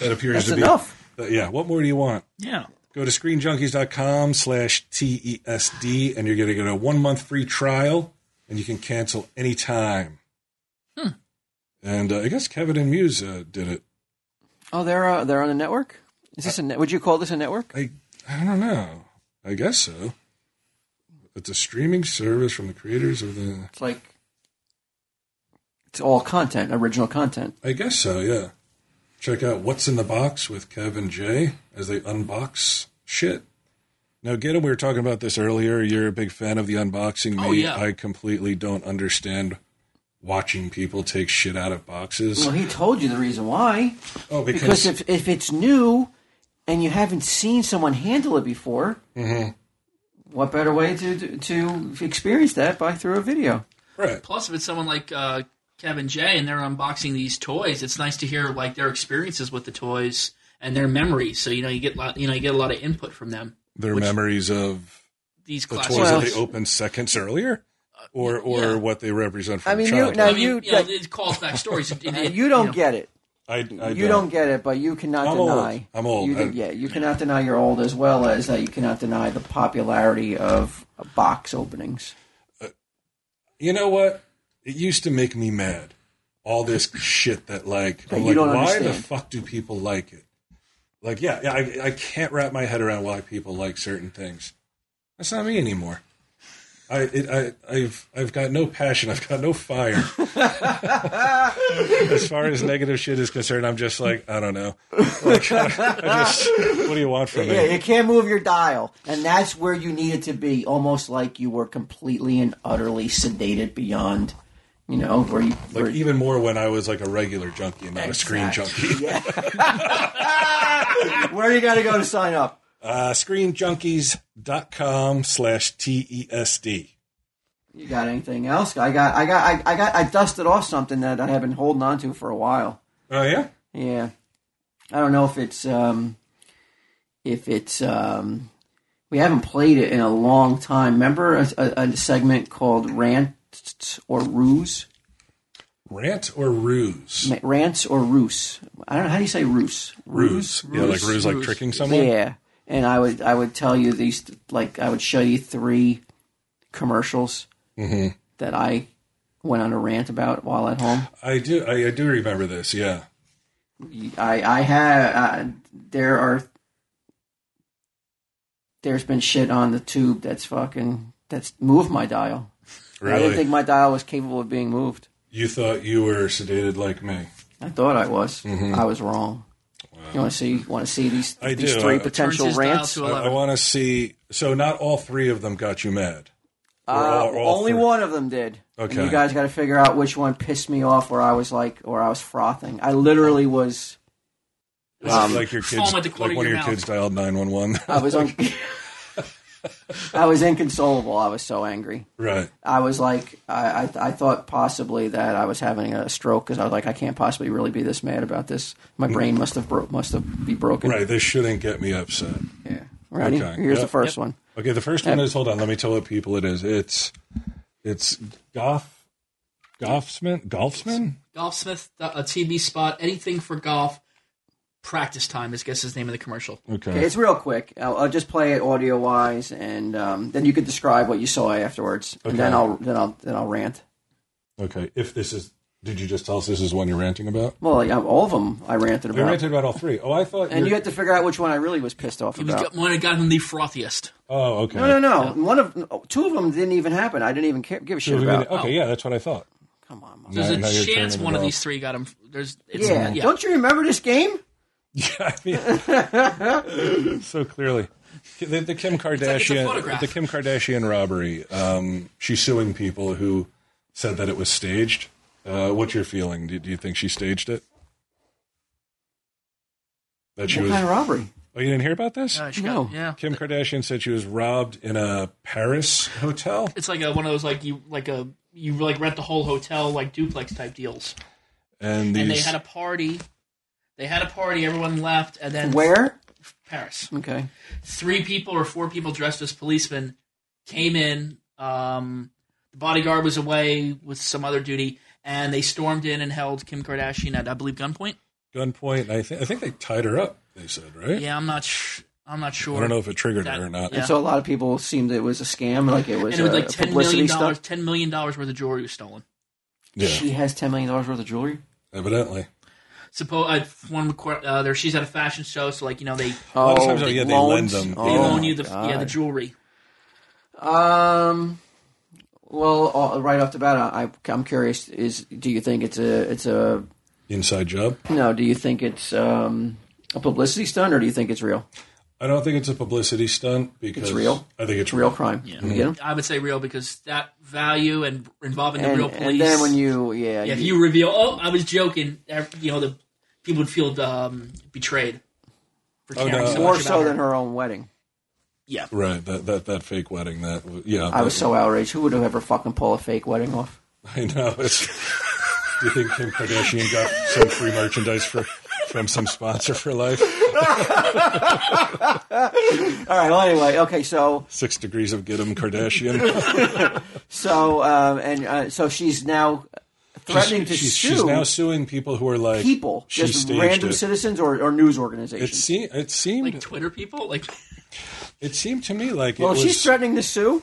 that appears
that's
to be.
enough.
Yeah, what more do you want?
yeah.
Go to screenjunkies.com slash TESD and you're going to get a one month free trial and you can cancel anytime.
Hmm.
And uh, I guess Kevin and Muse uh, did it.
Oh, they're uh, they're on a network. Is this a net? Would you call this a network?
I, I don't know. I guess so. It's a streaming service from the creators of the.
It's like it's all content, original content.
I guess so, yeah. Check out What's in the Box with Kev and Jay as they unbox shit. Now, get 'em, we were talking about this earlier. You're a big fan of the unboxing. Me,
Oh, yeah.
I completely don't understand watching people take shit out of boxes.
Well, he told you the reason why.
Oh, because,
Because if if it's new and you haven't seen someone handle it before, what better way to to experience that by through a video?
right.
Plus, if it's someone like uh, Kevin J and they're unboxing these toys, it's nice to hear like their experiences with the toys and their memories. So you know you get lot, you know you get a lot of input from them.
Their memories of
these
the
classes.
toys
Well-
that they opened seconds earlier, or or
yeah.
what they represent for
I mean, you-
childhood.
now
I mean, you,
you-
know,
that-
it calls back stories. It- it-
You don't
know.
get it.
I, I
you don't get it, but you cannot
I'm old.
deny.
I'm old.
You,
I-
yeah, you cannot deny you're old, as well as uh, you cannot deny the popularity of box openings.
You know what? It used to make me mad. All this shit that like
That
I'm
you
like,
don't
why the
understand.
fuck do people like it? Like, yeah, yeah, I I can't wrap my head around why people like certain things. That's not me anymore. I it, I I've I've got no passion. I've got no fire. as far as negative shit is concerned, I'm just like I don't know. Like, I just, what do you want from me?
Yeah, you can't move your dial, and that's where you needed to be. Almost like you were completely and utterly sedated beyond, you know, where you. Where,
Like even more when I was like a regular junkie and not a screen junkie.
where you got to go to sign up?
Uh, screenjunkies.com slash E TESD.
You got anything else? I got, I got, I, I got, I dusted off something that I have been holding on to for a while.
Oh, yeah?
Yeah. I don't know if it's um if it's um we haven't played it in a long time. Remember a, a, a segment called Rants or Ruse?
Rant or ruse?
Ma- Rants or Roos? I don't know how do you say Roos?
Ruse. Yeah, like ruse, like
ruse.
tricking someone?
Yeah. And I would I would tell you these like I would show you three commercials
Mm-hmm.
that I went on a rant about while at home.
I do I, I do remember this, yeah.
I I have uh, there are there's been shit on the tube that's fucking that's moved my dial. I didn't
Really?
think my dial was capable of being moved.
you thought you were sedated like me.
I thought I was. I was wrong. You want to see want to see these
Mm-hmm. I
these
do.
three
Uh,
potential
Turns his dial
rants?
to
I, I
11.
want to see. So, not all three of them got you mad. Or
Uh,
all- all
only
three.
one of them did. And
Okay.
you guys got to figure out which one pissed me off, where I was like, or I was frothing. I literally was.
This is like your
foam
kids,
at the
like
corner
one
of
of
your
your
mouth.
kids dialed 911.
I was. Un- I was inconsolable. I was so angry.
right.
I was like, I, I, I thought possibly that I was having a stroke because I was like, I can't possibly really be this mad about this. My brain must have broke, must have be broken.
Mm-hmm. Right. This shouldn't get me upset.
Yeah. Ready?
Okay.
Here's the
Yep.
first one.
Okay, the first
Uh,
one is hold on, let me tell what people it is. It's it's Goff Golfsman Golfsman?
Golfsmith, uh, a TV spot, anything for golf. Practice time is I guess his name of the commercial.
Okay.
It's real quick. I'll, I'll just play it audio wise, and um, then you could describe what you saw afterwards, and then
Okay.
I'll then I'll then I'll rant.
Okay. If this is did you just tell us this is one you're ranting about?
Well, yeah, all of them I ranted
I
about,
ranted about all three. Oh, I
and
thought you're-
you had to figure out which one I really was pissed off
He was
about.
got, one that got him the frothiest.
Oh, okay.
No, no, no. One of oh, two of them didn't even happen. I didn't even care, give a shit about. Oh.
Okay, yeah, that's what I thought.
Come on, Mom.
There's
Now-
a
now you're
chance
turning
one of
it
these three got him. There's it's,
Yeah. Don't you remember this game?
off. Yeah, I mean, so clearly. The, the Kim
it's a
Kardashian
photograph.
the Kim Kardashian robbery. Um, she's suing people who said that it was staged. Uh, what's your feeling? Do, do you think she staged it? That she
What
was
kind of robbery?
Oh, you didn't hear about this?
Uh, she
No.
got, yeah.
Kim Kardashian said she was robbed in a Paris hotel.
It's like a, one of those like you like a you like rent the whole hotel like duplex type deals.
And, these,
And they had a party. They had a party. Everyone left, and then
Where?
Paris.
Okay.
Three people or four people dressed as policemen came in. Um, the bodyguard was away with some other duty, and they stormed in and held Kim Kardashian at I believe gunpoint.
gunpoint. and I think I think they tied her up. They said right.
Yeah, I'm not. Sh- I'm not sure.
I don't know if it triggered
That-
her or not.
yeah.
So a lot of people seemed it was a scam, like it was,
and it was
a
like ten
publicity
million
stunt.
dollars. Ten million dollars worth of jewelry was stolen.
Yeah,
She has ten million dollars worth of jewelry.
evidently.
Suppose I one requ- uh, there. She's at a fashion show, so like you know they
lot of times, oh, yeah, they lend them. They
they
Oh
loan
my
you the yeah the jewelry.
Um. Well, all, right off the bat, I, I'm curious: is do you think it's a it's a
Inside job.
no? Do you think it's um, a publicity stunt, or do you think it's real?
I don't think it's a publicity stunt because
It's real.
I think it's
Real
real.
crime. Yeah. You get 'em?
I would say real because that value and involving the
And,
real police.
and then when you yeah,
Yeah, if
you-
you reveal, oh, I was joking, ev- you know the people would feel um, betrayed for
Oh,
caring
no.
so
more
much
so
about
than her own wedding.
Yeah,
Right. That that that fake wedding. That was- yeah.
I
that-
was so outraged. Who would have ever fucking pull a fake wedding off?
I know. It's, do you think Kim Kardashian got some free merchandise for From some sponsor for life.
All right. Well, anyway, okay. So,
Six degrees of get 'em Kardashian.
so, um, and uh, so she's now threatening to
she's,
sue
she's now suing people who are like
people,
She
just
staged
random
it.
citizens or, or news
It,
organizations.
se- it seemed
Like Twitter people, like
it seemed to me like
Well, if
it was Mm-hmm.
she's threatening to sue,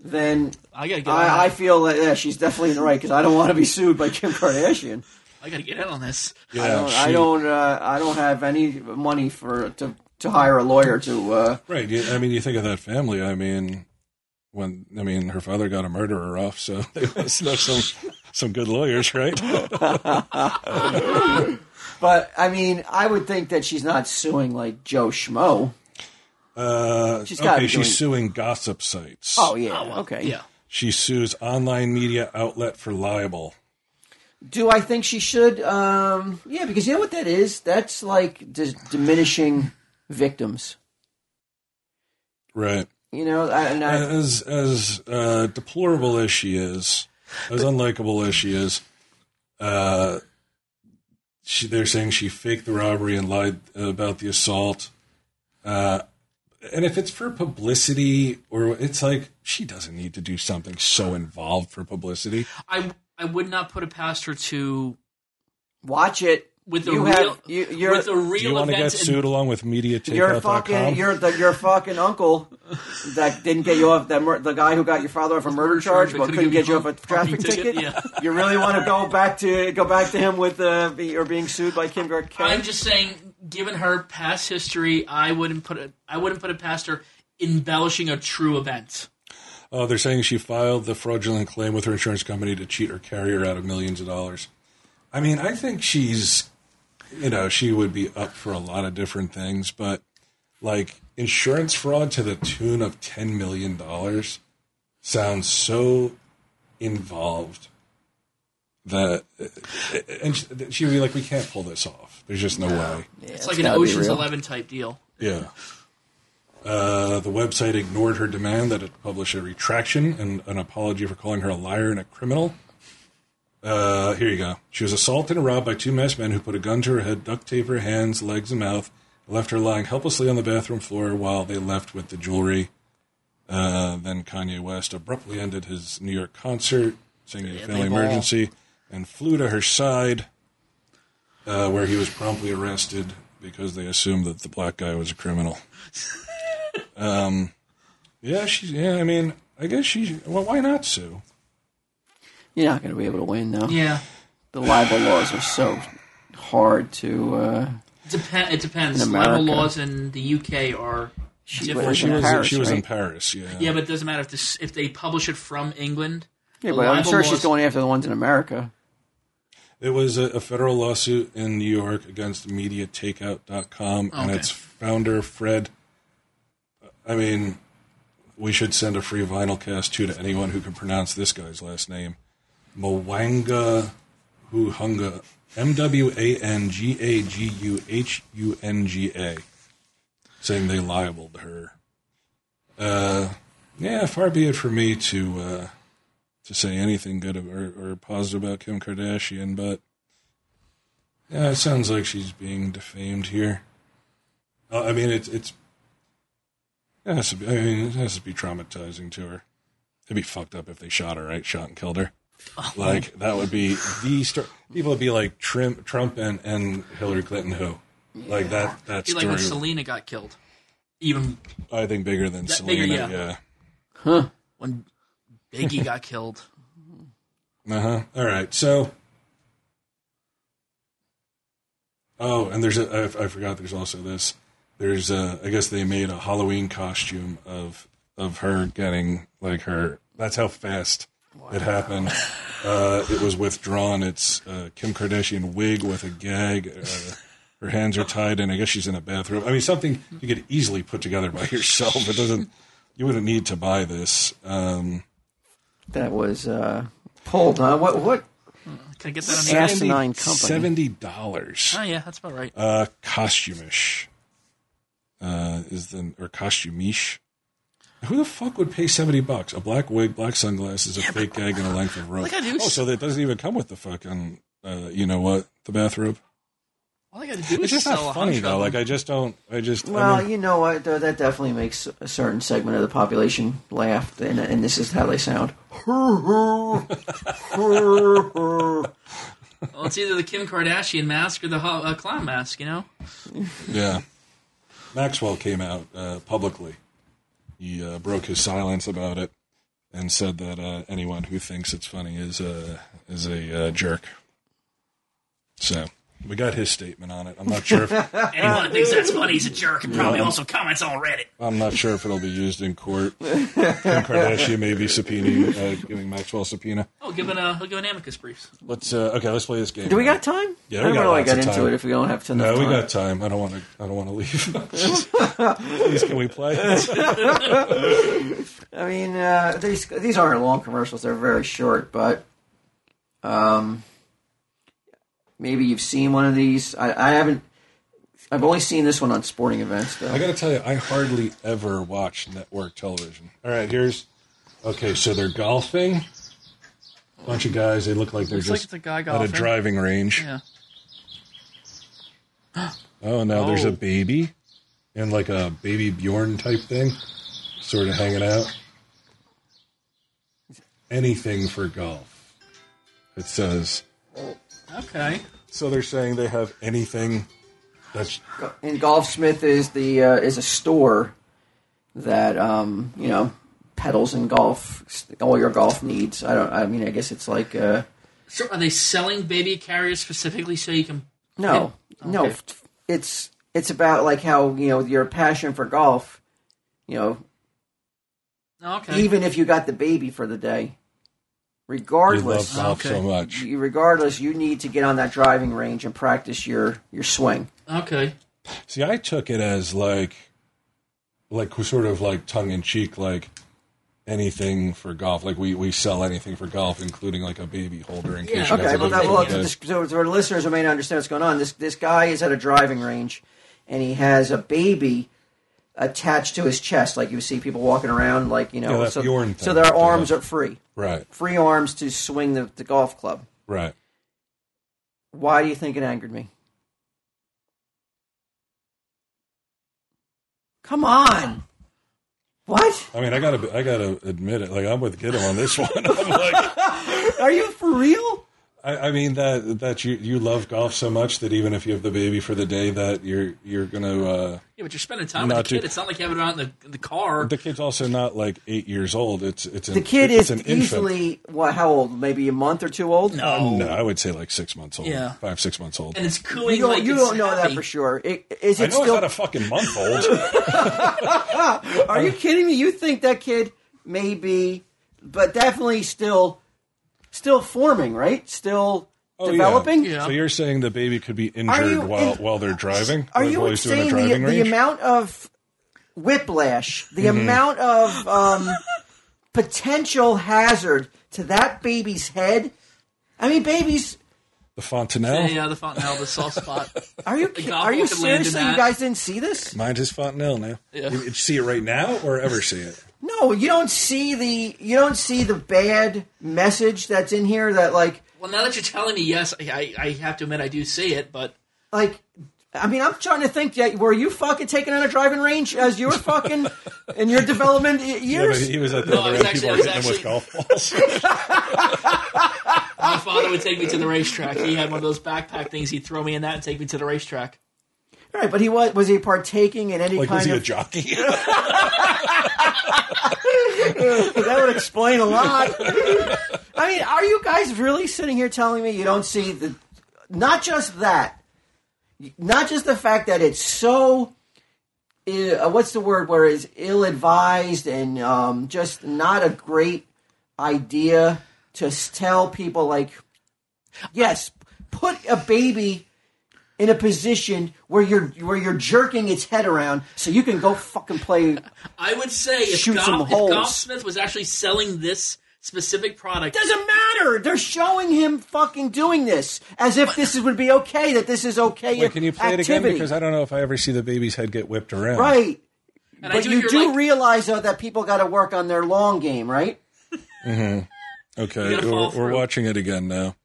then
I gotta get, on
I, I
that.
feel that yeah, she's definitely in the right because I don't want to be sued by Kim Kardashian.
I gotta get in on this.
yeah,
I don't. I
she-
don't. Uh, I don't have any money for to to hire a lawyer to. Uh,
Right. you- I mean, you think of that family. I mean, when I mean, her father got a murderer off, so they must know some some good lawyers, right?
but I mean, I would think that she's not suing like Joe Schmo.
Uh,
She's gotta
okay,
be doing-
she's suing gossip sites.
Oh yeah.
Oh, well,
okay.
Yeah.
She sues online media outlet for libel.
Do I think she should? Um, yeah, because you know what that is. That's like dis- diminishing victims.
Right.
You know, I, and I,
As as uh, deplorable as she is, as unlikable as she is, uh, she, they're saying she faked the robbery and lied about the assault. Uh, and if it's for publicity, or it's like she doesn't need to do something so involved for publicity.
I I would not put it past her to
watch it.
with the
you
real
have you, you're
with the
Do you
real
want to get
events.
sued
and,
along with
Your fucking,
MediaTakeout.com?
your the, your fucking uncle that didn't get you off that mur- the guy who got your father off a murder charge, but couldn't get you off a traffic ticket.
Yeah.
You really want to go back to go back to him with uh, be, or being sued by Kim
I'm
Kardashian?
just saying, given her past history, I wouldn't put it. I wouldn't put it past her embellishing a true event.
Oh, they're saying she filed the fraudulent claim with her insurance company to cheat her carrier out of millions of dollars. I mean, I think she's, you know, she would be up for a lot of different things, but like insurance fraud to the tune of $10 million sounds so involved that, and she- she'd be like, we can't pull this off. There's just no way.
it's like an
gotta be
Ocean's
real.
Eleven type deal.
Yeah. Uh, the website ignored her demand that it publish a retraction and an apology for calling her a liar and a criminal. Uh, here you go. She was assaulted and robbed by two masked men who put a gun to her head, duct taped her hands, legs, and mouth, and left her lying helplessly on the bathroom floor while they left with the jewelry. Uh, then Kanye West abruptly ended his New York concert, singing a family
ball.
emergency, and flew to her side, uh, where he was promptly arrested because they assumed that the black guy was a criminal. um, yeah, she's. Yeah, I mean, I guess she. Well, why not sue?
You're not going to be able to win though.
Yeah,
The libel laws are so hard to. Uh,
Depen- it depends.
In
Libel
America.
laws in the UK are different.
was
She
in
was.
Paris,
she was in
right?
Paris.
yeah, but it doesn't matter if this if they publish it from England.
yeah,
The
but I'm
libel
sure
laws-
she's going after the ones in America.
It was a, a federal lawsuit in New York against MediaTakeout.com and
Okay.
its founder, Fred. I mean, we should send a free vinyl cast too to anyone who can pronounce this guy's last name Mwanga Huhunga. M W A N G A G U H U N G A. Saying they libeled her. Uh, yeah, far be it for me to. Uh, to say anything good ab- or, or positive about Kim Kardashian, but yeah, it sounds like she's being defamed here. Uh, I mean, it's it's it has to be. I mean, it has to be traumatizing to her. It'd be fucked up if they shot her, right? Shot and killed her.
Oh.
Like that would be the story. People would be like Trim, Trump and, and Hillary Clinton, who like that that
Be like when
story.
Selena got killed. Even
I think bigger than
That
Selena.
bigger,
yeah.
when Biggie got killed.
Uh huh. All right. So. Oh, and there's a. I, I forgot. There's also this. There's a. I guess they made a Halloween costume of of her getting like her. That's how fast it happened. Uh, it was withdrawn. It's uh, Kim Kardashian wig with a gag. Uh, her hands are tied, and I guess she's in a bathroom. I mean, something you could easily put together by yourself. It doesn't. You wouldn't need to buy this. Um,
That was uh, pulled. Huh? What? What?
Can I get that on the?
Sam- Asinine company.
Seventy dollars.
Oh yeah, that's about right.
Uh, costumish. Uh, is the or costumish? Who the fuck would pay seventy bucks? A black wig, black sunglasses, a fake gag, and a length of rope.
Like I do-
oh, so that doesn't even come with the fucking. Uh, you know what? The bathrobe.
All I got to do is
It's just
sell
not
a
funny
hundred
though.
of
Like
them.
I just don't. I just. I
Well,
mean,
you know what? Though that definitely makes a certain segment of the population laugh, and, and this is how they sound.
well, it's either the Kim Kardashian mask or the ho- uh, clown mask. You know.
yeah. Maxwell came out uh, publicly. He uh, broke his silence about it and said that uh, anyone who thinks it's funny is a is a uh, jerk. So we got his statement on it. I'm not sure. If,
Anyone who thinks that's funny is a jerk and probably also comments on Reddit.
I'm not sure if it'll be used in court. Kim Kardashian may be subpoenaing, uh, giving Maxwell a subpoena.
Oh, give an uh, he'll give an amicus briefs.
Let's uh, okay. Let's play this game.
Do we got time? I
Yeah, we
don't
got
really
lots
get
of
into
time.
it if we don't have enough
No, we
time.
got time. I don't want to. I don't want to leave. Please, can we play?
I mean, uh, these these aren't long commercials; they're very short. But um, maybe you've seen one of these. I, I haven't. I've only seen this one on sporting events. Though.
I got to tell you, I hardly ever watch network television. All right, here's. Okay, so they're golfing. Bunch of guys. They look like they're
Looks like
just
it's a guy
at a
golfing.
driving range.
Yeah.
Oh, now there's
Oh.
a baby, and like a baby Bjorn type thing, sort of hanging out. Anything for golf. It says.
Okay.
So they're saying they have anything. That's
and Golfsmith is the uh, is a store that um, you know pedals and golf all your golf needs. I don't. I mean, I guess it's like uh,
So are they selling baby carriers specifically so you can?
no, no.
Okay.
f- It's it's about like how you know your passion for golf. You know,
Okay.
even if you got the baby for the day,
we love
regardless,
golf
Okay.
so much.
you, regardless, you need to get on that driving range and practice your your swing.
okay.
See, I took it as like, like sort of like tongue in cheek, like anything for golf. Like we, we sell anything for golf, including like a baby holder. In case
Yeah.
you
Okay,
guys
well,
ever
that,
think
well
of it.
this, so for the listeners who may not understand what's going on, this this guy is at a driving range, and he has a baby attached to his chest, like you see people walking around, like you know.
Yeah, that
so,
Bjorn
so
thing
their
that they
arms
have.
are free,
right,
free arms to swing the, the golf club.
right.
Why do you think it angered me? Come on, what
I mean, I gotta, I gotta admit it. Like I'm with Gidim on this one. I'm like,
are you for real?
I, I mean that that you you love golf so much that even if you have the baby for the day, that you're you're gonna. uh
Yeah, but you're spending time
Not
with the kid.
to-
It's not like you have it on the the car.
The kid's also not like eight years old. It's it's an,
The kid is
it's an infant.
easily what? How old? Maybe a month or two old. No,
No, I would say like six months old.
Yeah.
five six months old.
and it's cooing.
You don't,
like
you
it's
don't know that
happy.
for sure. I- Is
I
it
know it's
still?
not a fucking month old. Oh,
are you kidding me? You think that kid may be, but definitely still, still forming, right? Still
Oh, yeah.
developing.
Yeah.
So you're saying the baby could be
Are
injured
you-
while
and-
while they're driving?
Are
While-
you
while he's doing a
insane? The,
driving
the
range? Mm-hmm.
amount of whiplash, the amount of um, potential hazard to that baby's head. I mean, babies.
The Fontanelle?
Yeah, the Fontanelle, the soft spot.
Are you
The
ki-
golf
are you
ball could land in
seriously? You
that.
guys didn't see this?
Mind his Fontanelle now.
Yeah.
You, you see it right now or ever see it?
No, you don't see the you don't see the bad message that's in here. That like
Well, now that you're telling me, yes, I, I, I have to admit I do see it, but
like I mean, I'm trying to think. That, were you fucking taken on a driving range as you were fucking in your development y-
Yeah, but
years?
he was at the
No, I
other
was
end.
actually-
People
I
are
was
hitting him with
actually-
golf balls.
Ah.
my father would take me to the racetrack. He had one of those backpack things. He'd throw me in that and take me to the racetrack.
right, but he was was he partaking in any
like, was
kind
he a
of?
jockey?
that would explain a lot. I mean, are you guys really sitting here telling me you don't see the? Not just that, not just the fact that it's so. Uh, what's the word? Where is ill-advised and um, just not a great idea to s- tell people like, yes, put a baby in a position where you're where you're jerking its head around so you can go fucking play
I would say if,
Shoot some
Golf, if
holes.
Golfsmith was actually selling this specific product,
doesn't matter. They're showing him fucking doing this as if this is, would be okay. That this is okay.
Wait, can you play
activity.
it again? Because I don't know if I ever see the baby's head get whipped around.
right.
and I
But
do,
you
hear,
do
like,
realize though that people got to work on their long game, right?
Okay,
gotta follow
we're, we're
through.
watching it again now.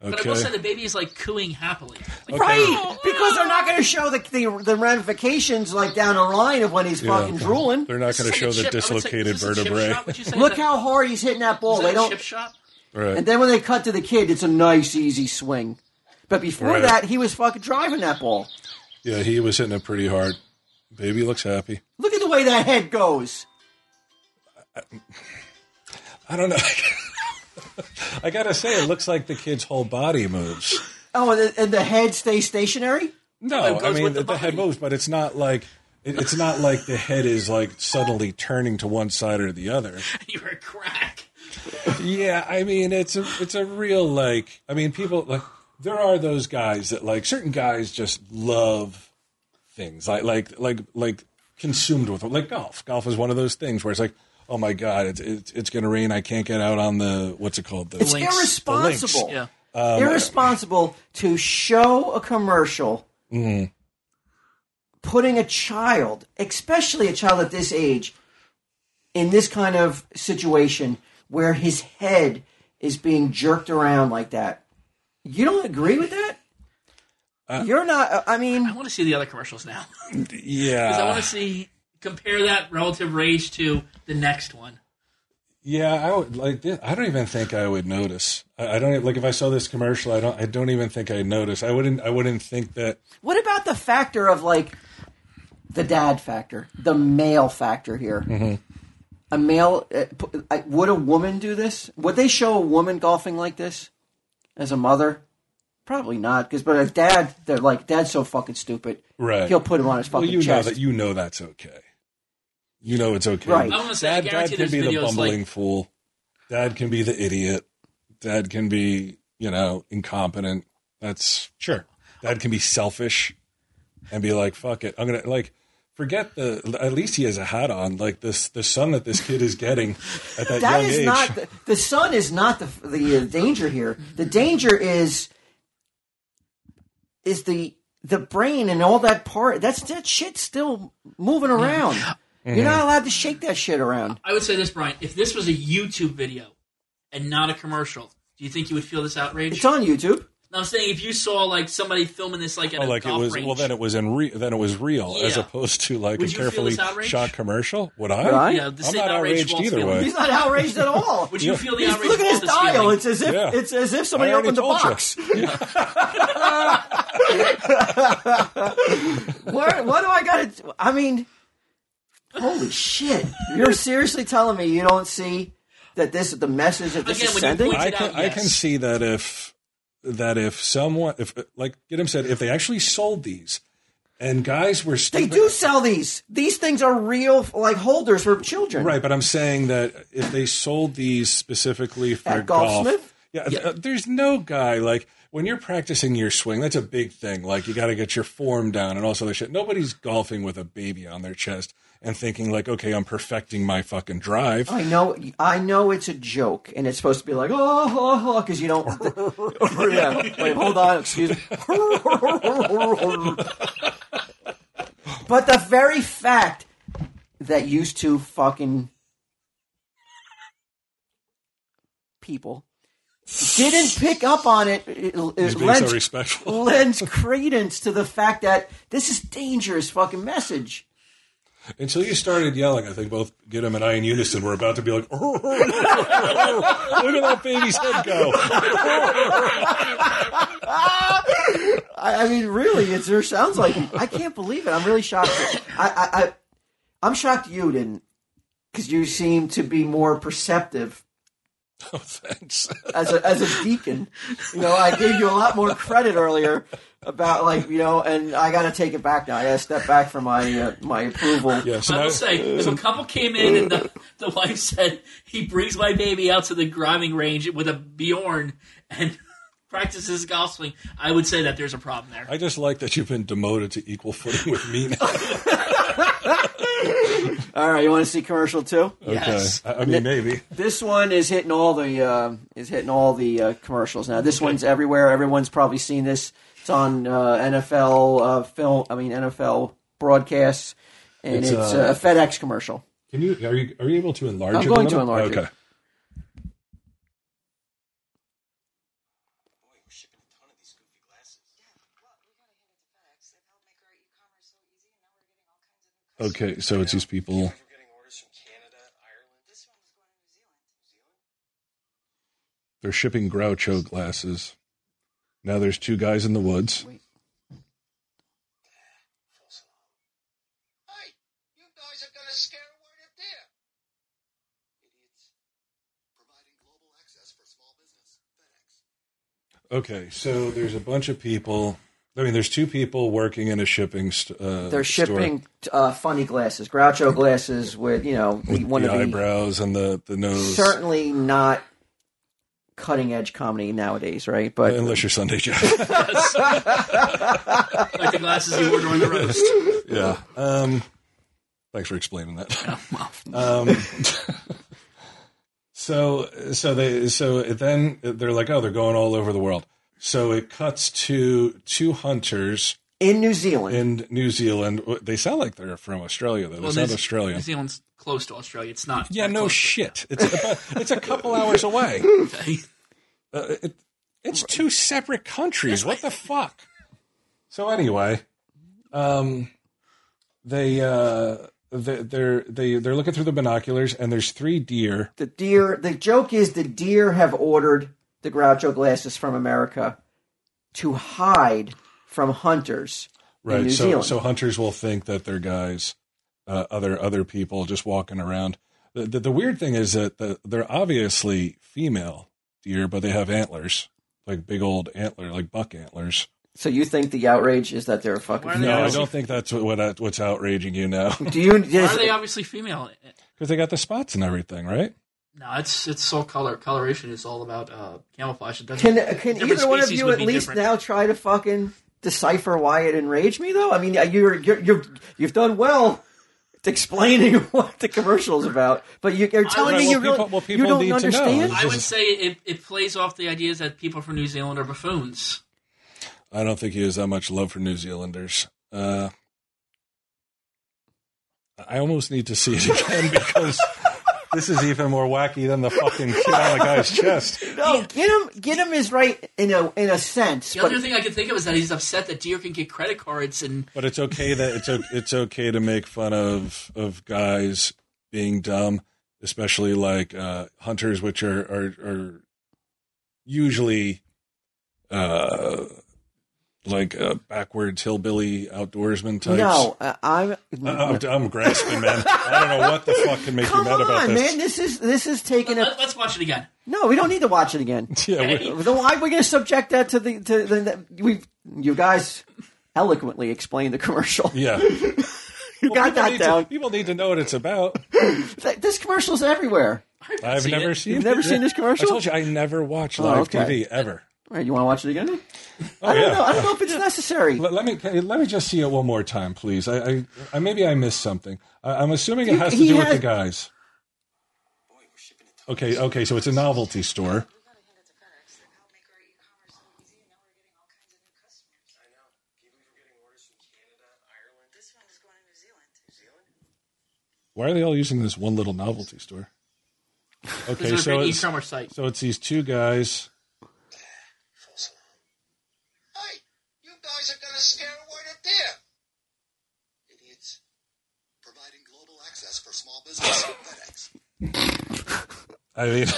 But I will say the baby is like cooing happily. Like, Oh,
Right, because they're not going to show the, the the ramifications like down the line of when he's fucking drooling.
They're not
this
going to
is like
show
a
the
chip- I would say-
dislocated
is this a chip
vertebrae.
shop, would you say?
Look
Is that-
how hard he's hitting that ball.
is
They
that a
don't.
chip shop.
Right.
And then when they cut to the kid, it's a nice, easy swing. But before
Right.
that, he was fucking driving that ball.
yeah, he was hitting it pretty hard. Baby looks happy.
Look at the way that head goes.
I don't know. I gotta say, it looks like the kid's whole body moves.
Oh, and the, and the head stays stationary.
No,
it goes
I mean
with
the,
the
head
body.
moves, but it's not like it, it's not like the head is like suddenly turning to one side or the other.
You're a crack.
Yeah, I mean it's a it's a real like I mean people like there are those guys that like certain guys just love things like like like like consumed with like golf. Golf is one of those things where it's like oh my god it's it's, it's gonna rain I can't get out on the what's it called the
It's
links.
irresponsible.
Yeah.
irresponsible to show a commercial putting a child, especially a child at this age, in this kind of situation where his head is being jerked around like that. You don't agree with that? You're not. I mean,
I want to see the other commercials now.
yeah
I want to see compare that relative raise to the next one.
Yeah, I would like. This, I don't even think I would notice. I, I don't like if I saw this commercial. I don't. I don't even think I'd notice. I wouldn't. I wouldn't think that.
What about the factor of like the dad factor, the male factor here?
Mm-hmm.
A male uh, p- I- would a woman do this? Would they show a woman golfing like this as a mother? Probably not, because but a dad, they're like dad's so fucking stupid.
Right.
He'll put him on his
Well,
fucking
you know
chest.
that. You know that's okay. You know it's okay.
Right. I
wanna say, I
Dad, dad
guarantee
can
there's
be the
videos
bumbling
like-
fool. Dad can be the idiot. Dad can be you know incompetent. That's sure. Dad can be selfish, and be like, "Fuck it, I'm gonna like." Forget the. At least he has a hat on. Like this, the son that this kid is getting at that,
that
young
is
age.
not the, the sun is not the the uh, danger here. The danger is is the the brain and all that part. That's that shit's still moving around. You're not allowed to shake that shit around.
I would say this, Brian. If this was a YouTube video and not a commercial, do you think you would feel this outrage?
It's on YouTube.
No, I'm saying if you saw like somebody filming this like at
Oh,
a
like it
golf
was
range.
well then it was in re- then it was real as
Yeah.
opposed to like
Would
a
you feel
carefully
this outrage?
shot commercial would i,
Would I?
yeah, the
i'm
same
not
outrage
outraged
Walt's
either
feeling.
way
He's not outraged at all.
Would you
Yeah.
feel the
He's-
outrage?
look at his
Walt is feeling?
dial. It's as if
Yeah.
it's as if
I
somebody
already
opened the
told
box.
you. Yeah.
Where, what do I got to? I mean, holy shit! You're seriously telling me you don't see that this the message that this
Again,
is
when you
sending?
point
I
it
can
out,
I can
yes.
see that if that if someone if like get him said if they actually sold these and guys were
They
stupid,
do sell these. These things are real, like holders for children.
right but I'm saying that if they sold these specifically for
At
golf
Golfsmith?
yeah, th- uh, there's no guy like when you're practicing your swing that's a big thing like you got to get your form down and all this other shit nobody's golfing with a baby on their chest and thinking like okay I'm perfecting my fucking drive
I know. I know it's a joke, and it's supposed to be like oh, because you don't. yeah. Wait, hold on. Excuse me. but the very fact that used to fucking people didn't pick up on it, it,
He's
it
being so
lends
respectful
lends credence to the fact that this is dangerous fucking message.
Until you started yelling, I think both Gidim and I in unison were about to be like, look at that baby's head go.
I, I mean, really, it sure sounds like I can't believe it. I'm really shocked. I, I, I I'm shocked you didn't, because you seem to be more perceptive
Oh, thanks.
as a as a deacon. You know, I gave you a lot more credit earlier about like you know, and I got to take it back now. I got to step back from my uh, my approval.
Yeah, so
I
now,
will say, if a couple came in and the, the wife said, he brings my baby out to the driving range with a Bjorn and practices golf swing, I would say that there's a problem there.
I just like that you've been demoted to equal footing with me now.
All right, you want to see commercial too?
Yes.
Okay. I, I mean, maybe.
This one is hitting all the uh, is hitting all the uh, commercials now. This one's everywhere. Everyone's probably seen this. It's on uh, NFL uh, film. I mean NFL broadcasts, and it's,
It's,
uh,
uh,
a FedEx commercial.
Can you are you are you able to enlarge?
I'm
it a
going to
little?
enlarge it.
Okay.
shipped a ton of these goofy glasses.
Yeah, well, we gotta hand it to FedEx. They've helped make our e-commerce so easy, and now we're getting all kinds of new customers.
Okay, so it's these people.
Like we're getting orders from Canada, Ireland,
This one was going to New
New
Zealand.
Zealand.
They're shipping Groucho glasses. Now there's two guys in the woods.
False alarm. Hey, you guys are gonna scare away the deer. Idiots. Providing global access for small business. FedEx.
Okay, so there's a bunch of people. I mean, there's two people working in a shipping. St- uh,
They're
store
shipping uh, funny glasses, Groucho glasses with you know
with
one
the
of the
eyebrows and the the nose.
certainly not cutting edge comedy nowadays, right? But
Unless you're Sunday Joe.
Like the glasses he wore during the roast.
yeah. Um, thanks for explaining that. um, so so they so then they're like, oh, they're going all over the world. So it cuts to two hunters
in New Zealand,
in New Zealand. They sound like they're from Australia, though. They
Well,
sound
New-
Australian.
New Zealand's close to Australia. It's not.
Yeah, no
close.
shit. It's about, it's a couple hours away. Uh, it, it's two separate countries. What the fuck? So anyway, um, they uh, they they're they, they're looking through the binoculars, and there's three deer.
the deer. The joke is the deer have ordered the Groucho glasses from America to hide from hunters in
Right.
New
So
Zealand.
so hunters will think that they're guys, uh, other other people just walking around. The, the, the weird thing is that the, they're obviously female deer, but they have antlers, like big old antler, like buck antlers.
So you think the outrage is that they're fucking?
Why are they
No, I
obviously-
don't think that's what, what what's outraging you now
Do you?
Why
Yes,
are they obviously female?
because they got the spots and everything, right?
No, it's it's all color. Coloration is all about uh, camouflage. It doesn't-
can can
different
either one of
species
you
would
at
be
least
different.
now try to fucking decipher why it enraged me though? I mean, uh, you're you're, you're you've done well. at Explaining what the commercial's about, but you, you're telling
Right,
me
well,
you really
people- well, people
you don't
need to know.
understand.
I would say it, it plays off the ideas that people from New Zealand are buffoons.
I don't think he has that much love for New Zealanders. Uh, I almost need to see it again because this is even more wacky than the fucking shit on the guy's chest.
No, get him. Get him is right in a in a sense,
The
but
other thing I can think of is that he's upset that deer can get credit cards and
But it's okay that it's o- it's okay to make fun of of guys being dumb, especially like uh, hunters, which are are, are usually uh, like uh, backwards hillbilly outdoorsman types.
no, uh, I'm.
I- I'm, I'm grasping, man. I don't know what the fuck can make
come
you mad
on,
about this.
man. This is this is taking a.
Let, us watch it again.
No, we don't need to watch it again.
Yeah, we,
Then why are we going to subject that to the to the, the we? You guys eloquently explained the commercial.
yeah.
You got
People
that
need to-
down.
people need to know what it's about.
Th- This commercial's everywhere.
I've
seen
never
it.
seen.
You've never
it.
seen this
I
commercial? Oh,
told you I never watch live
okay.
TV ever.
All right, you want to watch it again?
Oh,
I don't
yeah.
know. I don't know if it's necessary.
Let, let me let me just see it one more time, please. I, I, I maybe I missed something. I, I'm assuming it has to
he
do with
has-
the guys.
Boy, we're shipping a ton.
Okay, okay. So it's a novelty store.
We gotta hand it to FedEx. They've helped make our e-commerce so easy, and now we're getting all kinds of new customers.
I know. Can you believe we're getting orders from Canada, Ireland,
This one is going to New Zealand.
New Zealand?
Why are they all using this one little novelty store? Okay,
There's
so
a great
it's,
e-commerce site.
so it's these two guys.
False alarm. Hey, you guys are gonna scare away the deer. Idiots. Providing global access for small business. FedEx.
I mean,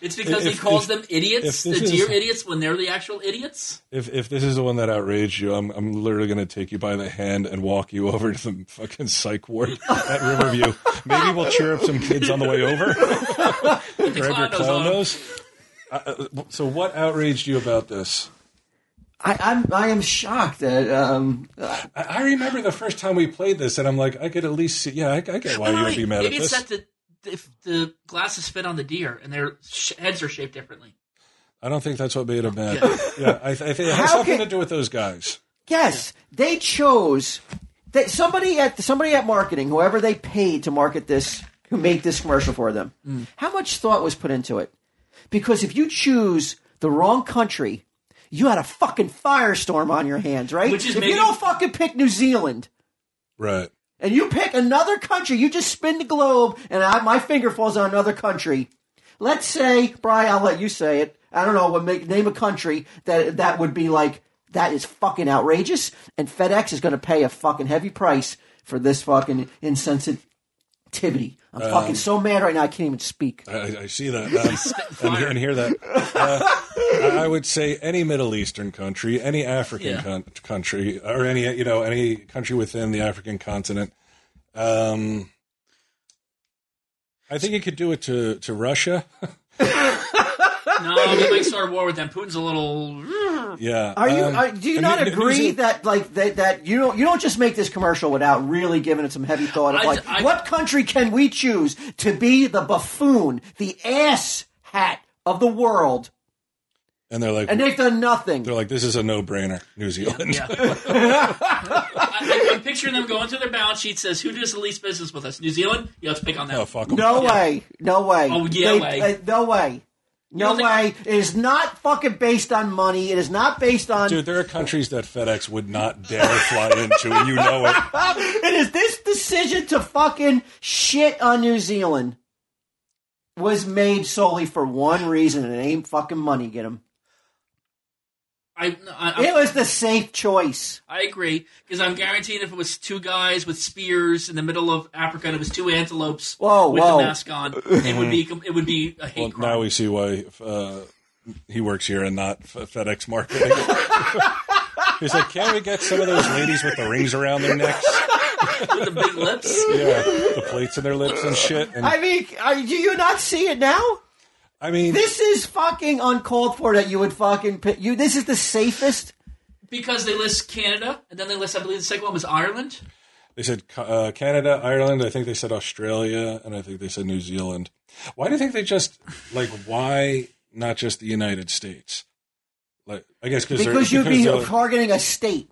It's because
If-
he calls them
if-
idiots,
if
the
this is-
deer idiots, when they're the actual idiots.
if if this is the one that outraged you, I'm I'm literally going to take you by the hand and walk you over to the fucking psych ward at Riverview. Maybe we'll cheer up some kids on the way over. Grab your
clown nose
clown
on.
nose. I- I- So, what outraged you about this?
I, I'm I am shocked that um
I, I remember the first time we played this, and I'm like, I could at least see. Yeah, I, I get why
No,
you
no,
would be
wait.
mad at
Maybe it's
this.
that the, if the glasses fit on the deer and their sh- heads are shaped differently.
I don't think that's what made him mad. Yeah, I, I think it has
How
something
can-
to do with those guys.
Yes, they chose they, somebody at somebody at marketing, whoever they paid to market this, who made this commercial for them.
Mm.
How much thought was put into it? Because if you choose the wrong country, you had a fucking firestorm on your hands, right?
Which is
if you
maybe-
don't fucking pick New Zealand
Right.
and you pick another country, you just spin the globe, and I, my finger falls on another country. Let's say, Brian, I'll let you say it. I don't know what make name a country that that would be like that is fucking outrageous, and FedEx is going to pay a fucking heavy price for this fucking insensitivity. I'm fucking so mad right now I can't even speak.
I, I see that um, and, hear- and hear that. Uh, I I would say any Middle Eastern country, any African
Yeah.
con- country, or any you know any country within the African continent. Um, I think you could do it to to Russia.
No, we might start a war with them. Putin's a little.
yeah.
Are you?
um,
are, do you
and
not
New- New
agree
Zealand-
that like that, that you don't you don't just make this commercial without really giving it some heavy thought of
I-
like
I-
what country can we choose to be the buffoon, the ass hat of the world,
And they're like,
and they've done nothing.
they're like, this is a no brainer. New Zealand.
Yeah. I, I'm picturing them going through their balance sheet. Says who does the least business with us? New Zealand. Yeah, let's pick on them.
oh fuck 'em.
No way, no way,
Oh, yeah,
They-
way.
uh, no way, no
don't
way.
think-
It is not fucking based on money. It is not based on.
Dude, there are countries that FedEx would not dare fly into, and you know it.
it is this decision to fucking shit on New Zealand was made solely for one reason, and it ain't fucking money. Get him.
I, no, I, I'm-
It was the safe choice.
I agree because I'm guaranteed if it was two guys with spears in the middle of Africa and it was two antelopes
Whoa,
with
whoa.
the mask on, it would be com- it would be a hate
Well,
crime.
now we see why uh, he works here and not F- FedEx marketing. He's like, can we get some of those ladies with the rings around their necks?
with the big lips.
Yeah, the plates in their lips and shit. And I,
I mean, I, do you not see it now?
mean,
This is fucking uncalled for that you would fucking pick. You, this is the safest.
because they list Canada, and then they list, I believe, the second one was Ireland.
they said Ca- uh, Canada, Ireland. I think they said Australia, and I think they said New Zealand. Why do you think they just like? Why not just the United States? Like, I guess cause they're-
Because you'd be
they're-
targeting a state.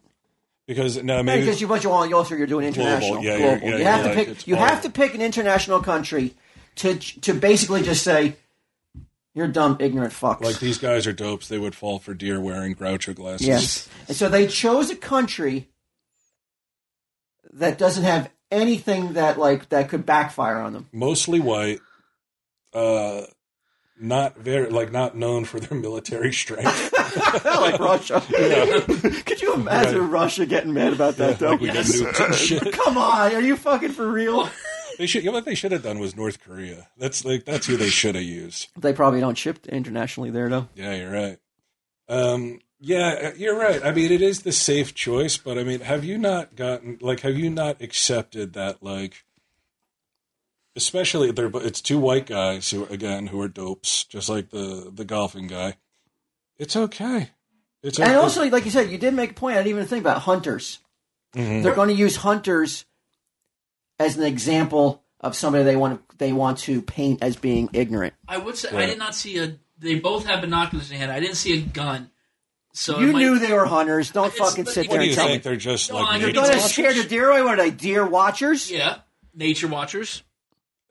because no,
Right,
uh, maybe
because you what you want, also you're doing international,
yeah,
global.
yeah, yeah,
you have
yeah,
to
like,
pick.
it's
You
all-
have to pick an international country to to basically just say you're dumb, ignorant fucks.
like these guys are dopes. They would fall for deer wearing Groucho glasses.
yes, and so they chose a country that doesn't have anything that like that could backfire on them.
mostly white, uh, not very like not known for their military strength.
like Russia.
Yeah.
could you imagine
Right.
Russia getting mad about that though?
like we got nuked and shit.
Come on, are you fucking for real?
They should. You know what they should have done was North Korea. That's like that's who they should have used.
they probably don't ship internationally there though.
Yeah, you're right. Um, yeah, you're right. I mean, it is the safe choice, but I mean, have you not gotten like have you not accepted that like especially there but it's two white guys who again who are dopes, just like the the golfing guy. It's okay. It's okay.
And also, like you said, you did make a point. I didn't even think about hunters.
Mhm.
They're going to use hunters as an example of somebody they want to, they want to paint as being ignorant.
I would say I
Right.
did not see a. They both have binoculars in hand. I didn't see a gun. So
you
it might-
knew they were hunters. Don't
It's-
fucking sit
what
there
What do
and
you
tell
think?
me.
They're just
No,
like
I-
You're
nature
They're
going to
watchers?
scare the deer away. What are they, deer watchers?
Yeah, nature watchers.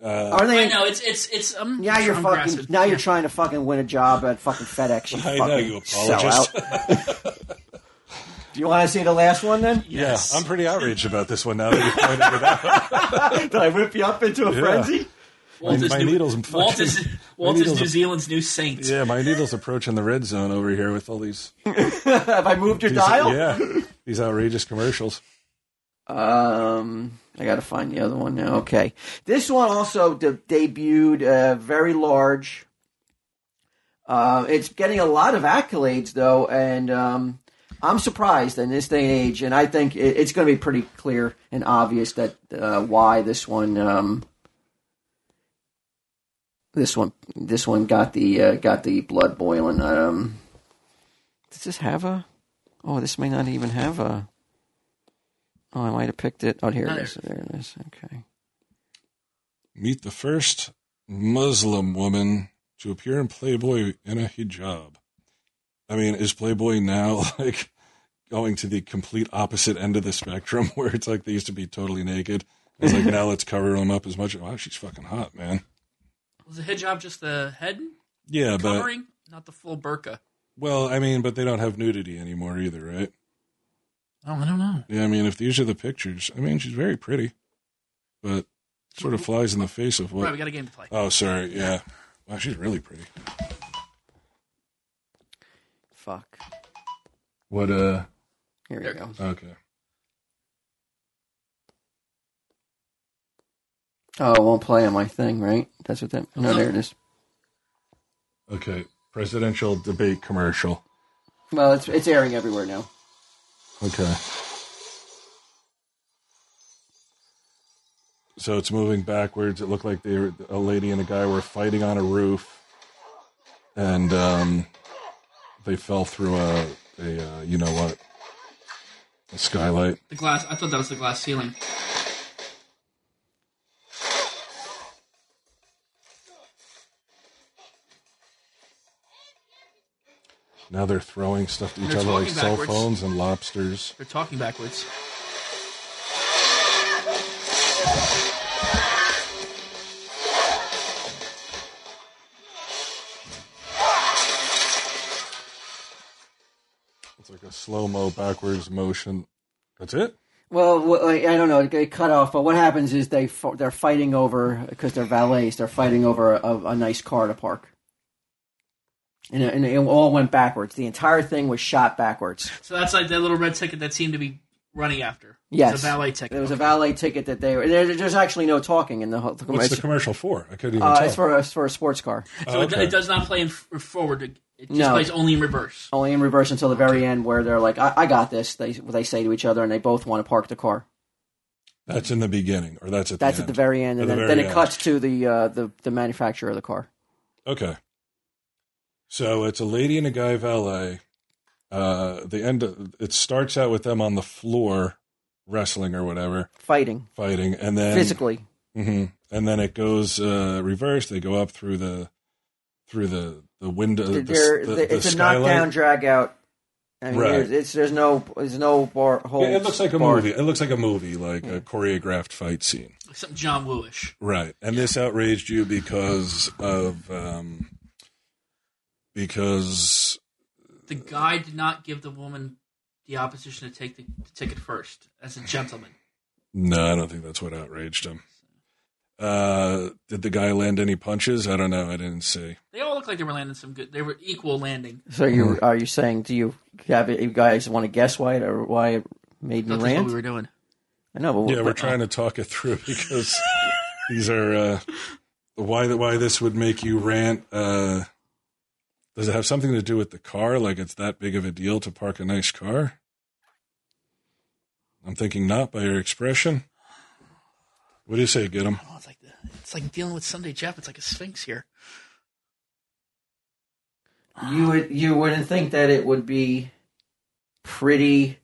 Uh,
Are they?
I know it's it's it's. Um,
Now you're
I'm
fucking.
aggressive.
Now
Yeah.
you're trying to fucking win a job at fucking FedEx. You
I
fucking
know you apologist.
sellout. Do you want to see the last one then?
yeah, I'm pretty outraged about this one now that you pointed it out.
Did I whip you up into a
Yeah.
frenzy?
Walt
My-
is
my
New,
needles are
Walt
fucking-
is,
my
Walt is
needles
New
are-
Zealand. new saint.
Yeah, my needle's approaching the red zone over here with all these
Have I moved your
these-
dial?
Yeah, these outrageous commercials.
Um, I got to find the other one now. Okay, this one also de- debuted uh, very large. Uh, it's getting a lot of accolades though, and um, I'm surprised in this day and age. And I think it, it's going to be pretty clear and obvious that uh, why this one, um, this one, this one got the uh, got the blood boiling. Um, does this have a? Oh, this may not even have a. Oh, I might have picked it. Oh, here it is. There it is. Okay.
Meet the first Muslim woman to appear in Playboy in a hijab. I mean, is Playboy now like going to the complete opposite end of the spectrum where it's like they used to be totally naked? It's like now let's cover them up as much. Wow, she's fucking hot, man.
Was the hijab just the head
Yeah, but
covering, not the full burqa?
Well, I mean, but they don't have nudity anymore either, right?
Oh, I don't know.
Yeah, I mean, if these are the pictures, I mean, she's very pretty, but sort of flies in the face of
Right, we
what.
got a game to play.
Oh, sorry. Yeah. Wow, she's really pretty.
Fuck.
What? Uh.
Here we
There it
go.
comes.
Okay.
Oh, it won't play on my thing, right? That's what that. No, there it is.
Okay. Presidential debate commercial.
Well, it's it's airing everywhere now.
Okay. So it's moving backwards. It looked like they were, a lady and a guy were fighting on a roof, and um, they fell through a, a uh, you know what, a skylight.
The glass. I thought that was the glass ceiling.
Now they're throwing stuff to each
They're
other like
talking
cell
backwards.
phones and lobsters.
They're talking backwards.
It's like a slow mo backwards motion. That's it.
Well, wh- like, I don't know. It got cut off. But what happens is they f- they're fighting over because they're valets. They're fighting over a, a nice car to park. And, it- and it all went backwards. The entire thing was shot backwards.
So that's like that little red ticket that seemed to be running after.
Yes,
It's a valet ticket.
It was a valet ticket that they were. There, there's actually no talking in the whole.
What's the
it's,
commercial for? I couldn't even
uh,
tell.
it's for it's for a sports car.
So
Oh,
it,
okay.
it does not play in f- forward. It it just
No.
plays only in reverse.
Only in reverse until the very end, where they're like, "I, I got this." They they say to each other, and they both want to park the car.
that's in the beginning, or that's at
That's
the
at the
end.
very end,
At
and
the
then,
very
then it
end.
cuts to the uh, the the manufacturer of the car.
Okay. So it's a lady and a guy valet. Uh, the end. Of, it starts out with them on the floor, wrestling or whatever,
Fighting
fighting, and then
physically.
hmm And then it goes uh, reverse. They go up through the through the the window. The,
They're-
the,
they're-
the
it's a
skylight.
knockdown drag out. I mean,
Right.
there's, it's there's no there's no bar Hmm.
Yeah,
holes.
it looks like a
barred.
movie. It looks like a movie, like a choreographed fight scene.
Something John Wooish.
Right. And this outraged you because of um because
The guy did not give the woman the opposition to take the, the ticket first as a gentleman.
no, I don't think that's what outraged him. Uh did the guy land any punches? I don't know. I didn't see.
They all looked like they were landing some good. They were equal landing.
So you
Mm-hmm.
are you saying? Do you have you guys want to guess why it or why it made me
That's what
rant?
we were doing.
I know, but
Yeah, we're trying to talk it through because these are uh why the why this would make you rant uh does it have something to do with the car? Like it's that big of a deal to park a nice car? I'm thinking not by your expression. What do you say, get him?
Oh, it's like the, it's like dealing with Sunday Jeff. It's like a sphinx here.
you would you wouldn't think that it would be pretty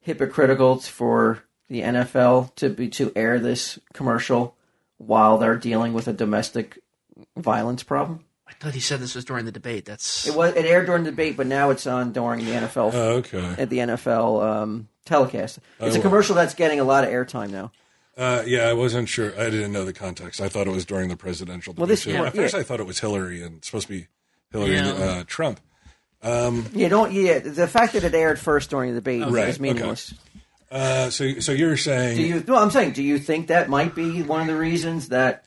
hypocritical for the NFL to be to air this commercial while they're dealing with a domestic violence problem.
I thought he said this was during the debate. That's
It was it aired during the debate, but now it's on during the NFL
Oh, okay.
at the NFL um, telecast. It's
Oh.
a commercial that's getting a lot of airtime now.
Uh, yeah, I wasn't sure. I didn't know the context. I thought it was during the presidential debate.
Well, this-
too.
yeah,
At first,
yeah.
I thought it was Hillary and it's supposed to be Hillary and
Yeah.
uh, Trump.
You don't yeah, the fact that it aired first during the debate
Right,
is
okay.
meaningless.
Uh, so, so you're saying
Do you? No, I'm saying, do you think that might be one of the reasons that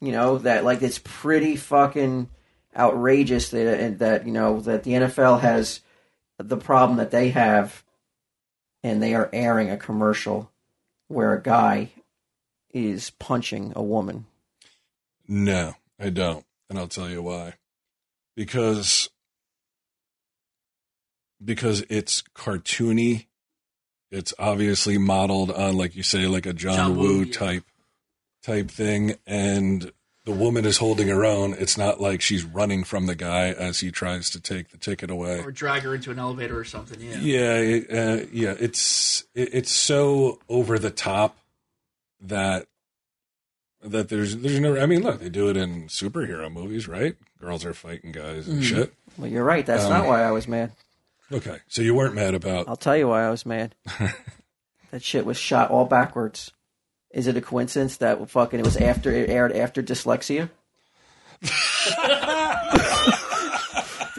you know that like it's pretty fucking outrageous that and that you know that the NFL has the problem that they have, and they are airing a commercial where a guy is punching a woman.
no? I don't, and I'll tell you why. Because because it's cartoony. It's obviously modeled on, like you say, like a John,
John Woo,
Woo,
yeah.
type type thing, and the woman is holding her own. It's not like she's running from the guy as he tries to take the ticket away.
or drag her into an elevator or something. Yeah.
Yeah, it, uh, yeah. It's it, it's so over the top that that there's there's no. I mean, look, they do it in superhero movies, right? Girls are fighting guys
Hmm.
and shit.
Well, you're right.
Um,
That's not why I was mad.
Okay, so you weren't mad about
I'll tell you why I was mad. that shit was shot all backwards. Is it a coincidence that fucking it was after it aired after dyslexia?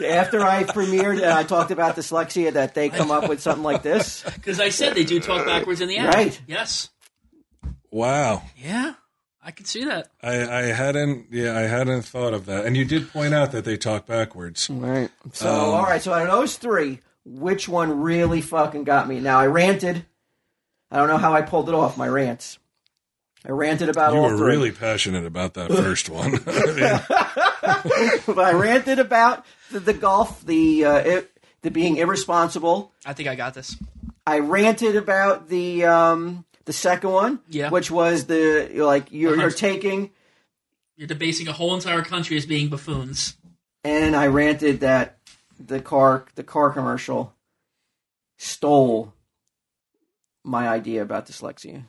after I premiered and I talked about dyslexia, that they come up with something like this.
Because I said they do talk backwards in the end.
Right.
Yes.
wow.
Yeah. I can see that.
I, I hadn't, yeah, I hadn't thought of that. And you did point out that they talk backwards.
Right. So
Um,
all right. So out of those three, which one really fucking got me? Now I ranted. I don't know how I pulled it off. My rants. I ranted about
You
all
were
three.
really passionate about that first one. I mean,
but I ranted about the, the golf, the uh, it, the being irresponsible.
I think I got this.
I ranted about the um, the second one,
Yeah. Uh-huh.
which was the like you're, you're taking,
You're debasing a whole entire country as being buffoons.
and I ranted that the car the car commercial stole my idea about dyslexia.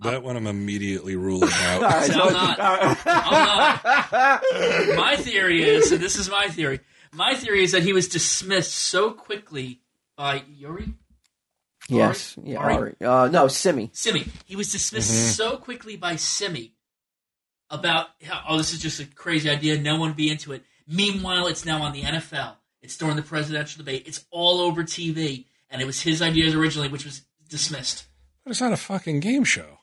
that one I'm immediately ruling out.
Alright,
I'm not. I'm not. My theory is, and this is my theory. My theory is that he was dismissed so quickly by Yuri
Yes, yeah,
Ari?
Ari. Uh, no, Simi.
Simi. He was dismissed
Mm-hmm.
so quickly by Simi about how oh this is just a crazy idea. No one be into it. Meanwhile, it's now on the NFL. It's during the presidential debate. It's all over TV, and it was his ideas originally, which was dismissed.
But it's not a fucking game show.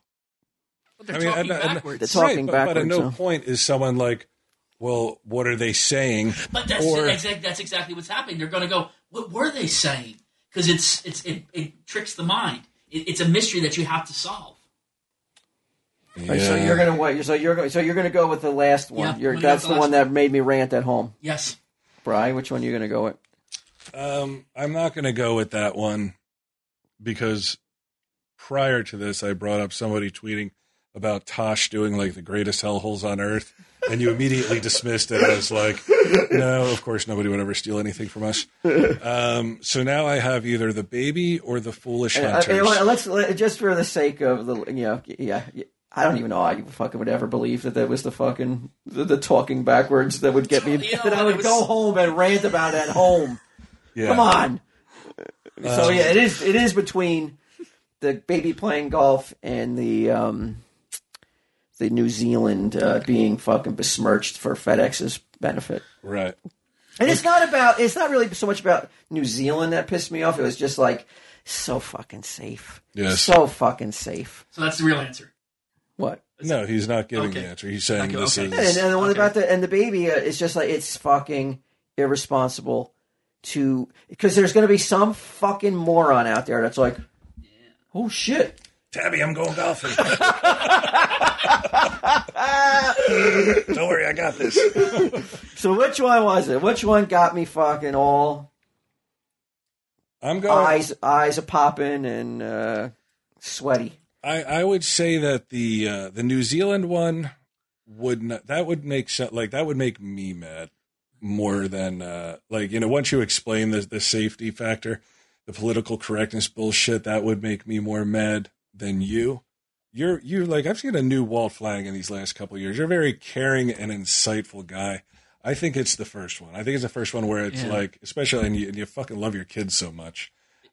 But they're
I mean,
talking
and- and-
backwards.
They're talking
right, but, but
backwards,
at no
so.
point is someone like, well, what are they saying?
But that's
or
exactly that's exactly what's happening. They're going to go, what were they saying? Because it's it's it, it tricks the mind. It, it's a mystery that you have to solve.
All right, so
Yeah.
you're gonna what? So you're going so you're gonna go with the last
Yeah,
one.
I'm
you're,
gonna go
that's
with
the,
the
one
last
that made me rant at home.
Yes,
Bry, which one are you gonna go with?
Um, I'm not going to go with that one because prior to this, I brought up somebody tweeting about Tosh doing like the greatest hellholes on earth, and you immediately dismissed it as like, no, of course nobody would ever steal anything from us. Um, so now I have either the baby or the foolish
Uh, you know
hunters.
what, let's let, just for the sake of the you know yeah. yeah, I don't even know I fucking would ever believe that that was the fucking the, the talking backwards that would get me
You know,
that I would
it was-
go home and rant about at home.
Yeah.
Come on. so yeah, it is it is between the baby playing golf and the um the New Zealand uh, being fucking besmirched for FedEx's benefit.
Right.
And it's not about it's not really so much about New Zealand that pissed me off. It was just like so fucking safe.
Yes.
So fucking safe.
so that's the real answer.
What?
No, he's not giving
Okay.
the answer. He's saying
Okay,
this
okay.
And,
is.
and the one
Okay.
about the and the baby uh, it's just like it's fucking irresponsible to because there's going to be some fucking moron out there that's like, oh shit,
Tabby, I'm going golfing. Don't worry, I got this.
So which one was it? Which one got me fucking all
I'm going.
eyes eyes a popping and uh, sweaty?
I, I would say that the uh, the New Zealand one would not, that would make se- like that would make me mad more than uh, like you know once you explain the the safety factor, the political correctness bullshit that would make me more mad than you. You're you're like I've seen a new Walt flag in these last couple of years. You're a very caring and insightful guy. I think it's the first one. I think it's the first one where it's
Yeah.
like especially and you, and you fucking love your kids so much.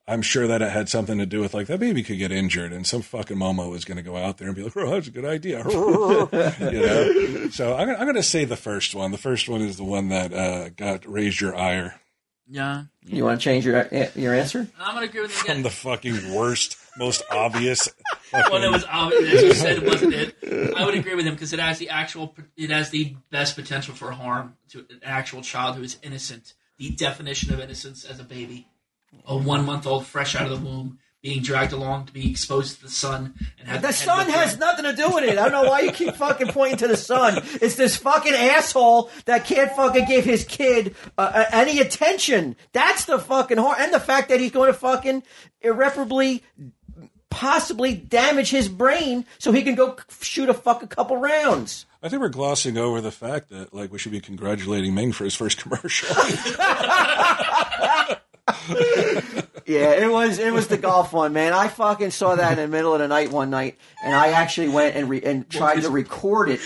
I'm sure that it had something to do with like that baby could get injured and some fucking mama was going to go out there and be like, oh, that's a good idea. you know? So I'm, gonna- I'm going to say the first one. The first one is the one that uh, got raised your ire
Yeah,
You want to change your your answer?
I'm gonna agree with you
from
again.
the fucking worst, most obvious. fucking-
Well, that was obvious. As you said, it wasn't it. I would agree with him because it has the actual, it has the best potential for harm to an actual child who is innocent. The definition of innocence as a baby, a one month old fresh out of the womb, being dragged along to be exposed to the sun and have
The
had
sun
no
has nothing to do with it. I don't know why you keep fucking pointing to the sun. It's this fucking asshole that can't fucking give his kid uh, uh, any attention. That's the fucking horror. And the fact that he's going to fucking irreparably, possibly damage his brain so he can go c- shoot a fuck a couple rounds.
I think we're glossing over the fact that like we should be congratulating Ming for his first commercial.
Yeah, it was it was the golf one, man. I fucking saw that in the middle of the night one night, and I actually went and re- and tried to record it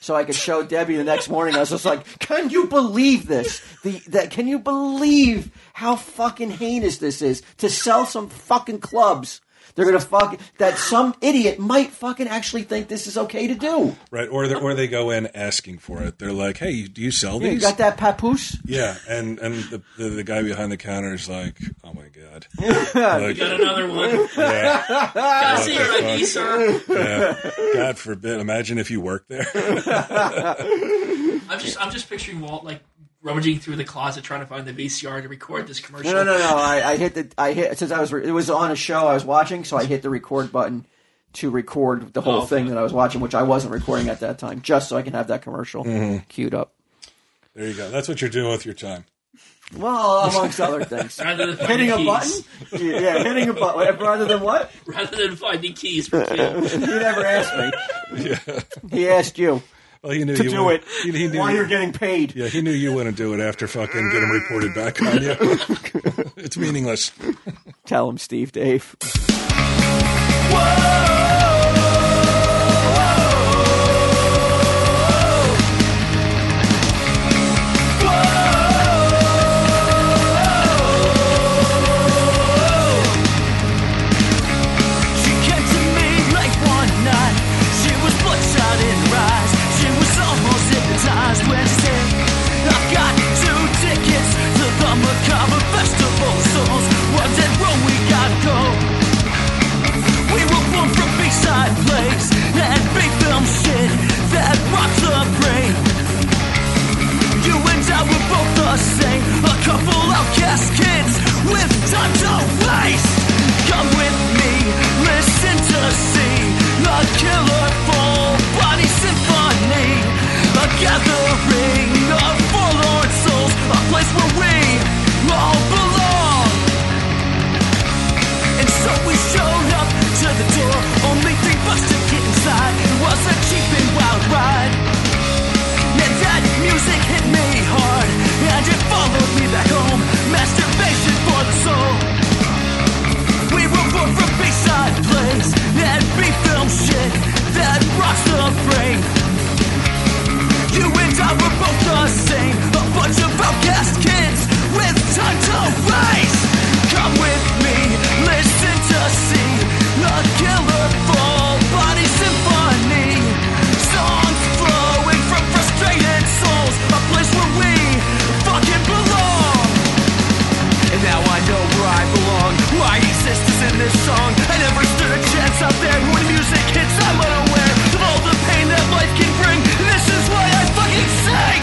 so I could show Debbie the next morning. I was just like, "Can you believe this? The that can you believe how fucking heinous this is to sell some fucking clubs? They're gonna fuck that some idiot might fucking actually think this is okay to do.
right. Or, they- or they go in asking for it. They're like, hey, do you sell
You
these?
got that papoose?
Yeah, and and the, the the guy behind the counter is like, "Oh my god.
You
Like,
got another one.
yeah,
Gotta see your ID, sir.
yeah. God forbid. Imagine if you worked there.
I'm just, I'm just picturing Walt like rummaging through the closet trying to find the VCR to record this commercial.
No, no, no, no. I, I hit the. I hit since I was. Re- it was on a show I was watching, so I hit the record button to record the whole
Oh,
thing that I was watching, which I wasn't recording at that time, just so I can have that commercial
Mm-hmm.
queued up.
there you go. That's what you're doing with your time.
Well, amongst other things,
Rather than
hitting
finding
a
keys,
button. Yeah, yeah, hitting a button. Rather than what?
rather than finding keys for Kim.
You never asked me. He asked you
Well, he knew
to
you
do it
wouldn't- He, he knew
while
you-
you're getting paid.
yeah, he knew you wouldn't do it after fucking get him reported back on you. it's meaningless.
Tell him, Steve, Dave.
She came to me late one night. She was bloodshot in her eyes. She was almost hypnotized when she said, I've got two tickets to the macabre festival. Souls, one dead wrong, we gotta go. We were born from B-side plays, that B-film shit that rocks the brain. You and I were both the same. A couple outcast kids with time to waste. Come with me, listen to see a killer full body symphony. A gathering of forlorn souls. A place where we all belong. And so we showed up to the door. Only three bucks to get inside. It was a cheap and wild ride. And that music hit me hard And it followed me back home Masturbation for the soul We were born from B-side plays That B-film shit That rocks the brain You and I were both the same A bunch of outcast kids With time to waste Come with me Listen to see A killer full body symphony Songs flowing from frustrated souls A place where we fucking belong And now I know where I belong Why exist is in this song I never stood a chance out there When music hits I'm unaware Of all the pain that life can bring This is why I fucking sing